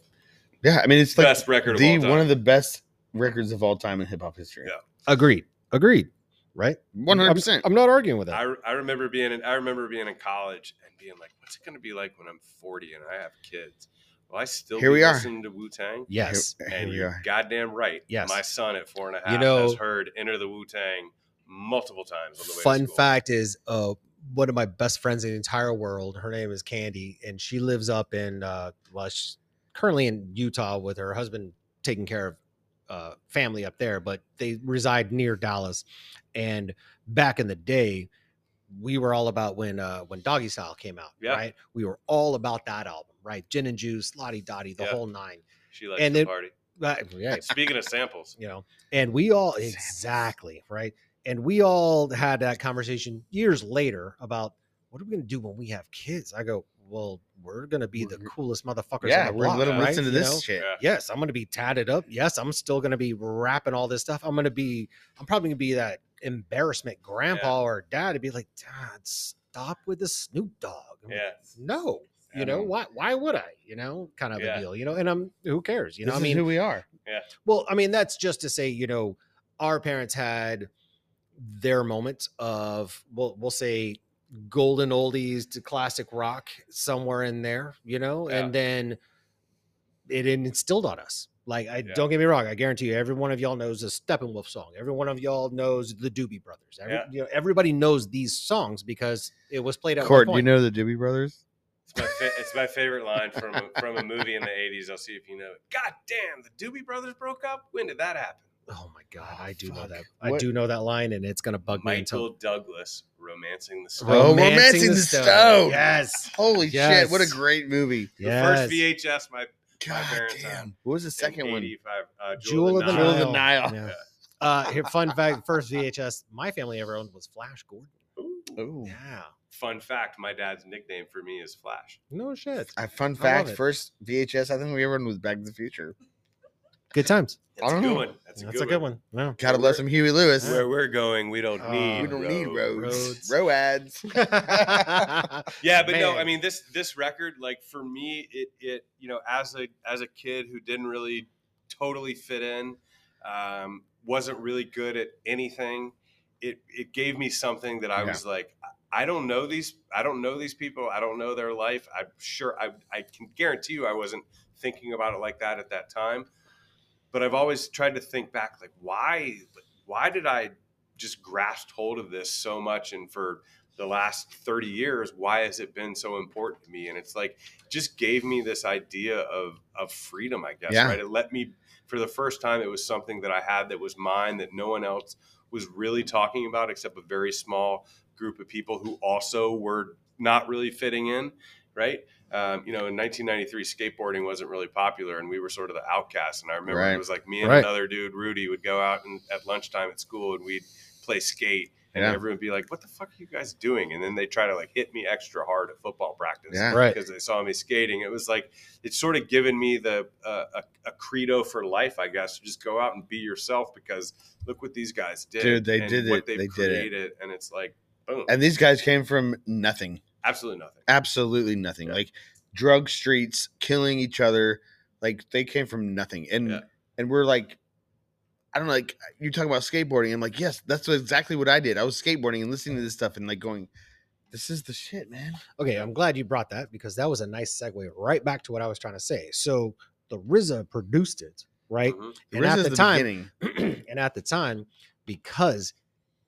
Speaker 1: Yeah, I mean it's like
Speaker 4: best record
Speaker 1: the
Speaker 4: of all
Speaker 1: one
Speaker 4: time.
Speaker 1: of the best records of all time in hip hop history.
Speaker 4: Yeah.
Speaker 2: Agreed. Agreed. Right.
Speaker 1: One hundred percent.
Speaker 2: I'm not arguing with that.
Speaker 4: I, re- I remember being in I remember being in college and being like, what's it going to be like when I'm 40 and I have kids? Will I still
Speaker 1: Here
Speaker 4: be
Speaker 1: we are.
Speaker 4: listening to Wu Tang?
Speaker 2: Yes.
Speaker 4: And
Speaker 1: we
Speaker 4: you're
Speaker 1: are.
Speaker 4: goddamn right.
Speaker 2: Yes.
Speaker 4: My son at four and a half
Speaker 2: You know-
Speaker 4: has heard Enter the Wu Tang multiple times on the way to
Speaker 2: Fun
Speaker 4: school.
Speaker 2: fact is, uh, one of my best friends in the entire world. Her name is Candy, and she lives up in uh, well, she's currently in Utah with her husband taking care of uh, family up there, but they reside near Dallas. And back in the day, we were all about when uh, when Doggy Style came out,
Speaker 4: Yeah.
Speaker 2: right? We were all about that album, right? Gin and Juice, Lottie Dottie, the
Speaker 4: Yeah.
Speaker 2: whole nine.
Speaker 4: She likes
Speaker 2: And
Speaker 4: to
Speaker 2: then-
Speaker 4: party.
Speaker 2: Uh, yeah,
Speaker 4: Speaking of samples,
Speaker 2: you know and we all
Speaker 1: Samples.
Speaker 2: exactly right and we all had that conversation years later about what are we going to do when we have kids i go well we're going to be the
Speaker 1: We're-
Speaker 2: coolest motherfuckers
Speaker 1: yeah,
Speaker 2: on the
Speaker 1: we're gonna
Speaker 2: block,
Speaker 1: let them
Speaker 2: right?
Speaker 1: listen to
Speaker 2: You
Speaker 1: this
Speaker 2: know?
Speaker 1: shit.
Speaker 4: Yeah.
Speaker 2: yes i'm going to be tatted up yes i'm still going to be rapping all this stuff i'm going to be i'm probably going to be that embarrassment grandpa or dad to be like dad stop with the snoop dogg I'm like,
Speaker 4: yeah,
Speaker 2: no you
Speaker 1: Yeah.
Speaker 2: know why why would i you know kind of
Speaker 4: Yeah.
Speaker 2: a deal you know and i'm who cares you know
Speaker 1: this
Speaker 2: i
Speaker 1: is
Speaker 2: mean
Speaker 1: who we are.
Speaker 2: well, I mean, that's just to say, you know, our parents had their moments of we'll we'll say golden oldies to classic rock somewhere in there, you know,
Speaker 4: Yeah.
Speaker 2: and then it instilled on us. Like, I
Speaker 4: Yeah.
Speaker 2: don't get me wrong, I guarantee you, every one of y'all knows the Steppenwolf song. Every one of y'all knows the Doobie Brothers. Every,
Speaker 4: Yeah.
Speaker 2: you know, everybody knows these songs because it was played at
Speaker 1: Court,
Speaker 2: one
Speaker 1: do you
Speaker 2: point.
Speaker 1: know the Doobie Brothers?
Speaker 4: it's my fa- it's my favorite line from a, from a movie in the '80s. I'll see if you know it. God damn, the Doobie Brothers broke up. When did that happen?
Speaker 2: Oh my god, I do know
Speaker 1: Fuck.
Speaker 2: that. I
Speaker 1: What-
Speaker 2: do know that line, and it's gonna bug me until
Speaker 4: Michael Douglas romancing the stone.
Speaker 1: Oh, Romancing the Stone.
Speaker 2: Yes.
Speaker 1: Holy
Speaker 2: Yes.
Speaker 1: shit! What a great movie.
Speaker 4: The first VHS my
Speaker 1: God
Speaker 4: parents
Speaker 1: damn.
Speaker 4: had
Speaker 1: What was the second one?
Speaker 4: 85, uh, Jewel,
Speaker 2: Jewel
Speaker 4: of the
Speaker 1: Jewel
Speaker 4: Nile.
Speaker 1: of the Nile.
Speaker 2: Yeah. Uh, here, fun fact: first VHS my family ever owned was Flash Gordon.
Speaker 4: Ooh.
Speaker 1: Ooh.
Speaker 2: Yeah.
Speaker 4: Fun fact: My dad's nickname for me is Flash.
Speaker 2: No shit.
Speaker 1: Uh, fun
Speaker 2: love
Speaker 1: fact:
Speaker 2: it.
Speaker 1: first VHS I think we ever owned was Back to the Future.
Speaker 2: Good times.
Speaker 1: I
Speaker 4: That's a
Speaker 1: don't
Speaker 4: good
Speaker 1: know.
Speaker 4: one. That's a good, one.
Speaker 2: No.
Speaker 1: Gotta bless him, Huey Lewis.
Speaker 4: Where we're going, we don't
Speaker 2: Uh,
Speaker 4: need.
Speaker 1: we don't need roads.
Speaker 2: roads.
Speaker 1: Row ads.
Speaker 4: Yeah, but no, I
Speaker 2: Man.
Speaker 4: mean this this record, like for me, it it you know as a as a kid who didn't really totally fit in, um, wasn't really good at anything. It it gave me something that I
Speaker 1: Yeah.
Speaker 4: was like, I- I don't know these, I don't know these people, I don't know their life. I'm sure I I can guarantee you I wasn't thinking about it like that at that time. But I've always tried to think back, like why why did I just grasped hold of this so much and for the last 30 years why has it been so important to me and it's like just gave me this idea of of freedom i guess
Speaker 1: Yeah.
Speaker 4: right it let me for the first time it was something that i had that was mine that no one else was really talking about except a very small group of people who also were not really fitting in right um, you know in 1993 skateboarding wasn't really popular and we were sort of the outcasts and i remember
Speaker 1: Right.
Speaker 4: it was like me and
Speaker 1: Right.
Speaker 4: another dude rudy would go out and at lunchtime at school and we'd play skate and
Speaker 1: Yeah.
Speaker 4: everyone would be like, "What the fuck are you guys doing?" And then they try to like hit me extra hard at football practice
Speaker 1: Yeah.
Speaker 2: Right.
Speaker 4: because they saw me skating. It was like it's sort of given me the uh, a, a credo for life, I guess. to Just go out and be yourself because look what these guys did,
Speaker 1: Dude, they
Speaker 4: and
Speaker 1: did it.
Speaker 4: they've
Speaker 1: They did it.
Speaker 4: and it's like boom,
Speaker 1: And these guys came from nothing.
Speaker 4: absolutely nothing.
Speaker 1: Absolutely nothing.
Speaker 4: Yeah.
Speaker 1: Like drug streets, killing each other. Like they came from nothing. And
Speaker 4: Yeah.
Speaker 1: and we're like, I don't know, like you talk about skateboarding. I'm like, yes, that's exactly what I did. I was skateboarding and listening to this stuff and like going, This is the shit, man.
Speaker 2: Okay, I'm glad you brought that because that was a nice segue right back to what I was trying to say. So the RZA produced it, right?
Speaker 4: Mhm.
Speaker 2: And
Speaker 1: RZA
Speaker 2: at
Speaker 1: is
Speaker 2: the time-
Speaker 1: beginning.
Speaker 2: and at the time, because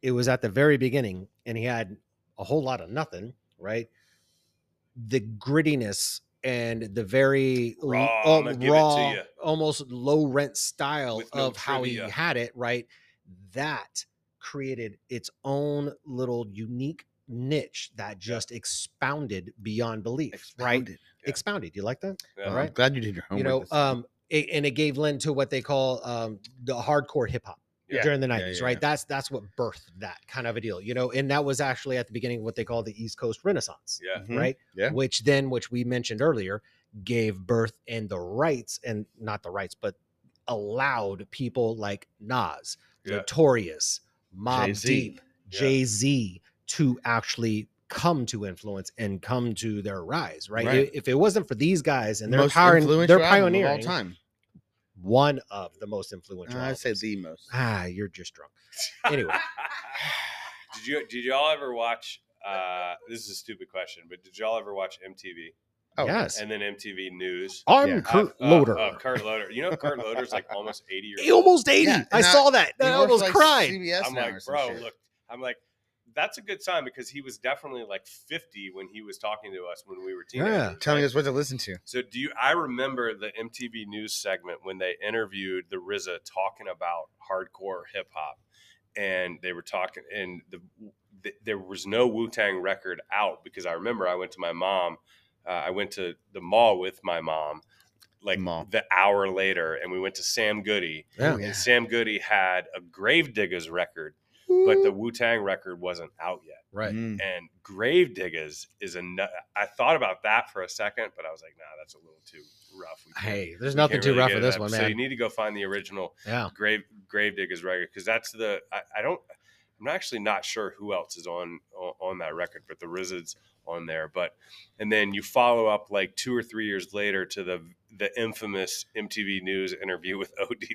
Speaker 2: it was at the very beginning and he had a whole lot of nothing, right? The grittiness and the very l-
Speaker 4: Raw,
Speaker 2: uh,
Speaker 4: I'ma give it to
Speaker 2: raw,
Speaker 4: ya.
Speaker 2: almost low rent style
Speaker 4: With no
Speaker 2: of how he
Speaker 4: trivia.
Speaker 2: had it, right? That created its own little unique niche that just expounded beyond belief, right?
Speaker 1: Expounded.
Speaker 4: Yeah.
Speaker 2: Expounded. You like that?
Speaker 4: Yeah.
Speaker 1: Well, I'm
Speaker 2: right?
Speaker 1: glad you did your
Speaker 2: you
Speaker 1: homework.
Speaker 2: know
Speaker 1: this time.
Speaker 2: um it, and it gave lend to what they call um the hardcore hip hop
Speaker 4: Yeah.
Speaker 2: during the
Speaker 1: Yeah,
Speaker 2: 90s
Speaker 1: yeah,
Speaker 2: right
Speaker 1: yeah.
Speaker 2: that's that's what birthed that kind of a deal you know and that was actually at the beginning of what they call the east coast renaissance
Speaker 4: Yeah,
Speaker 1: Mhm.
Speaker 2: right
Speaker 1: Yeah.
Speaker 2: which then which we mentioned earlier gave birth and the rights and not the rights but allowed people like Nas
Speaker 4: Yeah.
Speaker 2: Notorious Mob
Speaker 1: Jay-Z.
Speaker 2: Deep
Speaker 4: Yeah.
Speaker 2: Jay-Z to actually come to influence and come to their rise right,
Speaker 1: Right.
Speaker 2: If- if it wasn't for these guys and they're
Speaker 1: most
Speaker 2: powering
Speaker 1: influential
Speaker 2: they're
Speaker 1: album of
Speaker 2: pioneering
Speaker 1: all time.
Speaker 2: one of the most influential
Speaker 1: I say
Speaker 2: albums.
Speaker 1: the most.
Speaker 2: ah you're just drunk Anyway.
Speaker 4: did you did y'all ever watch? Uh, this is a stupid question, but did y'all ever watch MTV
Speaker 1: Oh,
Speaker 2: yes
Speaker 4: and then MTV News?
Speaker 2: I'm
Speaker 1: Yeah.
Speaker 2: Kurt
Speaker 4: Uh, uh,
Speaker 2: Loader
Speaker 4: Uh, Kurt Loader. You know Kurt Loader's like almost 80 years
Speaker 2: almost 80
Speaker 1: Yeah,
Speaker 2: I
Speaker 1: and I-
Speaker 2: saw that
Speaker 1: He
Speaker 2: I
Speaker 1: works
Speaker 2: almost
Speaker 1: like
Speaker 2: cried
Speaker 1: CBS
Speaker 4: I'm
Speaker 1: now
Speaker 4: like,
Speaker 1: or some
Speaker 4: bro,
Speaker 1: shit."
Speaker 4: look, I'm like, that's a good sign because he was definitely like 50 when he was talking to us when we were
Speaker 5: Yeah,
Speaker 4: teenagers.
Speaker 5: telling
Speaker 4: right?
Speaker 5: us what to listen to.
Speaker 4: So do you? I remember the MTV News segment when they interviewed the RZA talking about hardcore hip hop, and they were talking, and the, th there was no Wu Tang record out because I remember I went to my mom, uh, I went to the mall with my mom, like
Speaker 5: Mall.
Speaker 4: the hour later, and we went to Sam Goody,
Speaker 5: Yeah.
Speaker 4: and Sam Goody had a Gravediggers record, but the Wu Tang record wasn't out yet
Speaker 2: Right.
Speaker 5: Mm.
Speaker 4: and grave diggers is a nu- I thought about that for a second, but I was like, nah, that's a little too rough. We can't-
Speaker 2: Hey, there's
Speaker 4: we
Speaker 2: nothing
Speaker 4: Mm-hmm. can't
Speaker 2: too
Speaker 4: really
Speaker 2: rough
Speaker 4: get
Speaker 2: with
Speaker 4: it
Speaker 2: this
Speaker 4: up.
Speaker 2: one,
Speaker 4: So you
Speaker 2: man.
Speaker 4: need to go find the original
Speaker 2: Yeah.
Speaker 4: grave grave diggers record because that's the I, I don't I'm actually not sure who else is on on, on that record, but the RZA's on there. But and then you follow up like two or three years later to the the infamous MTV News interview with ODB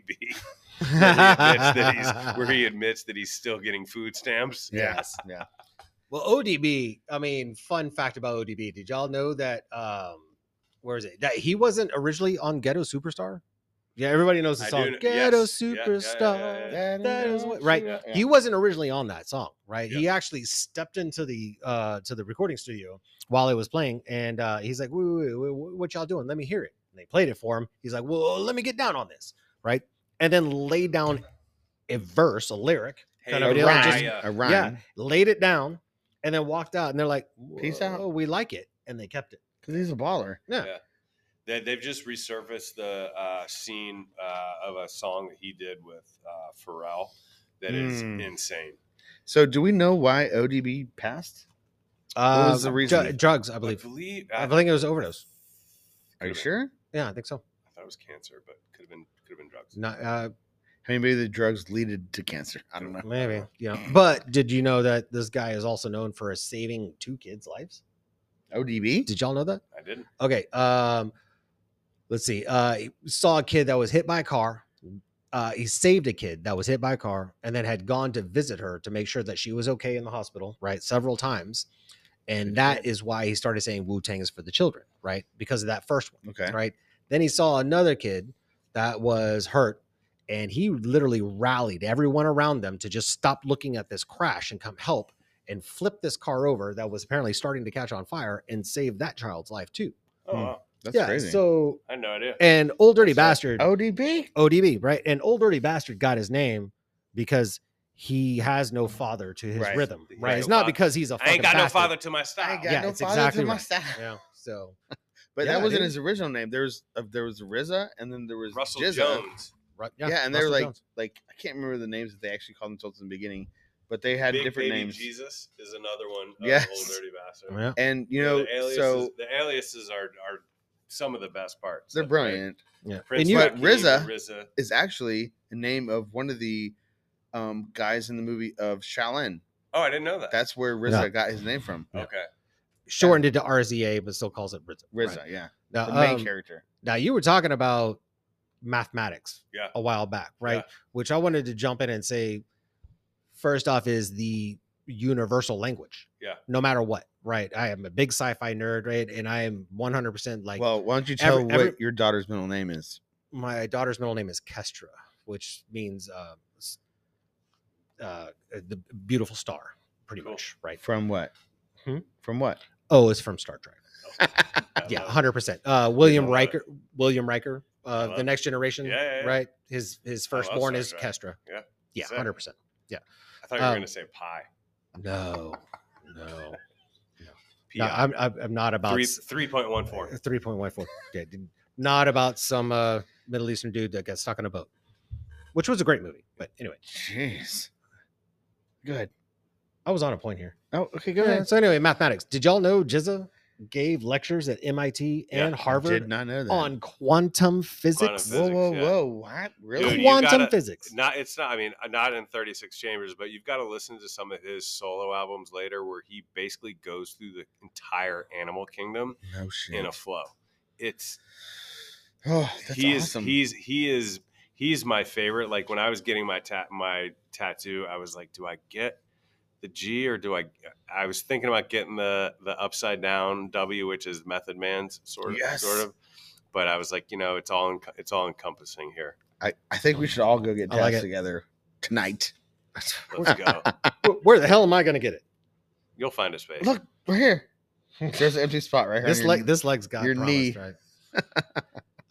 Speaker 4: where he admits that he's where he admits that he's still getting food stamps.
Speaker 5: Yeah.
Speaker 2: Well, ODB, I mean, fun fact about ODB. Did y'all know that um where is it? That he wasn't originally on Ghetto Superstar? Yeah, everybody knows the
Speaker 4: I
Speaker 2: song
Speaker 4: do kn-
Speaker 2: Ghetto
Speaker 4: yes. Yeah, yeah, yeah,
Speaker 2: Superstar.
Speaker 4: yeah, yeah.
Speaker 2: That is what- right.
Speaker 5: Yeah.
Speaker 2: He wasn't originally on that song, right? He
Speaker 4: Yeah.
Speaker 2: actually stepped into the uh to the recording studio while it was playing and uh he's like, wait, wait, wait, wait, what y'all doing? Let me hear it. And they played it for him. He's like, Well, let me get down on this, right? And then lay down a verse, a lyric,
Speaker 4: Hey,
Speaker 2: Kind
Speaker 5: A
Speaker 2: of
Speaker 4: Mariah.
Speaker 2: deal,
Speaker 5: rhyme,
Speaker 2: just-
Speaker 5: a rhyme.
Speaker 2: laid it down, and then walked out. And they're like,
Speaker 5: Peace out.
Speaker 2: "Whoa, We like it, and they kept it.
Speaker 5: Because he's a baller.
Speaker 4: They, they've just resurfaced the uh, scene uh, of a song that he did with uh, Pharrell that is
Speaker 5: Hmm.
Speaker 4: insane.
Speaker 5: So do we know why ODB passed?
Speaker 2: Uh,
Speaker 5: was the uh, reason?
Speaker 2: drugs, I believe. I think it was overdose.
Speaker 5: Are you
Speaker 4: could've-
Speaker 5: sure?
Speaker 2: Yeah, I think so.
Speaker 4: I thought it was cancer, but could have been could have been drugs.
Speaker 2: Not uh,
Speaker 5: I mean, maybe the drugs leaded to cancer. I don't know.
Speaker 2: maybe. Yeah. But did you know that this guy is also known for saving two kids' lives?
Speaker 5: ODB?
Speaker 2: Did y'all know that?
Speaker 4: I didn't.
Speaker 2: Okay. Um, let's see. Uh, he saw a kid that was hit by a car. Uh, he saved a kid that was hit by a car and then had gone to visit her to make sure that she was okay in the hospital, right? Several times. And that is why he started saying Wu Tang is for the children, right? Because of that first one,
Speaker 5: Okay.
Speaker 2: right? Then he saw another kid that was hurt and he literally rallied everyone around them to just stop looking at this crash and come help and flip this car over that was apparently starting to catch on fire and save that child's life too.
Speaker 4: Oh,
Speaker 5: Hmm.
Speaker 4: wow.
Speaker 5: That's crazy.
Speaker 2: So
Speaker 4: I had no idea.
Speaker 2: and old dirty
Speaker 4: That's Oh
Speaker 2: bastard
Speaker 5: ODB?
Speaker 2: ODB, right? And old dirty bastard got his name because he has no father to his
Speaker 5: Right.
Speaker 2: rhythm,
Speaker 4: Mm-hmm. He
Speaker 2: right?
Speaker 4: has
Speaker 2: It's
Speaker 4: no
Speaker 2: not
Speaker 4: father.
Speaker 2: because he's a
Speaker 4: I ain't
Speaker 2: fucking
Speaker 4: got no
Speaker 2: bastard.
Speaker 4: father to my style.
Speaker 5: I got
Speaker 2: Yeah,
Speaker 5: no
Speaker 2: it's
Speaker 5: father
Speaker 2: exactly
Speaker 5: to my
Speaker 2: right.
Speaker 5: side.
Speaker 2: Yeah. So
Speaker 5: But
Speaker 2: Yeah,
Speaker 5: that wasn't
Speaker 2: dude.
Speaker 5: his original name. There was uh, there was RZA, and then there was
Speaker 4: Russell
Speaker 5: Jizza.
Speaker 4: Jones,
Speaker 2: right,
Speaker 5: Yeah, and they were
Speaker 2: Russell
Speaker 5: like
Speaker 2: Jones.
Speaker 5: like I can't remember the names that they actually called themselves in the beginning, but they had
Speaker 4: Big
Speaker 5: different
Speaker 4: Baby
Speaker 5: names.
Speaker 4: Jesus is another one. Of
Speaker 5: Yes.
Speaker 4: old dirty bastard.
Speaker 2: yeah.
Speaker 5: And you
Speaker 4: Yeah,
Speaker 5: know,
Speaker 4: the aliases,
Speaker 5: so
Speaker 4: the aliases are are some of the best parts.
Speaker 5: they're
Speaker 4: Like,
Speaker 5: brilliant.
Speaker 2: yeah.
Speaker 4: Prince
Speaker 2: and you,
Speaker 5: But
Speaker 4: Rakim,
Speaker 5: RZA-
Speaker 4: RZA.
Speaker 5: Is actually the name of one of the um, guys in the movie of Shaolin.
Speaker 4: Oh, I didn't know that.
Speaker 5: That's where RZA got his name from.
Speaker 4: okay.
Speaker 2: shortened it to RZA, but still calls it RZA.
Speaker 5: RZA,
Speaker 2: right?
Speaker 5: yeah,
Speaker 2: Now,
Speaker 5: the main
Speaker 2: um,
Speaker 5: character.
Speaker 2: now you were talking about mathematics
Speaker 4: Yeah.
Speaker 2: a while back, right?
Speaker 4: Yeah.
Speaker 2: Which I wanted to jump in and say first off is the universal language.
Speaker 4: Yeah.
Speaker 2: No matter what, right? I am a big sci-fi nerd, right? And I am 100% like
Speaker 5: Well, why don't you tell
Speaker 2: every- every-
Speaker 5: what your daughter's middle name is?
Speaker 2: my daughter's middle name is Kestra, which means uh, s- uh the beautiful star, pretty
Speaker 4: Cool.
Speaker 2: much, right?
Speaker 5: From what?
Speaker 2: Hmm?
Speaker 5: From what?
Speaker 2: Oh, it's from Star Trek.
Speaker 4: I
Speaker 2: Yeah,
Speaker 4: love it.
Speaker 2: 100%. Uh William
Speaker 4: love it.
Speaker 2: Riker, William Riker,
Speaker 4: I
Speaker 2: uh
Speaker 4: love
Speaker 2: the
Speaker 4: it.
Speaker 2: next generation,
Speaker 4: Yeah, yeah, yeah.
Speaker 2: right? His his
Speaker 4: love
Speaker 2: firstborn is
Speaker 4: Star
Speaker 2: Kestra.
Speaker 4: Yeah,
Speaker 2: Yeah,
Speaker 4: sick.
Speaker 2: 100%.
Speaker 4: I thought you were
Speaker 2: Um,
Speaker 4: going to say pie.
Speaker 2: No, no,
Speaker 4: P
Speaker 2: no
Speaker 4: I.
Speaker 2: I'm, I'm I'm not about
Speaker 4: three
Speaker 2: s- uh,
Speaker 4: three point one four.
Speaker 2: three point one four. Yeah, didn't- not about some uh, Middle Eastern dude that got stuck on a boat, which was a great movie. But anyway,
Speaker 5: Jeez. Good.
Speaker 2: I was on a point here.
Speaker 5: Oh, okay. Go
Speaker 2: Yeah,
Speaker 5: ahead.
Speaker 2: So anyway, mathematics. Did y'all know Jizza gave lectures at MIT
Speaker 4: Yeah,
Speaker 2: and
Speaker 5: Did
Speaker 2: Harvard
Speaker 5: not know that.
Speaker 2: on quantum physics?
Speaker 4: physics,
Speaker 5: whoa, whoa,
Speaker 4: yeah.
Speaker 5: whoa! What? Really?
Speaker 4: Dude, you
Speaker 2: quantum
Speaker 4: gotta-
Speaker 2: physics.
Speaker 4: Not it's not. I mean, uh, not in thirty six chambers, but you've got to listen to some of his solo albums later, where he basically goes through the entire animal kingdom
Speaker 5: no
Speaker 4: in
Speaker 5: shit.
Speaker 4: a flow. It's
Speaker 5: oh, that's
Speaker 4: he
Speaker 5: awesome.
Speaker 4: is he's he is he's my favorite. Like when I was getting my tat my tattoo, I was like, do I get the G or do I? I was thinking about getting the the upside down W, which is Method Man's sort of
Speaker 5: Yes.
Speaker 4: sort of. But I was like, you know, it's all enc- it's all encompassing here.
Speaker 5: I, I think we should all go get
Speaker 2: I like
Speaker 5: tats
Speaker 2: it.
Speaker 5: together tonight.
Speaker 4: Let's go.
Speaker 2: Wh- Where the hell am I going to get it?
Speaker 4: You'll find a space.
Speaker 1: Look right here. There's an empty spot right here.
Speaker 2: This
Speaker 1: on your
Speaker 2: leg, this leg's got
Speaker 1: your
Speaker 2: promised,
Speaker 1: knee.
Speaker 2: Right?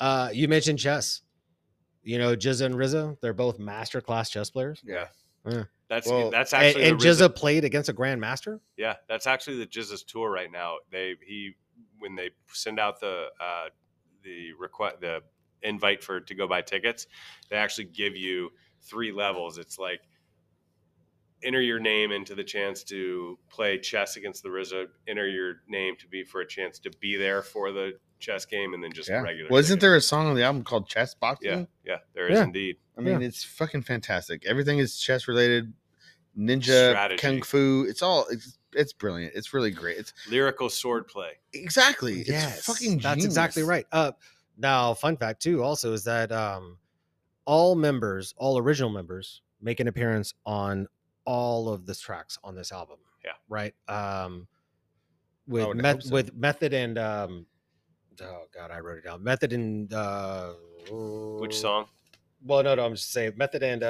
Speaker 2: uh, you mentioned chess. You know, Jizza and Rizza, they're both master class chess players.
Speaker 4: Yeah.
Speaker 2: Yeah.
Speaker 4: That's
Speaker 1: Well,
Speaker 4: that's
Speaker 2: And,
Speaker 4: actually
Speaker 2: and
Speaker 4: the RZA
Speaker 2: Jizza played against a grandmaster.
Speaker 4: Yeah, that's actually the Jizz's tour right now. They he when they send out the uh, the request the invite for to go buy tickets, they actually give you three levels. It's like enter your name into the chance to play chess against the RZA. Enter your name to be for a chance to be there for the chess game, and then just
Speaker 1: Yeah.
Speaker 4: regular.
Speaker 1: Wasn't
Speaker 4: ticket.
Speaker 1: there a song on the album called Chess Boxing?
Speaker 4: Yeah, yeah, there is
Speaker 2: Yeah.
Speaker 4: indeed.
Speaker 1: I mean, it's fucking fantastic. Everything is chess related, ninja,
Speaker 4: Strategy.
Speaker 1: kung fu. It's all it's, it's brilliant. It's really great. It's
Speaker 4: Lyrical swordplay.
Speaker 1: exactly. it's fucking.
Speaker 2: that's exactly
Speaker 1: genius.
Speaker 2: right. Uh, now, fun fact too, also is that um, all members, all original members, make an appearance on all of the tracks on this album.
Speaker 4: Yeah.
Speaker 2: Right. Um, with
Speaker 1: would hope
Speaker 2: meth-
Speaker 1: so.
Speaker 2: with method and um, oh god, I wrote it down. Method and uh,
Speaker 4: Which song?
Speaker 2: Well, no, no, I'm just saying method and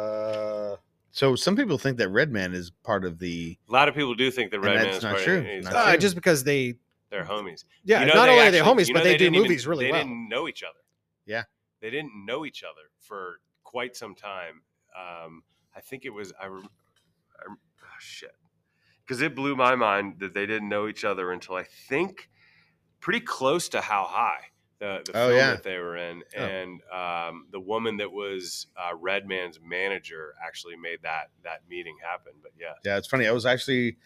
Speaker 2: uh,
Speaker 1: So some people think that Redman is part of the.
Speaker 4: A lot of people do think that
Speaker 1: And
Speaker 4: Redman
Speaker 1: that's
Speaker 4: is
Speaker 1: not
Speaker 4: part of-
Speaker 1: true.
Speaker 4: he's
Speaker 1: Not
Speaker 4: not.
Speaker 2: uh, just because they
Speaker 4: They're homies.
Speaker 2: yeah,
Speaker 4: You know,
Speaker 2: not only are they
Speaker 4: actually-
Speaker 2: homies,
Speaker 4: you
Speaker 2: but
Speaker 4: know
Speaker 2: they, do
Speaker 4: didn't even-
Speaker 2: movies really
Speaker 4: they
Speaker 2: well.
Speaker 4: didn't know each other.
Speaker 1: Yeah.
Speaker 4: they didn't know each other for quite some time. Um, I think it was I. Rem- I rem- oh, shit, because it blew my mind that they didn't know each other until I think pretty close to How High, the, the
Speaker 1: Oh,
Speaker 4: film
Speaker 1: yeah.
Speaker 4: that they were in,
Speaker 1: Oh.
Speaker 4: and um, the woman that was uh, Redman's manager actually made that that meeting happen. But yeah,
Speaker 1: Yeah, it's funny. I was actually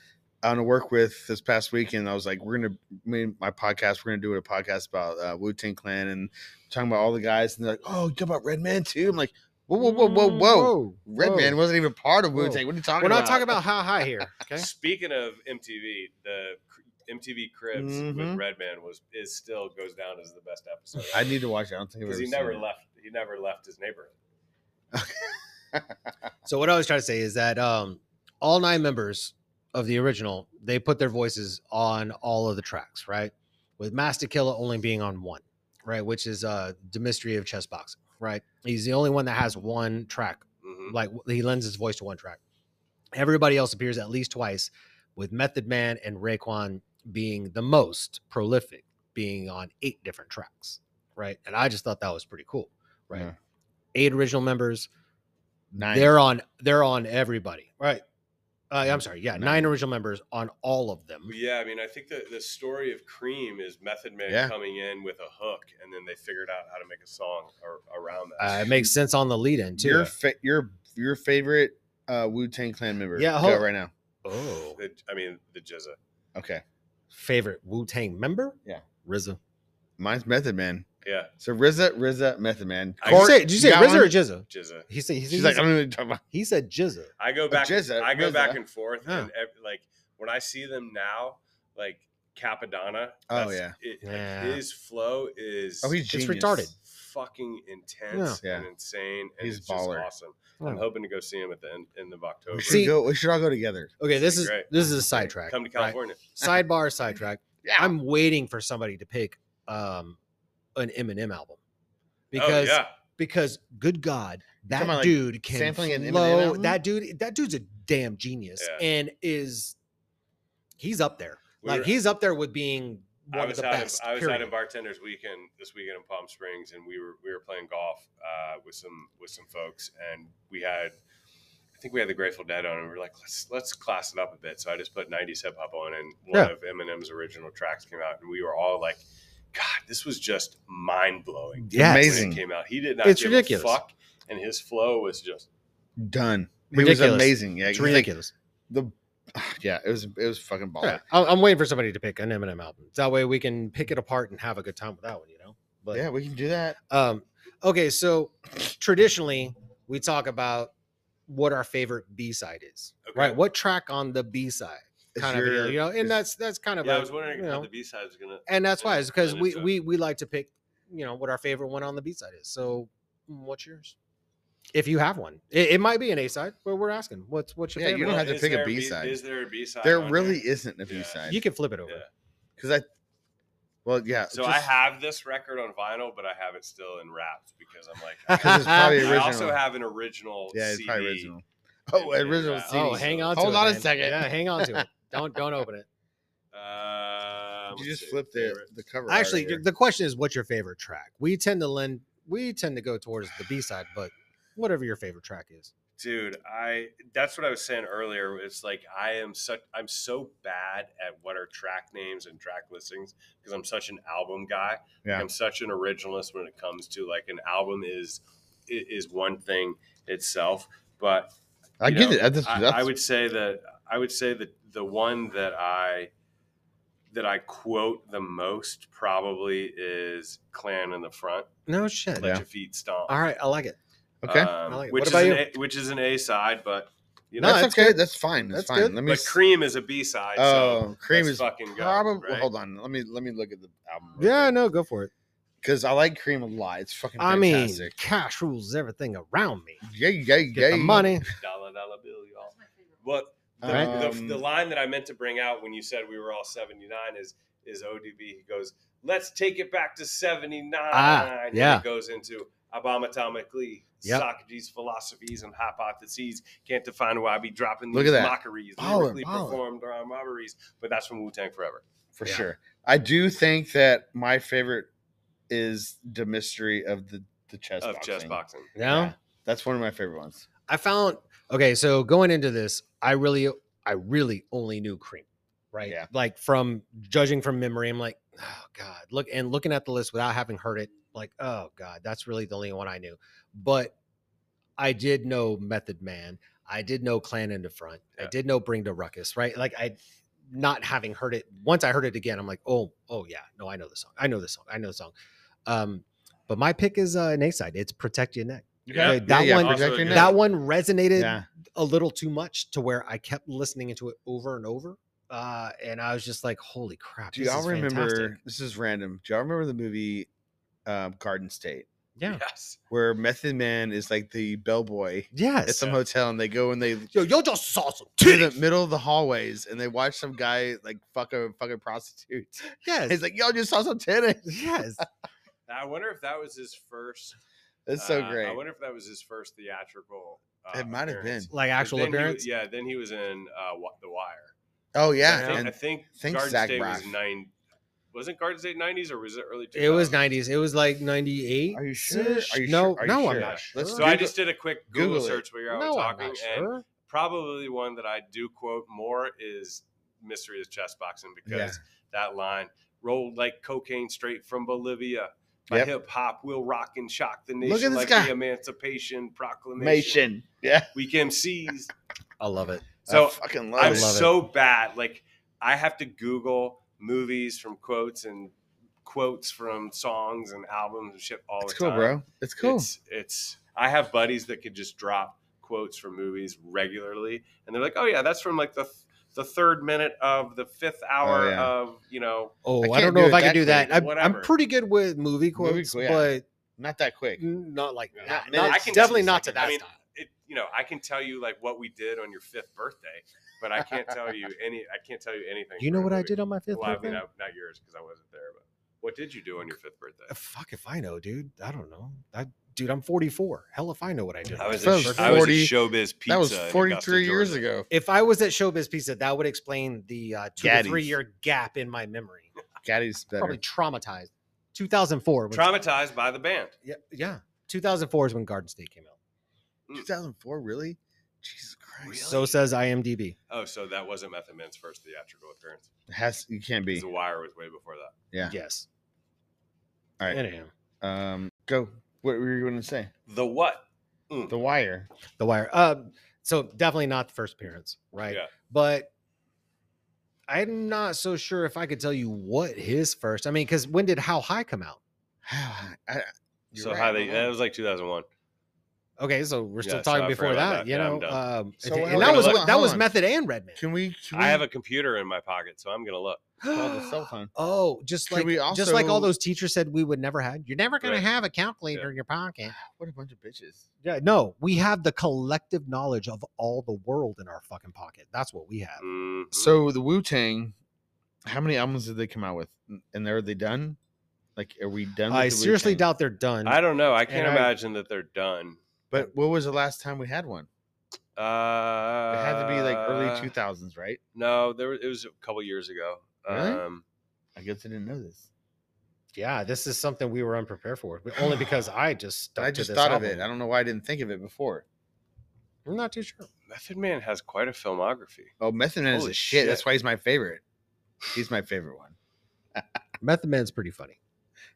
Speaker 1: on a work with this past week, and I was like, "We're gonna me and my podcast. We're gonna do a podcast about uh, Wu Tang Clan and talking about all the guys." And they're like, "Oh, you talking about Redman too?" I'm like, "Whoa, whoa, whoa, whoa, whoa!" Redman wasn't even part of
Speaker 2: Mm-hmm. Whoa.
Speaker 1: Wu Tang. What are you talking
Speaker 2: We're
Speaker 1: about?
Speaker 2: not talking about how high here. Okay.
Speaker 4: Speaking of MTV, the cr- MTV Cribs
Speaker 1: Mhm.
Speaker 2: Mm-hmm.
Speaker 4: with Redman was is still goes down as the best episode
Speaker 1: I need to watch it. I don't think I've
Speaker 4: because
Speaker 1: ever
Speaker 4: he
Speaker 1: seen
Speaker 4: never
Speaker 1: it.
Speaker 4: left. He never left his neighborhood.
Speaker 2: So what I was trying to say is that um, all nine members of the original they put their voices on all of the tracks, right? With Master Killer only being on one, right? Which is uh, the mystery of chess boxing, right? He's the only one that has one track
Speaker 1: Mm-hmm.
Speaker 4: Mhm.
Speaker 2: like w- he lends his voice to one track. Everybody else appears at least twice, with Method Man and Raekwon being the most prolific, being on eight different tracks, right? And I just thought that was pretty cool, right?
Speaker 1: Yeah.
Speaker 2: Eight original members,
Speaker 1: Nine.
Speaker 2: they're on they're on everybody, right? Uh, I'm sorry, yeah,
Speaker 1: Nine.
Speaker 2: nine. original members on all of them.
Speaker 4: But yeah, I mean, I think the the story of Cream is Method Man
Speaker 1: Yeah.
Speaker 4: coming in with a hook, and then they figured out how to make a song or, around that.
Speaker 2: Uh, it makes sense on the lead in too.
Speaker 1: your fa- your your favorite uh, Wu Tang Clan member.
Speaker 2: Yeah,
Speaker 1: Go
Speaker 2: hold-
Speaker 1: right now.
Speaker 2: Oh,
Speaker 4: The- I mean, the Jizza.
Speaker 1: Okay,
Speaker 2: favorite Wu Tang member?
Speaker 1: Yeah.
Speaker 2: RZA.
Speaker 1: mine's Method Man.
Speaker 4: Yeah.
Speaker 1: So RZA, RZA, Method Man.
Speaker 4: I
Speaker 2: Did you
Speaker 4: Court-
Speaker 2: say, did you say
Speaker 1: got
Speaker 2: RZA or
Speaker 1: one?
Speaker 2: Jizza?
Speaker 4: Jizza.
Speaker 2: He said he said,
Speaker 1: She's like, I
Speaker 2: he,
Speaker 1: don't even talk about.
Speaker 2: he said Jizza.
Speaker 4: I go
Speaker 1: But
Speaker 4: back.
Speaker 1: Jizza-
Speaker 4: I go
Speaker 1: Jizza-
Speaker 4: back and forth,
Speaker 2: Yeah.
Speaker 4: and ev- like when I see them now, like Capadonna.
Speaker 1: Oh,
Speaker 4: that's-
Speaker 1: yeah.
Speaker 4: it- like,
Speaker 2: Yeah.
Speaker 4: his flow is.
Speaker 1: Oh, he's
Speaker 2: It's
Speaker 1: genius.
Speaker 2: retarded.
Speaker 4: fucking intense
Speaker 1: Yeah.
Speaker 4: and insane, and
Speaker 1: He's
Speaker 4: it's just
Speaker 1: baller.
Speaker 4: awesome. I'm hoping to go see him at the end, end of October.
Speaker 1: We should
Speaker 2: See-
Speaker 1: go. We should all go together.
Speaker 2: Okay, this
Speaker 4: be
Speaker 2: is
Speaker 4: great.
Speaker 2: this is a sidetrack.
Speaker 4: Come to
Speaker 2: right?
Speaker 4: California. Oh,
Speaker 2: Sidebar, sidetrack.
Speaker 1: Yeah.
Speaker 2: I'm waiting for somebody to pick um an Eminem album because
Speaker 4: oh, yeah.
Speaker 2: because good God, that
Speaker 1: talking about, like,
Speaker 2: dude can
Speaker 1: sampling an Eminem
Speaker 2: flow.
Speaker 1: album?
Speaker 2: That dude, that dude's a damn genius
Speaker 4: Yeah.
Speaker 2: and is he's up there.
Speaker 4: We
Speaker 2: like
Speaker 4: were-
Speaker 2: he's up there with being
Speaker 4: I
Speaker 2: one of
Speaker 4: was
Speaker 2: the
Speaker 4: out.
Speaker 2: best.
Speaker 4: in, I was out
Speaker 2: period.
Speaker 4: in bartenders weekend this weekend in Palm Springs, and we were we were playing golf uh, with some with some folks, and we had. I think we had the Grateful Dead on, and we were like, let's let's class it up a bit. So I just put '90s hip hop on, and one
Speaker 2: Yeah.
Speaker 4: of Eminem's original tracks came out, and we were all like, "God, this was just mind blowing."
Speaker 2: Yes.
Speaker 1: Amazing.
Speaker 4: when it came out, he did not.
Speaker 2: It's
Speaker 4: give
Speaker 2: ridiculous.
Speaker 4: A fuck, and his flow was just
Speaker 1: Done. It was
Speaker 2: Ridiculous.
Speaker 1: amazing. Yeah.
Speaker 2: It's
Speaker 1: he's like oh.
Speaker 2: ridiculous.
Speaker 1: the. Yeah. It was. It was fucking baller.
Speaker 2: Yeah, I'm, I'm waiting for somebody to pick an Eminem album. That way we can pick it apart and have a good time with that one. You know. But
Speaker 1: yeah, we can do that.
Speaker 2: Um, okay, so traditionally we talk about what our favorite B side is,
Speaker 4: Okay.
Speaker 2: right? What track on the B side,
Speaker 1: Is
Speaker 2: kind of,
Speaker 1: your-
Speaker 2: deal, you know,
Speaker 1: is-
Speaker 2: and that's that's kind of,
Speaker 4: yeah, I
Speaker 2: a,
Speaker 4: was wondering
Speaker 2: you
Speaker 4: how
Speaker 2: know,
Speaker 4: the B side was gonna.
Speaker 2: and that's why
Speaker 4: yeah,
Speaker 2: it's because
Speaker 4: blend
Speaker 2: we
Speaker 4: into it.
Speaker 2: we we like to pick, you know, what our favorite one on the B side is. So, mm, what's yours? If you have one, it, it might be an A side, but we're asking, what's what's your
Speaker 1: Yeah, you
Speaker 2: favorite?
Speaker 1: don't
Speaker 2: one?
Speaker 1: have to
Speaker 4: Is
Speaker 1: pick a
Speaker 4: there
Speaker 1: B-side.
Speaker 4: Is there a B side?
Speaker 1: there really
Speaker 4: is.
Speaker 1: isn't a B
Speaker 4: Yeah.
Speaker 1: side.
Speaker 2: you can flip it over.
Speaker 4: Yeah.
Speaker 1: because I. Well, yeah.
Speaker 4: So
Speaker 1: just-
Speaker 4: I have this record on vinyl, but I have it still in wrapped because I'm like,
Speaker 1: 'Cause it's probably
Speaker 4: I
Speaker 1: original.
Speaker 4: also have an original
Speaker 1: Yeah, it's
Speaker 4: CD
Speaker 1: probably original. Oh, original
Speaker 4: Yeah.
Speaker 1: CDs.
Speaker 2: Oh, hang on.
Speaker 1: Hold
Speaker 2: to
Speaker 1: on
Speaker 2: it,
Speaker 1: a
Speaker 2: man.
Speaker 1: second.
Speaker 2: Yeah, hang on to it. Don't don't open it.
Speaker 4: Uh,
Speaker 1: You
Speaker 4: let's
Speaker 1: just
Speaker 4: see.
Speaker 1: flipped the,
Speaker 4: Favorite.
Speaker 1: the cover. art
Speaker 2: Actually,
Speaker 1: here.
Speaker 2: the question is, what's your favorite track? We tend to lend, we tend to go towards the B side, but whatever your favorite track is.
Speaker 4: dude i that's what i was saying earlier it's like i am such i'm so bad at what are track names and track listings because i'm such an album guy Like,
Speaker 1: Yeah.
Speaker 4: i'm such an originalist when it comes to like an album is i- is one thing itself but
Speaker 1: I
Speaker 4: you
Speaker 1: get
Speaker 4: know,
Speaker 1: it. That's,
Speaker 4: I,
Speaker 1: that's,
Speaker 4: I would say that i would say that the one that i that i quote the most probably is clan in the front
Speaker 2: No shit.
Speaker 4: let your feet stomp
Speaker 2: All right, I like it.
Speaker 1: okay.
Speaker 4: um,
Speaker 2: I like it.
Speaker 4: which
Speaker 2: What
Speaker 4: is
Speaker 2: about
Speaker 4: an a, which is an a side but you know,
Speaker 2: No,
Speaker 1: that's
Speaker 2: that's
Speaker 1: okay.
Speaker 2: good.
Speaker 1: That's fine. That's,
Speaker 2: That's
Speaker 1: fine.
Speaker 2: good.
Speaker 1: Let me.
Speaker 4: But
Speaker 1: s-
Speaker 4: Cream is a B side.
Speaker 1: oh,
Speaker 4: so
Speaker 1: cream
Speaker 4: let's
Speaker 1: is
Speaker 4: fucking go.
Speaker 1: probably.
Speaker 4: right?
Speaker 1: Hold on. Let me let me look at the album.
Speaker 2: Yeah, no, go for it.
Speaker 1: because I like cream a lot. It's fucking
Speaker 2: I mean,
Speaker 1: fantastic.
Speaker 2: cash rules everything around me.
Speaker 1: yeah, yeah,
Speaker 2: Get
Speaker 1: yeah.
Speaker 2: the money.
Speaker 4: Dollar dollar bill, y'all. What the,
Speaker 1: All right.
Speaker 4: the,
Speaker 1: Um,
Speaker 4: the line that I meant to bring out when you said we were all seventy nine is is ODB. He goes, "Let's take it back to seventy nine.
Speaker 2: Ah, yeah.
Speaker 4: He goes into abomatomically.
Speaker 2: Yep.
Speaker 4: Socrates' philosophies and hypotheses can't define why I be dropping
Speaker 1: Look
Speaker 4: these
Speaker 1: at that.
Speaker 4: mockeries,
Speaker 1: Baller,
Speaker 4: lyrically
Speaker 1: baller.
Speaker 4: performed around robberies, but that's from Wu Tang Forever.
Speaker 1: for
Speaker 2: Yeah.
Speaker 1: sure. I do think that my favorite is the mystery of the the chess
Speaker 4: of
Speaker 1: boxing.
Speaker 4: chess boxing.
Speaker 2: No,
Speaker 1: Yeah. That's one of my favorite ones.
Speaker 2: I found okay, so going into this, I really I really only knew cream, right?
Speaker 1: Yeah.
Speaker 2: Like from judging from memory, I'm like, oh god, look and looking at the list without having heard it, like, oh god, that's really the only one I knew. But I did know Method Man, I did know Clan in the front, I
Speaker 4: Yeah.
Speaker 2: did know Bring the Ruckus, right? Like I not having heard it once I heard it again, I'm like, oh, oh yeah, no, I know the song. I know the song. I know the song. Um, but my pick is uh, an A side. It's Protect Your Neck.
Speaker 4: Yeah.
Speaker 2: Okay, that one-
Speaker 1: protect
Speaker 4: Also
Speaker 1: your
Speaker 4: a good
Speaker 1: neck.
Speaker 2: That one resonated
Speaker 1: Yeah.
Speaker 2: a little too much to where I kept listening into it over and over. Uh, and I was just like, holy crap.
Speaker 1: Do
Speaker 2: this
Speaker 1: y'all
Speaker 2: is
Speaker 1: remember?
Speaker 2: fantastic.
Speaker 1: This is random. Do y'all remember the movie um, Garden State,
Speaker 2: Yeah.
Speaker 4: Yes.
Speaker 1: where Method Man is like the bellboy at
Speaker 2: Yes.
Speaker 1: some hotel, and they go and they
Speaker 2: Yo, you just saw some
Speaker 1: to the
Speaker 2: titties.
Speaker 1: middle of the hallways, and they watch some guy like fuck a fucking prostitute.
Speaker 2: Yes.
Speaker 1: He's like, "Y'all just saw some titties."
Speaker 2: Yes.
Speaker 4: I wonder if that was his first
Speaker 1: That's so
Speaker 4: Uh,
Speaker 1: great.
Speaker 4: I wonder if that was his first theatrical. Uh,
Speaker 1: It might have
Speaker 4: appearance.
Speaker 1: been.
Speaker 2: Like
Speaker 4: 'Cause
Speaker 2: actual
Speaker 4: then he was-
Speaker 2: appearance.
Speaker 4: yeah, then he was in uh, Wa- The Wire.
Speaker 1: oh
Speaker 4: So
Speaker 1: yeah,
Speaker 4: I think, I
Speaker 1: and
Speaker 4: think,
Speaker 1: think
Speaker 4: Garden
Speaker 1: Zach
Speaker 4: State was
Speaker 1: Braff.
Speaker 4: nine. Wasn't Garden State nineties or was it early? 2000s?
Speaker 2: It was 90s. It was like 98.
Speaker 1: Are uh you sure?
Speaker 2: -ish.
Speaker 1: Are you
Speaker 2: no,
Speaker 1: sure? Are you
Speaker 2: no, I'm
Speaker 1: sure?
Speaker 2: not sure.
Speaker 1: Let's
Speaker 4: So
Speaker 1: do
Speaker 4: I
Speaker 1: Google-
Speaker 4: just did a quick Google,
Speaker 1: Google it.
Speaker 4: search while you were
Speaker 2: no, I'm
Speaker 4: talking,
Speaker 2: not
Speaker 4: and
Speaker 2: sure.
Speaker 4: probably one that I do quote more is "Mystery of Chess Boxing" because that line rolled like cocaine straight from Bolivia. My
Speaker 1: Yep.
Speaker 4: hip hop will rock and shock the
Speaker 1: Look
Speaker 4: nation
Speaker 1: at this
Speaker 4: like
Speaker 1: guy.
Speaker 4: the Emancipation
Speaker 1: Mation.
Speaker 4: Proclamation.
Speaker 1: Yeah,
Speaker 4: We can MCs.
Speaker 2: I love it.
Speaker 1: I
Speaker 4: So
Speaker 1: fucking
Speaker 4: I'm
Speaker 1: love it.
Speaker 2: love it.
Speaker 4: so bad. Like I have to Google movies from quotes and quotes from songs and albums and shit all
Speaker 1: It's
Speaker 4: the
Speaker 1: cool,
Speaker 4: time.
Speaker 1: bro. It's cool.
Speaker 4: It's, it's I have buddies that could just drop quotes from movies regularly, and they're like, "Oh yeah, that's from like the." the third minute of the fifth hour
Speaker 1: yeah.
Speaker 4: of you know
Speaker 2: Oh, I,
Speaker 1: can't
Speaker 2: don't
Speaker 1: do
Speaker 2: know
Speaker 1: it
Speaker 2: if I can
Speaker 1: that
Speaker 2: do that.
Speaker 4: quick,
Speaker 2: I'm, I'm
Speaker 4: whatever.
Speaker 2: pretty good with movie
Speaker 1: Movie
Speaker 2: quotes,
Speaker 1: quote, yeah.
Speaker 2: but
Speaker 1: Not that quick.
Speaker 2: not like
Speaker 4: Yeah.
Speaker 2: that.
Speaker 4: I mean,
Speaker 2: Not,
Speaker 4: I can
Speaker 2: definitely
Speaker 4: choose,
Speaker 2: not
Speaker 4: like,
Speaker 2: to
Speaker 4: I
Speaker 2: that
Speaker 4: mean,
Speaker 2: style.
Speaker 4: it you know i can tell you like what we did on your fifth birthday but i can't tell you any i can't tell you anything
Speaker 2: You
Speaker 4: from
Speaker 2: know
Speaker 4: a
Speaker 2: what I
Speaker 4: movie.
Speaker 2: did on my fifth
Speaker 4: well,
Speaker 2: birthday?
Speaker 4: I mean, not, not yours because I wasn't there, but what did you do on your fifth
Speaker 2: Uh,
Speaker 4: birthday?
Speaker 2: Fuck if I know, dude. I don't know. I, dude, I'm 44. Hell if I know what I did. on
Speaker 4: I
Speaker 2: my
Speaker 4: was,
Speaker 1: That
Speaker 4: at,
Speaker 2: first
Speaker 1: was
Speaker 2: birthday.
Speaker 4: I was at
Speaker 1: 40
Speaker 4: Showbiz Pizza.
Speaker 1: that was
Speaker 4: in Augusta,
Speaker 1: 43 years
Speaker 4: Georgia.
Speaker 1: ago.
Speaker 2: if I was at Showbiz Pizza, that would explain the uh, two to
Speaker 1: Gaddies.
Speaker 2: three year gap in my memory.
Speaker 1: Gaddy's better.
Speaker 2: Probably traumatized. 2004. Was,
Speaker 4: Traumatized by the band.
Speaker 2: yeah, yeah. 2004 is when Garden State came out.
Speaker 4: mm.
Speaker 1: 2004, really? Jesus Christ.
Speaker 2: So says IMDb.
Speaker 4: Oh, so that wasn't Method Man's first theatrical appearance.
Speaker 1: It has you can't
Speaker 4: 'cause
Speaker 1: be.
Speaker 4: The Wire was way before that.
Speaker 1: Yeah.
Speaker 2: Yes.
Speaker 1: All right.
Speaker 2: Anyhow,
Speaker 1: Um, go. What were you going to say?
Speaker 4: The what?
Speaker 1: The Wire.
Speaker 2: The Wire. Um, so definitely not the first appearance, right?
Speaker 4: Yeah.
Speaker 2: But I'm not so sure if I could tell you what his first. I mean, because when did How High come out?
Speaker 1: I, you're
Speaker 4: so
Speaker 1: right, Mm-hmm.
Speaker 4: how
Speaker 1: I
Speaker 4: they?
Speaker 1: don't
Speaker 4: That
Speaker 1: know.
Speaker 4: was like 2001.
Speaker 2: Okay, so we're still
Speaker 4: Yeah, so
Speaker 2: talking
Speaker 4: I
Speaker 2: before
Speaker 4: forgot
Speaker 2: that,
Speaker 4: about that.
Speaker 2: you
Speaker 4: Yeah, I'm
Speaker 2: know. Um,
Speaker 1: So we're
Speaker 2: and- and
Speaker 4: gonna
Speaker 2: that was
Speaker 4: look-
Speaker 2: what- that was
Speaker 1: hold on.
Speaker 2: Method and Redman.
Speaker 1: Can we? Can we
Speaker 4: I have a computer in my pocket, so I'm gonna look.
Speaker 1: call the cell phone.
Speaker 2: Oh, just
Speaker 1: Can
Speaker 2: like
Speaker 1: we
Speaker 2: just like all
Speaker 1: also-
Speaker 2: those teachers said we would never have. You're never going
Speaker 4: Right.
Speaker 2: to have a calculator
Speaker 4: Yeah.
Speaker 2: in your pocket.
Speaker 1: What a bunch of bitches.
Speaker 2: Yeah, no, we have the collective knowledge of all the world in our fucking pocket. That's what we
Speaker 1: Mm,
Speaker 2: have.
Speaker 4: Mhm.
Speaker 1: So the Wu Tang, how many albums did they come out with? And are they done? Like, are we done? With
Speaker 2: I
Speaker 1: the
Speaker 2: seriously
Speaker 1: Wu-Tang?
Speaker 2: doubt they're done.
Speaker 4: I don't know. I can't
Speaker 2: And I-
Speaker 4: imagine that they're done.
Speaker 1: But what was the last time we had one?
Speaker 4: Uh,
Speaker 1: It had to be like early two thousands, right?
Speaker 4: No, there was- it was a couple years ago.
Speaker 1: Really?
Speaker 4: Um,
Speaker 1: I guess I didn't know this.
Speaker 2: Yeah, this is something we were unprepared for, but only because I just stuck
Speaker 1: I
Speaker 2: to
Speaker 1: just
Speaker 2: this
Speaker 1: thought of
Speaker 2: album.
Speaker 1: it. I don't know why I didn't think of it before.
Speaker 2: I'm not too sure.
Speaker 4: Method Man has quite a filmography.
Speaker 1: Oh, Method Man is
Speaker 4: Holy
Speaker 1: a shit. That's
Speaker 4: shit.
Speaker 1: why he's my favorite. He's my favorite one.
Speaker 2: Method Man's pretty funny.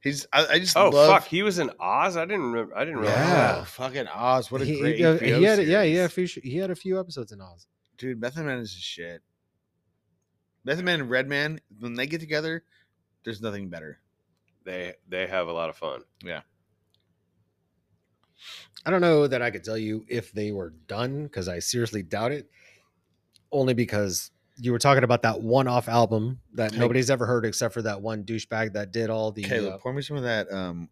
Speaker 1: He's I, I just
Speaker 4: Oh
Speaker 1: love,
Speaker 4: fuck, he was in Oz. I didn't remember. I didn't realize.
Speaker 1: Yeah,
Speaker 4: that.
Speaker 2: Yeah.
Speaker 1: fucking Oz. What a
Speaker 2: he,
Speaker 1: great
Speaker 2: he, uh,
Speaker 1: HBO
Speaker 2: he had yeah he
Speaker 1: series.
Speaker 2: had a few sh- he had a few episodes in Oz.
Speaker 1: Dude, Method Man is a shit. Method Man and Red Man, when they get together, there's nothing better.
Speaker 4: They they have a lot of fun.
Speaker 2: I don't know that I could tell you if they were done because I seriously doubt it. Only because you were talking about that one-off album that
Speaker 1: Hey.
Speaker 2: nobody's ever heard except for that one douchebag that did all the.
Speaker 1: Caleb,
Speaker 2: uh,
Speaker 1: pour me some of that um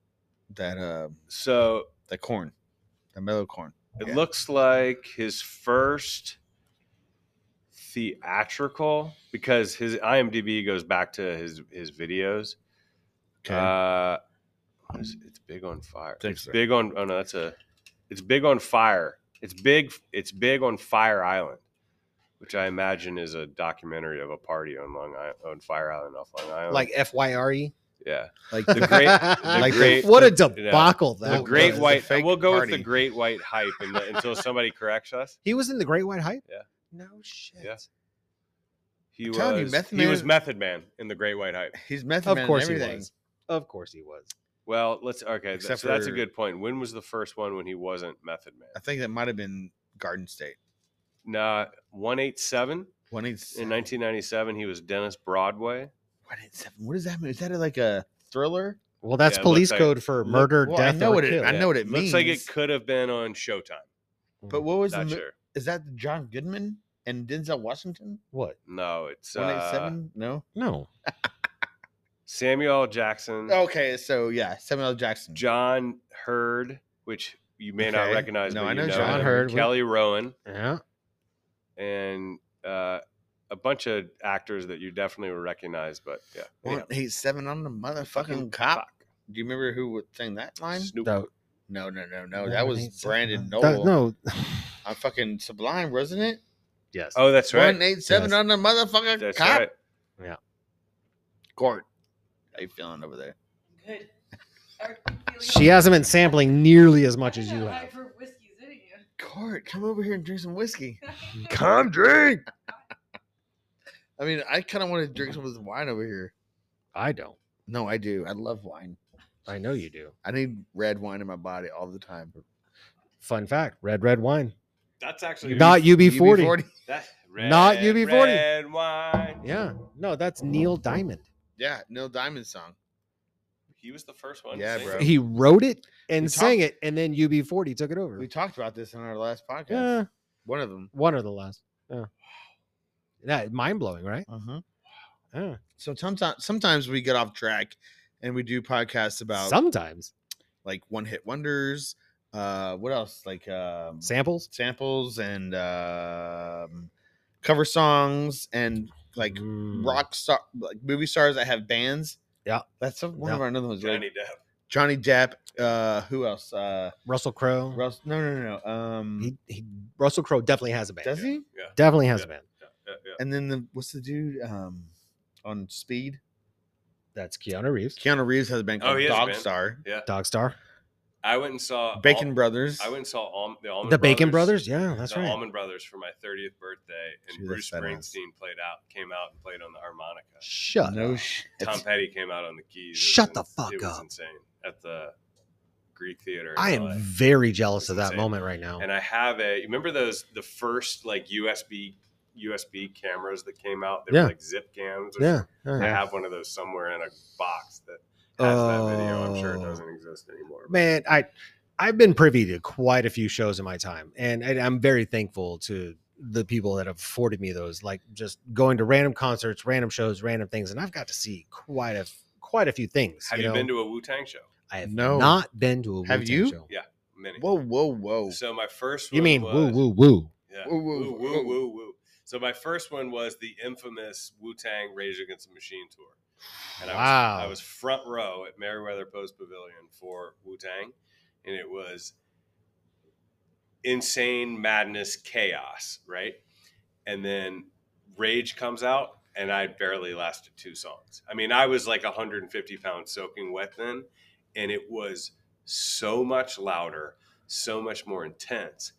Speaker 1: that uh
Speaker 4: So
Speaker 1: that corn. That mellow corn.
Speaker 4: it
Speaker 1: Yeah.
Speaker 4: looks like his first theatrical because his IMDb goes back to his his videos. Uh, what is it? it's big on fire.
Speaker 1: Thanks,
Speaker 4: it's
Speaker 1: sir.
Speaker 4: big on. Oh no, that's a. It's big on fire. It's big. It's big on Fire Island, which I imagine is a documentary of a party on Long Island, on Fire Island off Long Island.
Speaker 2: like FYRE.
Speaker 4: yeah,
Speaker 1: like
Speaker 4: the great- the
Speaker 1: Like
Speaker 4: great,
Speaker 2: E. what a
Speaker 4: yeah.
Speaker 2: debacle that
Speaker 4: the great
Speaker 2: was.
Speaker 1: a
Speaker 4: white.
Speaker 1: fake
Speaker 4: We'll go with
Speaker 1: party.
Speaker 4: the great white hype and the- until somebody corrects us.
Speaker 2: He was in the Great White Hype.
Speaker 4: Yeah.
Speaker 2: No shit.
Speaker 4: Yeah. He
Speaker 1: I'm telling you,
Speaker 4: was.
Speaker 1: Method
Speaker 4: he was
Speaker 1: Man-
Speaker 4: Method Man in the Great White Hype.
Speaker 1: he's Method
Speaker 2: Of
Speaker 1: Man.
Speaker 2: course
Speaker 1: and
Speaker 2: he
Speaker 1: everything.
Speaker 2: was. Of course he was.
Speaker 4: Well, let's okay.
Speaker 1: Except
Speaker 4: so that's a
Speaker 1: for-
Speaker 4: good point. When was the first one when he wasn't Method Man?
Speaker 1: I think that might have been Garden State.
Speaker 4: Nah, one eight seven.
Speaker 1: One eight seven.
Speaker 4: In 1997, he was Dennis Broadway.
Speaker 1: One eight seven. What does that mean? Is that like a thriller?
Speaker 2: Well, that's
Speaker 4: Yeah, it looks
Speaker 2: police
Speaker 4: like-
Speaker 2: code for
Speaker 1: look-
Speaker 2: murder,
Speaker 1: well, I
Speaker 2: death,
Speaker 1: know
Speaker 2: or
Speaker 1: what it-
Speaker 2: kill.
Speaker 1: I know what it
Speaker 4: Looks like it
Speaker 1: means.
Speaker 4: could have been on Showtime.
Speaker 1: But what was the
Speaker 4: Mm, Not
Speaker 1: mo-
Speaker 4: sure.
Speaker 1: is that John Goodman and Denzel Washington?
Speaker 2: What?
Speaker 4: No, it's
Speaker 1: One eight
Speaker 4: uh,
Speaker 1: seven? No.
Speaker 2: No.
Speaker 4: Samuel L. Jackson,
Speaker 1: Okay, so yeah, Samuel L. Jackson.
Speaker 4: John Hurd, which you may not
Speaker 1: Okay.
Speaker 4: recognize.
Speaker 1: No,
Speaker 4: but
Speaker 1: I
Speaker 4: you
Speaker 1: know John
Speaker 4: him,
Speaker 2: Hurd.
Speaker 4: Kelly Rowan,
Speaker 2: Yeah.
Speaker 4: and uh, a bunch of actors that you definitely would recognize. But yeah,
Speaker 1: One eight seven on the motherfucking cop. Do you remember who would sing that line?
Speaker 4: Snoop.
Speaker 2: That,
Speaker 1: No, no, no, no.
Speaker 2: One
Speaker 1: That was
Speaker 2: eight seven
Speaker 1: Brandon
Speaker 2: nine-
Speaker 1: Noel.
Speaker 2: that- no.
Speaker 1: I'm fucking Sublime, wasn't it?
Speaker 2: yes.
Speaker 4: Oh, that's right.
Speaker 1: One eight seven
Speaker 2: Yes.
Speaker 1: on the motherfucking
Speaker 4: That's
Speaker 1: cop.
Speaker 4: right.
Speaker 1: Court. How you feeling over there?
Speaker 6: Good. Are you feeling
Speaker 2: She
Speaker 6: okay?
Speaker 2: hasn't been sampling nearly as much as
Speaker 6: I
Speaker 2: you
Speaker 6: know,
Speaker 2: have.
Speaker 6: hyper whiskey's in you.
Speaker 1: Court, come over here and drink some whiskey.
Speaker 7: Come drink.
Speaker 1: I mean, I kind of want to drink some of this wine over here.
Speaker 2: I don't.
Speaker 1: No, I do. I love wine.
Speaker 2: I know you do.
Speaker 1: I need red wine in my body all the time.
Speaker 2: Fun fact: red, red wine,
Speaker 4: That's actually
Speaker 2: not UB40.
Speaker 1: UB40.
Speaker 4: That's
Speaker 2: Not
Speaker 4: red-
Speaker 2: UB40.
Speaker 4: Red wine.
Speaker 2: Yeah, no, that's Neil Diamond.
Speaker 1: Yeah, Neil Diamond song.
Speaker 4: He was the first one. to
Speaker 1: Yeah,
Speaker 4: sing
Speaker 1: bro.
Speaker 4: it.
Speaker 2: He wrote it and
Speaker 1: We talked-
Speaker 2: sang it, and then UB40 took it over.
Speaker 1: We talked about this in our last podcast.
Speaker 2: yeah,
Speaker 1: One of them.
Speaker 2: one or the last. Yeah, that mind blowing, right?
Speaker 1: Uh-huh.
Speaker 2: Yeah.
Speaker 1: So sometimes, sometimes we get off track, and we do podcasts about
Speaker 2: Sometimes
Speaker 1: like one hit wonders. Uh, what else? Like um,
Speaker 2: samples.
Speaker 1: samples and um, cover songs and like
Speaker 2: Mm.
Speaker 1: rock star, like movie stars that have bands.
Speaker 2: Yeah.
Speaker 1: that's some- one of
Speaker 2: Yeah.
Speaker 1: our another ones.
Speaker 4: Johnny
Speaker 1: Johnny, Johnny
Speaker 4: Depp.
Speaker 1: Depp. Uh, who else? Uh,
Speaker 2: Russell Crowe.
Speaker 1: Russ, no, no, no, no. Um,
Speaker 2: he, he, Russell Crowe definitely has a band.
Speaker 1: does he?
Speaker 4: Yeah.
Speaker 2: Definitely has a band.
Speaker 4: yeah, yeah, yeah.
Speaker 1: And then the what's the dude um on Speed?
Speaker 2: That's Keanu Reeves,
Speaker 1: Keanu Reeves has a band
Speaker 4: Oh,
Speaker 1: called
Speaker 4: he has a
Speaker 1: Dog
Speaker 4: band.
Speaker 1: Star.
Speaker 2: Dog Star,
Speaker 4: I went and saw
Speaker 1: Bacon
Speaker 4: Al-
Speaker 1: Brothers.
Speaker 4: I went and saw Al- the Almond
Speaker 2: the Bacon Brothers. Yeah, that's
Speaker 4: the
Speaker 2: right.
Speaker 4: Almond Brothers for my 30th birthday, and
Speaker 1: Dude,
Speaker 4: Bruce
Speaker 1: that's badass.
Speaker 4: Springsteen played out, came out and played on the harmonica.
Speaker 2: Shut
Speaker 1: no
Speaker 2: up.
Speaker 1: shit.
Speaker 4: Tom Petty came out on the keys. It
Speaker 2: Shut
Speaker 4: was
Speaker 2: the
Speaker 4: ins-
Speaker 2: fuck
Speaker 4: it was
Speaker 2: up.
Speaker 4: Insane at the Greek Theater. in
Speaker 2: I am
Speaker 4: LA.
Speaker 2: very jealous of
Speaker 4: That's
Speaker 2: that
Speaker 4: insane.
Speaker 2: moment right now.
Speaker 4: and I have a. You remember those the first like USB USB cameras that came out? They
Speaker 2: Yeah.
Speaker 4: were like zip cams. or
Speaker 2: Yeah. yeah.
Speaker 4: something. I have one of those somewhere in a box that has that video. I'm sure it
Speaker 2: Oh.
Speaker 4: doesn't exist anymore. but-
Speaker 2: man i i've been privy to quite a few shows in my time and, and i'm very thankful to the people that have afforded me those like just going to random concerts random shows random things and i've got to see quite a quite a few things
Speaker 4: Have you, been to a Wu Tang show?
Speaker 2: i have
Speaker 1: No.
Speaker 2: not been to a
Speaker 1: Have
Speaker 2: Wu-Tang
Speaker 1: you?
Speaker 2: show.
Speaker 4: Yeah. Many.
Speaker 1: Whoa, whoa, whoa.
Speaker 4: So my first one
Speaker 2: you mean
Speaker 4: was,
Speaker 2: woo woo woo
Speaker 4: Yeah.
Speaker 1: Woo,
Speaker 4: Woo,
Speaker 1: woo,
Speaker 4: woo,
Speaker 1: woo.
Speaker 4: woo, woo, So my first one was the infamous Wu Tang Rage Against the Machine tour. And
Speaker 2: Wow.
Speaker 4: I was, I was front row at Meriwether Post Pavilion for Wu Tang, and it was insane madness chaos right and then rage comes out and i barely lasted two songs i mean i was like 150 pounds soaking wet then and it was so much louder so much more intense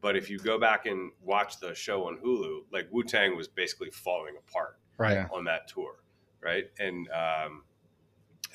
Speaker 4: but if you go back and watch the show on hulu like wu-tang was basically falling apart
Speaker 2: Right.
Speaker 1: Yeah.
Speaker 4: on that tour, right? And um,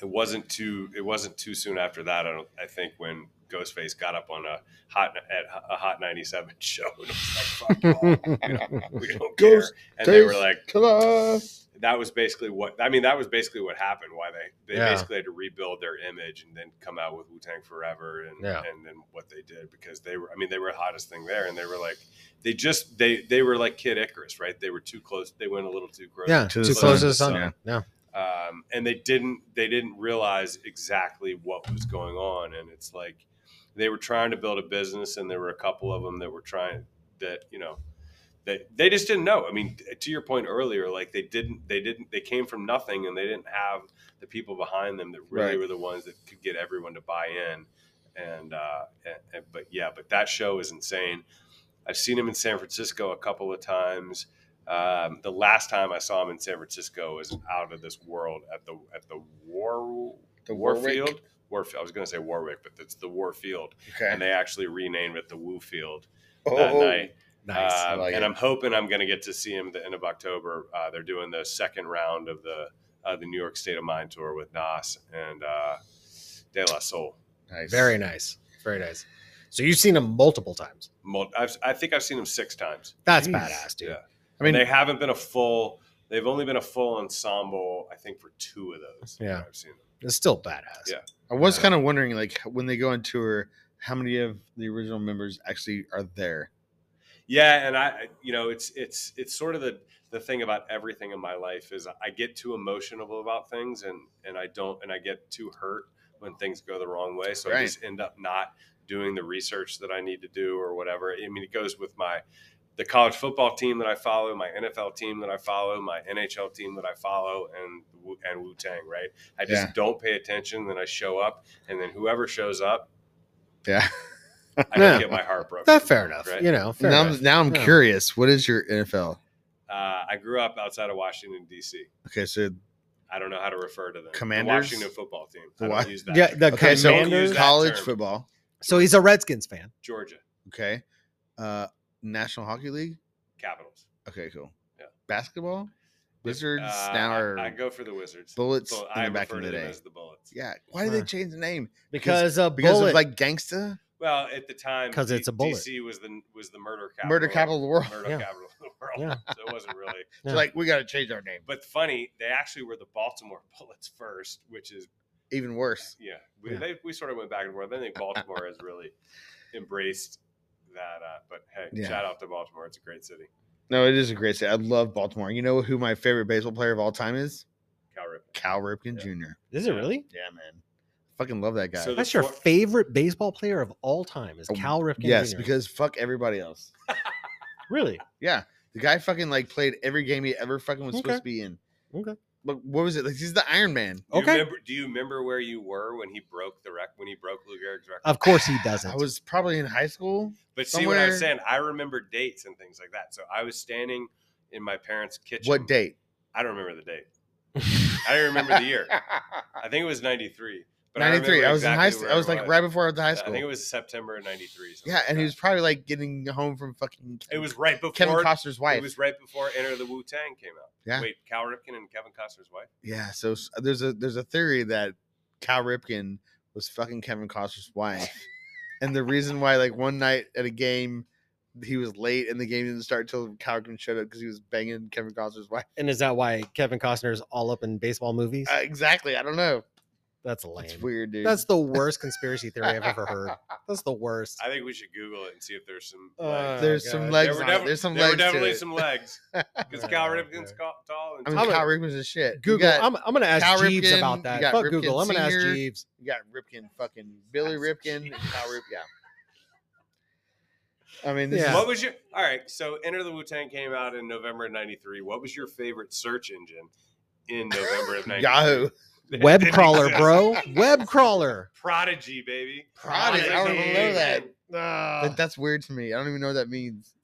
Speaker 4: it wasn't too it wasn't too soon after that. I don't I think when Ghostface got up on a hot at a hot ninety seven show and it was like, "Fuck y'all, we don't care," and they were like,
Speaker 1: Club.
Speaker 4: that was basically what I mean. That was basically what happened. Why they they
Speaker 2: Yeah.
Speaker 4: basically had to rebuild their image and then come out with Wu Tang Forever and
Speaker 2: Yeah.
Speaker 4: and then what they did because they were I mean they were the hottest thing there and they were like they just they they were like Kid Icarus right they were too close they went a little too close
Speaker 2: Yeah.
Speaker 1: To
Speaker 2: Too
Speaker 1: the
Speaker 2: close to the
Speaker 4: sun.
Speaker 2: sun. Yeah.
Speaker 4: um, and they didn't they didn't realize exactly what was going on and it's like they were trying to build a business and there were a couple of them that were trying that you know that they just didn't know i mean to your point earlier like they didn't they didn't they came from nothing and they didn't have the people behind them that really
Speaker 1: Right.
Speaker 4: were the ones that could get everyone to buy in and uh and, and, but yeah but that show is insane i've seen him in san francisco a couple of times um, the last time I saw him in San Francisco was out of this world at the at the War
Speaker 1: The
Speaker 4: Warfield. Warfield. I was going to say Warwick, but it's the Warfield, and
Speaker 1: Okay.
Speaker 4: they actually renamed it the Woo Field that
Speaker 1: Oh,
Speaker 4: night.
Speaker 2: Nice.
Speaker 1: I
Speaker 4: Um,
Speaker 1: like
Speaker 4: and
Speaker 1: it.
Speaker 4: I'm hoping I'm going to get to see him at the end of October. Uh, they're doing the second round of the uh, the New York State of Mind tour with Nas and uh, De La Soul.
Speaker 1: nice.
Speaker 2: Very nice. Very nice. So you've seen him multiple times.
Speaker 4: Mul- I've, I think I've seen him six times.
Speaker 2: That's
Speaker 1: Jeez.
Speaker 2: badass, dude.
Speaker 4: Yeah.
Speaker 1: I mean,
Speaker 4: they haven't been a full. They've only been a full ensemble, I think, for two of those.
Speaker 2: Yeah.
Speaker 4: that I've seen.
Speaker 2: It's still badass.
Speaker 4: Yeah.
Speaker 1: I was kind of wondering, like, when they go on tour, how many of the original members actually are there?
Speaker 4: Yeah, and I, you know, it's it's it's sort of the the thing about everything in my life is I get too emotional about things, and and I don't, and I get too hurt when things go the wrong way. So I
Speaker 1: Right.
Speaker 4: just end up not doing the research that I need to do or whatever. I mean, it goes with my the college football team that I follow, my NFL team that I follow, my NHL team that I follow, and Wu- and Wu Tang. Right? I just
Speaker 1: Yeah.
Speaker 4: don't pay attention. Then I show up, and then whoever shows up,
Speaker 1: Yeah.
Speaker 4: I don't
Speaker 2: Yeah.
Speaker 4: get my heart broken.
Speaker 2: That's fair enough.
Speaker 4: Right.
Speaker 2: You know, fair
Speaker 1: now,
Speaker 2: enough.
Speaker 1: I'm, now I'm
Speaker 2: Yeah.
Speaker 1: curious. What is your NFL?
Speaker 4: Uh, I grew up outside of Washington D.C.
Speaker 1: Okay, so
Speaker 4: I don't know how to refer to them.
Speaker 1: Commanders?
Speaker 4: the Washington football team.
Speaker 1: The
Speaker 4: I
Speaker 1: wa-
Speaker 4: don't use that.
Speaker 2: Yeah, the
Speaker 1: okay, so
Speaker 2: Commanders-
Speaker 4: that
Speaker 1: college
Speaker 4: term.
Speaker 1: football.
Speaker 2: So he's a Redskins fan.
Speaker 4: Georgia
Speaker 1: Okay, uh, National Hockey League.
Speaker 4: Capitals.
Speaker 1: Okay, cool.
Speaker 4: Yeah.
Speaker 1: Basketball, Wizards
Speaker 4: Uh,
Speaker 1: now are
Speaker 4: I, I go for the Wizards.
Speaker 1: Bullets
Speaker 4: Bull-
Speaker 1: in
Speaker 4: I
Speaker 1: the back
Speaker 4: refer
Speaker 1: in
Speaker 4: to
Speaker 1: the
Speaker 4: them
Speaker 1: day.
Speaker 4: as the Bullets.
Speaker 1: yeah. Why did they
Speaker 2: Huh.
Speaker 1: change the name?
Speaker 2: Because a
Speaker 1: Because
Speaker 2: bullet.
Speaker 1: of like gangsta
Speaker 4: Well, at the time,
Speaker 2: 'Cause
Speaker 4: D-
Speaker 2: it's a bullet.
Speaker 4: DC was the was the murder capital.
Speaker 1: murder
Speaker 4: of-
Speaker 1: capital of the world.
Speaker 4: Murder
Speaker 2: Yeah.
Speaker 4: capital of the world. So it wasn't really.
Speaker 2: Yeah.
Speaker 1: Like we got to change our name.
Speaker 4: But funny, they actually were the Baltimore Bullets first, which is
Speaker 1: Even worse.
Speaker 4: yeah. We,
Speaker 2: Yeah.
Speaker 4: They, we sort of went back and forth. I think Baltimore has really embraced that. Uh, but hey,
Speaker 1: Yeah.
Speaker 4: shout out to Baltimore. It's a great city.
Speaker 1: No, it is a great city. I love Baltimore. You know who my favorite baseball player of all time is?
Speaker 4: Cal Ripken.
Speaker 1: Cal Ripken
Speaker 4: Yeah.
Speaker 1: Jr.
Speaker 2: Is it really?
Speaker 1: Yeah, man. Fucking love that guy.
Speaker 4: So the
Speaker 2: That's your
Speaker 4: four-
Speaker 2: favorite baseball player of all time is
Speaker 1: Oh,
Speaker 2: Cal Ripken.
Speaker 1: yes,
Speaker 2: Jr..
Speaker 1: because fuck everybody else.
Speaker 2: really,
Speaker 1: Yeah. The guy fucking like played every game he ever fucking was
Speaker 2: Okay.
Speaker 1: supposed to be in.
Speaker 2: Okay.
Speaker 1: Look, what was it? Like he's the Iron Man.
Speaker 4: Do you
Speaker 2: Okay.
Speaker 4: Remember, do you remember where you were when he broke the rec when he broke Lou Gehrig's record?
Speaker 2: of course he doesn't.
Speaker 1: I was probably in high school.
Speaker 4: but see what I was
Speaker 1: somewhere-
Speaker 4: saying. I remember dates and things like that. So I was standing in my parents' kitchen.
Speaker 1: What date?
Speaker 4: I don't remember the date. I don't remember the year. I think it was '93. But
Speaker 1: Ninety three.
Speaker 4: remember
Speaker 1: I was in high
Speaker 4: exactly
Speaker 1: school.
Speaker 4: where
Speaker 1: I
Speaker 4: it
Speaker 1: was like right before I was in high
Speaker 4: I
Speaker 1: school.
Speaker 4: think it was September of '93.
Speaker 1: yeah, and he was probably like getting home from fucking
Speaker 4: It was right before
Speaker 1: Kevin Costner's wife.
Speaker 4: It was right before Enter the Wu Tang came out.
Speaker 1: Yeah.
Speaker 4: Wait, Cal Ripken and Kevin Costner's wife.
Speaker 1: Yeah, so s- there's a there's a theory that Cal Ripken was fucking Kevin Costner's wife, and the reason why like one night at a game he was late and the game didn't start till Cal Ripken showed up because he was banging Kevin Costner's wife.
Speaker 2: and is that why Kevin Costner is all up in baseball movies?
Speaker 1: Uh, exactly, I don't know.
Speaker 2: That's lame.
Speaker 1: It's weird, dude.
Speaker 2: That's the worst conspiracy theory I've ever heard. That's the worst.
Speaker 4: I think we should Google it and see if there's some.
Speaker 2: Uh,
Speaker 4: legs.
Speaker 1: there's
Speaker 2: Oh,
Speaker 1: some
Speaker 2: God.
Speaker 1: legs.
Speaker 4: there were,
Speaker 1: on it.
Speaker 4: defi-
Speaker 1: There's some
Speaker 4: there were
Speaker 1: legs. to
Speaker 4: definitely
Speaker 1: it.
Speaker 4: some legs because Cal Ripken's ca- tall and
Speaker 1: I mean,
Speaker 2: I'm a-
Speaker 1: Cal Ripken's a shit. You
Speaker 2: Google.
Speaker 1: got-
Speaker 2: I'm, I'm going to ask
Speaker 1: Cal
Speaker 2: Jeeves
Speaker 1: Ripken, you
Speaker 2: about that.
Speaker 1: got
Speaker 2: Fuck
Speaker 1: Ripken
Speaker 2: Google. I'm going to ask
Speaker 1: Sr.
Speaker 2: Jeeves.
Speaker 1: You got Ripken, fucking Billy Ripken, and Cal Ripken. Yeah. I mean, this
Speaker 2: Yeah.
Speaker 1: is
Speaker 4: What was your all right? So Enter the Wu Tang came out in November of '93. What was your favorite search engine in November of '93?
Speaker 1: Yahoo.
Speaker 2: Web crawler, bro. Web crawler.
Speaker 4: Prodigy, baby.
Speaker 1: Prodigy.
Speaker 2: I don't know
Speaker 4: Prodigy.
Speaker 1: that.
Speaker 4: Uh,
Speaker 2: Ah,
Speaker 1: Like, that's weird to me. I don't even know what that means.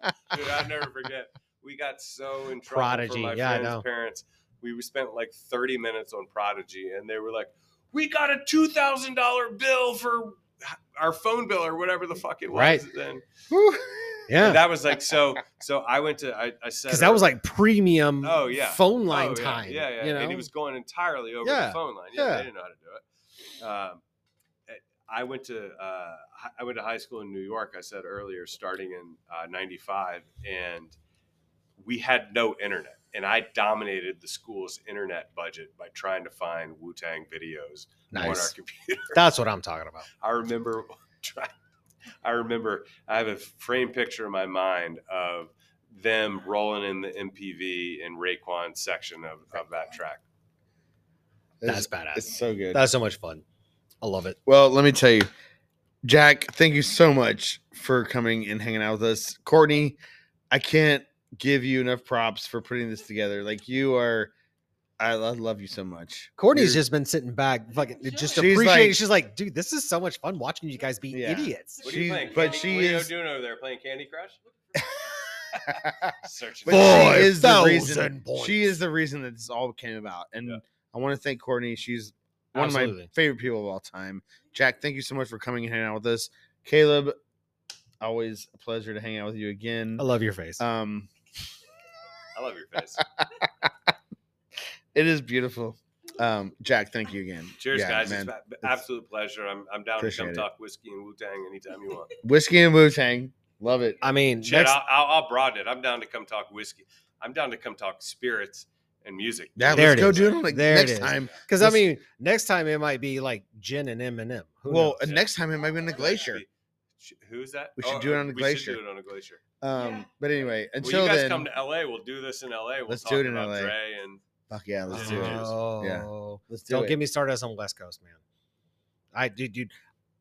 Speaker 4: Dude, I'll never forget. We got so in trouble for
Speaker 2: Prodigy,
Speaker 4: my
Speaker 2: yeah, I
Speaker 4: friend's
Speaker 2: know.
Speaker 4: parents. We we spent like 30 minutes on Prodigy, and they were like, "We got a two thousand dollar bill for our phone bill or whatever the fuck it was."
Speaker 2: Right.
Speaker 4: Then
Speaker 2: yeah,
Speaker 4: And that was like so. So I went to I, I said
Speaker 2: because that was like premium.
Speaker 4: Oh, yeah.
Speaker 2: phone
Speaker 4: Oh,
Speaker 2: line
Speaker 4: yeah,
Speaker 2: time.
Speaker 4: Yeah, yeah.
Speaker 2: You know?
Speaker 4: And he was going entirely over
Speaker 2: Yeah,
Speaker 4: the phone line. Yeah,
Speaker 2: yeah.
Speaker 4: they didn't know how to do it. Um, I went to uh, hi- I went to high school in New York. I said earlier, starting in uh, '95, and we had no internet. And I dominated the school's internet budget by trying to find Wu Tang videos on our
Speaker 2: nice.
Speaker 4: computer.
Speaker 2: That's what I'm talking about.
Speaker 4: I remember trying. I remember I have a framed picture in my mind of them rolling in the MPV in Raekwon's section of, of that track.
Speaker 1: It's-
Speaker 2: That's badass.
Speaker 1: It's so good.
Speaker 2: That's so much fun. I love it.
Speaker 1: Well, let me tell you, Jack, thank you so much for coming and hanging out with us. Courtney, I can't give you enough props for putting this together. Like you are, I lo- love you so much.
Speaker 2: Courtney's
Speaker 1: You're-
Speaker 2: just been sitting back, fucking
Speaker 6: Enjoy
Speaker 2: just
Speaker 6: it.
Speaker 1: She's
Speaker 2: appreciating.
Speaker 1: like-
Speaker 2: she's like, dude, this is so much fun watching you guys be
Speaker 1: Yeah.
Speaker 2: idiots.
Speaker 6: What
Speaker 4: What do you
Speaker 1: She's-
Speaker 4: think?
Speaker 1: but she
Speaker 4: what are you
Speaker 1: is-
Speaker 4: doing over there playing Candy Crush? Searching.
Speaker 1: But she is the
Speaker 2: 5,000
Speaker 1: reason.
Speaker 2: points.
Speaker 1: She is the reason that this all came about, and
Speaker 4: Yeah.
Speaker 1: I want to thank Courtney. She's one of my
Speaker 2: Absolutely.
Speaker 1: favorite people of all time. Jack, thank you so much for coming and hanging out with us. Caleb, always a pleasure to hang out with you again.
Speaker 2: I love your face.
Speaker 1: Um,
Speaker 4: I love your face.
Speaker 1: it is beautiful. Um, Jack, thank you again.
Speaker 4: Cheers,
Speaker 1: Yeah,
Speaker 4: guys.
Speaker 1: man.
Speaker 4: It's an absolute pleasure. I'm, I'm down to
Speaker 1: Appreciate
Speaker 4: come
Speaker 1: it.
Speaker 4: talk whiskey and Wu Tang anytime you want.
Speaker 1: Whiskey and Wu Tang. Love it.
Speaker 2: I mean,
Speaker 4: Shit,
Speaker 2: next,
Speaker 4: I'll, I'll, I'll broaden it. I'm down to come talk whiskey. I'm down to come talk spirits and music.
Speaker 1: Yeah,
Speaker 2: There
Speaker 1: let's
Speaker 2: it
Speaker 1: go
Speaker 2: is.
Speaker 1: do it like
Speaker 2: There it
Speaker 1: next
Speaker 2: is.
Speaker 1: time.
Speaker 2: because I
Speaker 1: let's-
Speaker 2: mean, next time it might be like gin and M and M.
Speaker 1: well,
Speaker 4: knows?
Speaker 1: uh, next time it might be on the glacier.
Speaker 4: Sh- Who's that? Oh,
Speaker 1: We should do it on the
Speaker 4: we should
Speaker 1: glacier.
Speaker 4: do it on a glacier.
Speaker 1: Um,
Speaker 6: Yeah.
Speaker 1: but anyway,
Speaker 4: Well,
Speaker 1: until
Speaker 4: you guys
Speaker 1: then,
Speaker 4: come to LA. We'll do this in LA. We'll
Speaker 1: Let's
Speaker 4: talk
Speaker 1: do it in
Speaker 4: about
Speaker 1: LA.
Speaker 4: Dre and
Speaker 1: fuck yeah, let's do it.
Speaker 4: Uh-huh.
Speaker 1: uh, Yeah.
Speaker 2: Oh.
Speaker 1: Let's do
Speaker 2: Don't
Speaker 1: it.
Speaker 2: get me started as on West Coast, man. I dude, dude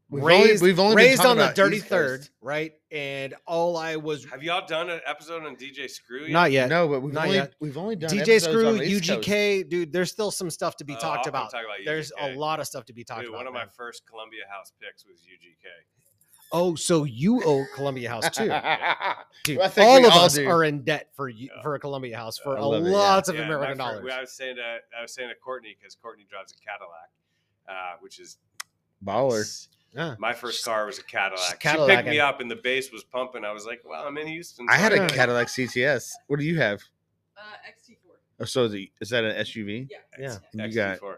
Speaker 1: We've only-
Speaker 2: raised
Speaker 1: we've only been
Speaker 2: raised
Speaker 1: talking
Speaker 2: on the
Speaker 1: about
Speaker 2: dirty
Speaker 1: East Coast.
Speaker 2: third, right? And all I was
Speaker 4: have y'all done an episode on DJ Screw? Yet?
Speaker 2: not yet.
Speaker 1: No, but we've
Speaker 2: Not
Speaker 1: only
Speaker 2: yet.
Speaker 1: we've only done
Speaker 2: DJ
Speaker 1: episodes on
Speaker 2: Screw,
Speaker 1: the East Coast.
Speaker 2: UGK, dude. There's still some stuff to be
Speaker 4: Oh,
Speaker 2: talked
Speaker 4: I'll come
Speaker 2: about.
Speaker 4: talk about
Speaker 2: There's a
Speaker 4: UGK.
Speaker 2: lot of stuff to be talked
Speaker 4: Dude,
Speaker 2: about.
Speaker 4: one of my
Speaker 2: man.
Speaker 4: first Columbia House picks was UGK.
Speaker 2: oh, so you owe Columbia House too. Dude,
Speaker 1: I think
Speaker 2: all
Speaker 1: we
Speaker 2: of
Speaker 1: all
Speaker 2: us
Speaker 1: do.
Speaker 2: are in debt for you
Speaker 4: Yeah.
Speaker 2: for Columbia House for
Speaker 1: I
Speaker 2: a
Speaker 1: love it, yeah.
Speaker 2: lots of
Speaker 4: Yeah, my
Speaker 2: American
Speaker 4: friend-
Speaker 2: dollars.
Speaker 4: I was saying to I was saying to Courtney because Courtney drives a Cadillac, uh, which is
Speaker 1: Baller.
Speaker 4: s-
Speaker 2: Yeah.
Speaker 4: my first car was a Cadillac. She
Speaker 2: Cadillac
Speaker 4: picked me
Speaker 2: and-
Speaker 4: up and the bass was pumping. I was like, "Well, I'm in Houston."
Speaker 1: I
Speaker 4: so
Speaker 1: had a
Speaker 4: gotta-
Speaker 1: Cadillac CTS. What do you have?
Speaker 6: Uh, XT4.
Speaker 1: Oh, so is, it- is that an SUV?
Speaker 6: Yeah.
Speaker 2: Yeah.
Speaker 1: You got-
Speaker 4: XT4.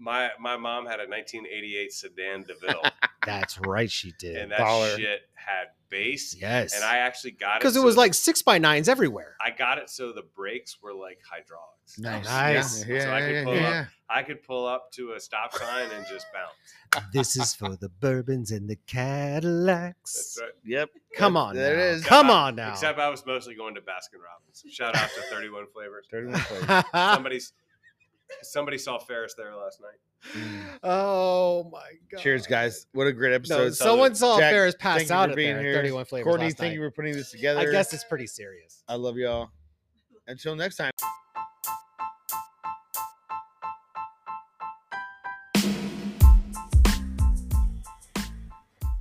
Speaker 4: My my mom had a 1988 sedan DeVille,
Speaker 2: That's right, she did.
Speaker 4: and that
Speaker 1: Baller.
Speaker 4: shit had bass.
Speaker 2: Yes,
Speaker 4: And I actually got it
Speaker 2: because it
Speaker 4: so
Speaker 2: was
Speaker 4: the-
Speaker 2: like six by nines everywhere.
Speaker 4: I got it so the brakes were like hydraulics.
Speaker 2: Nice. Nice.
Speaker 1: Yeah, yeah,
Speaker 4: So I could
Speaker 1: yeah,
Speaker 4: pull
Speaker 1: yeah,
Speaker 4: up-
Speaker 1: yeah.
Speaker 4: I could pull up to a stop sign and just bounce.
Speaker 2: this is for the bourbons and the Cadillacs.
Speaker 4: That's right.
Speaker 1: Yep.
Speaker 2: Come
Speaker 1: That-
Speaker 2: on,
Speaker 1: There
Speaker 2: now.
Speaker 1: it is.
Speaker 2: Come
Speaker 4: Except I-
Speaker 2: on now.
Speaker 4: Except I was mostly going to Baskin Robbins. Shout out to 31 Flavors.
Speaker 1: 31 plays.
Speaker 4: Somebody's somebody saw Ferris there last night.
Speaker 2: oh my god!
Speaker 1: Cheers, guys. What a great episode.
Speaker 2: No, someone saw
Speaker 1: Jack,
Speaker 2: Ferris
Speaker 1: Thank
Speaker 2: pass
Speaker 1: you
Speaker 2: out
Speaker 1: for
Speaker 2: at
Speaker 1: being
Speaker 2: there.
Speaker 1: here.
Speaker 2: Thirty-one flavors.
Speaker 1: Courtney,
Speaker 2: last
Speaker 1: thank
Speaker 2: night.
Speaker 1: you for putting this together.
Speaker 2: I guess it's pretty serious.
Speaker 1: I love y'all. Until next time.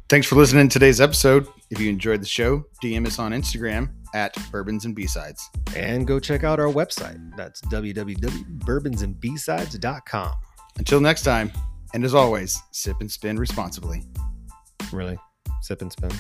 Speaker 8: Thanks for listening to today's episode. If you enjoyed the show, DM us on Instagram at Bourbons and B-Sides.
Speaker 2: And go check out our website. That's www.bourbonsandbsides.com.
Speaker 8: Until next time, and as always, sip and spin responsibly.
Speaker 2: Really? Sip and spin.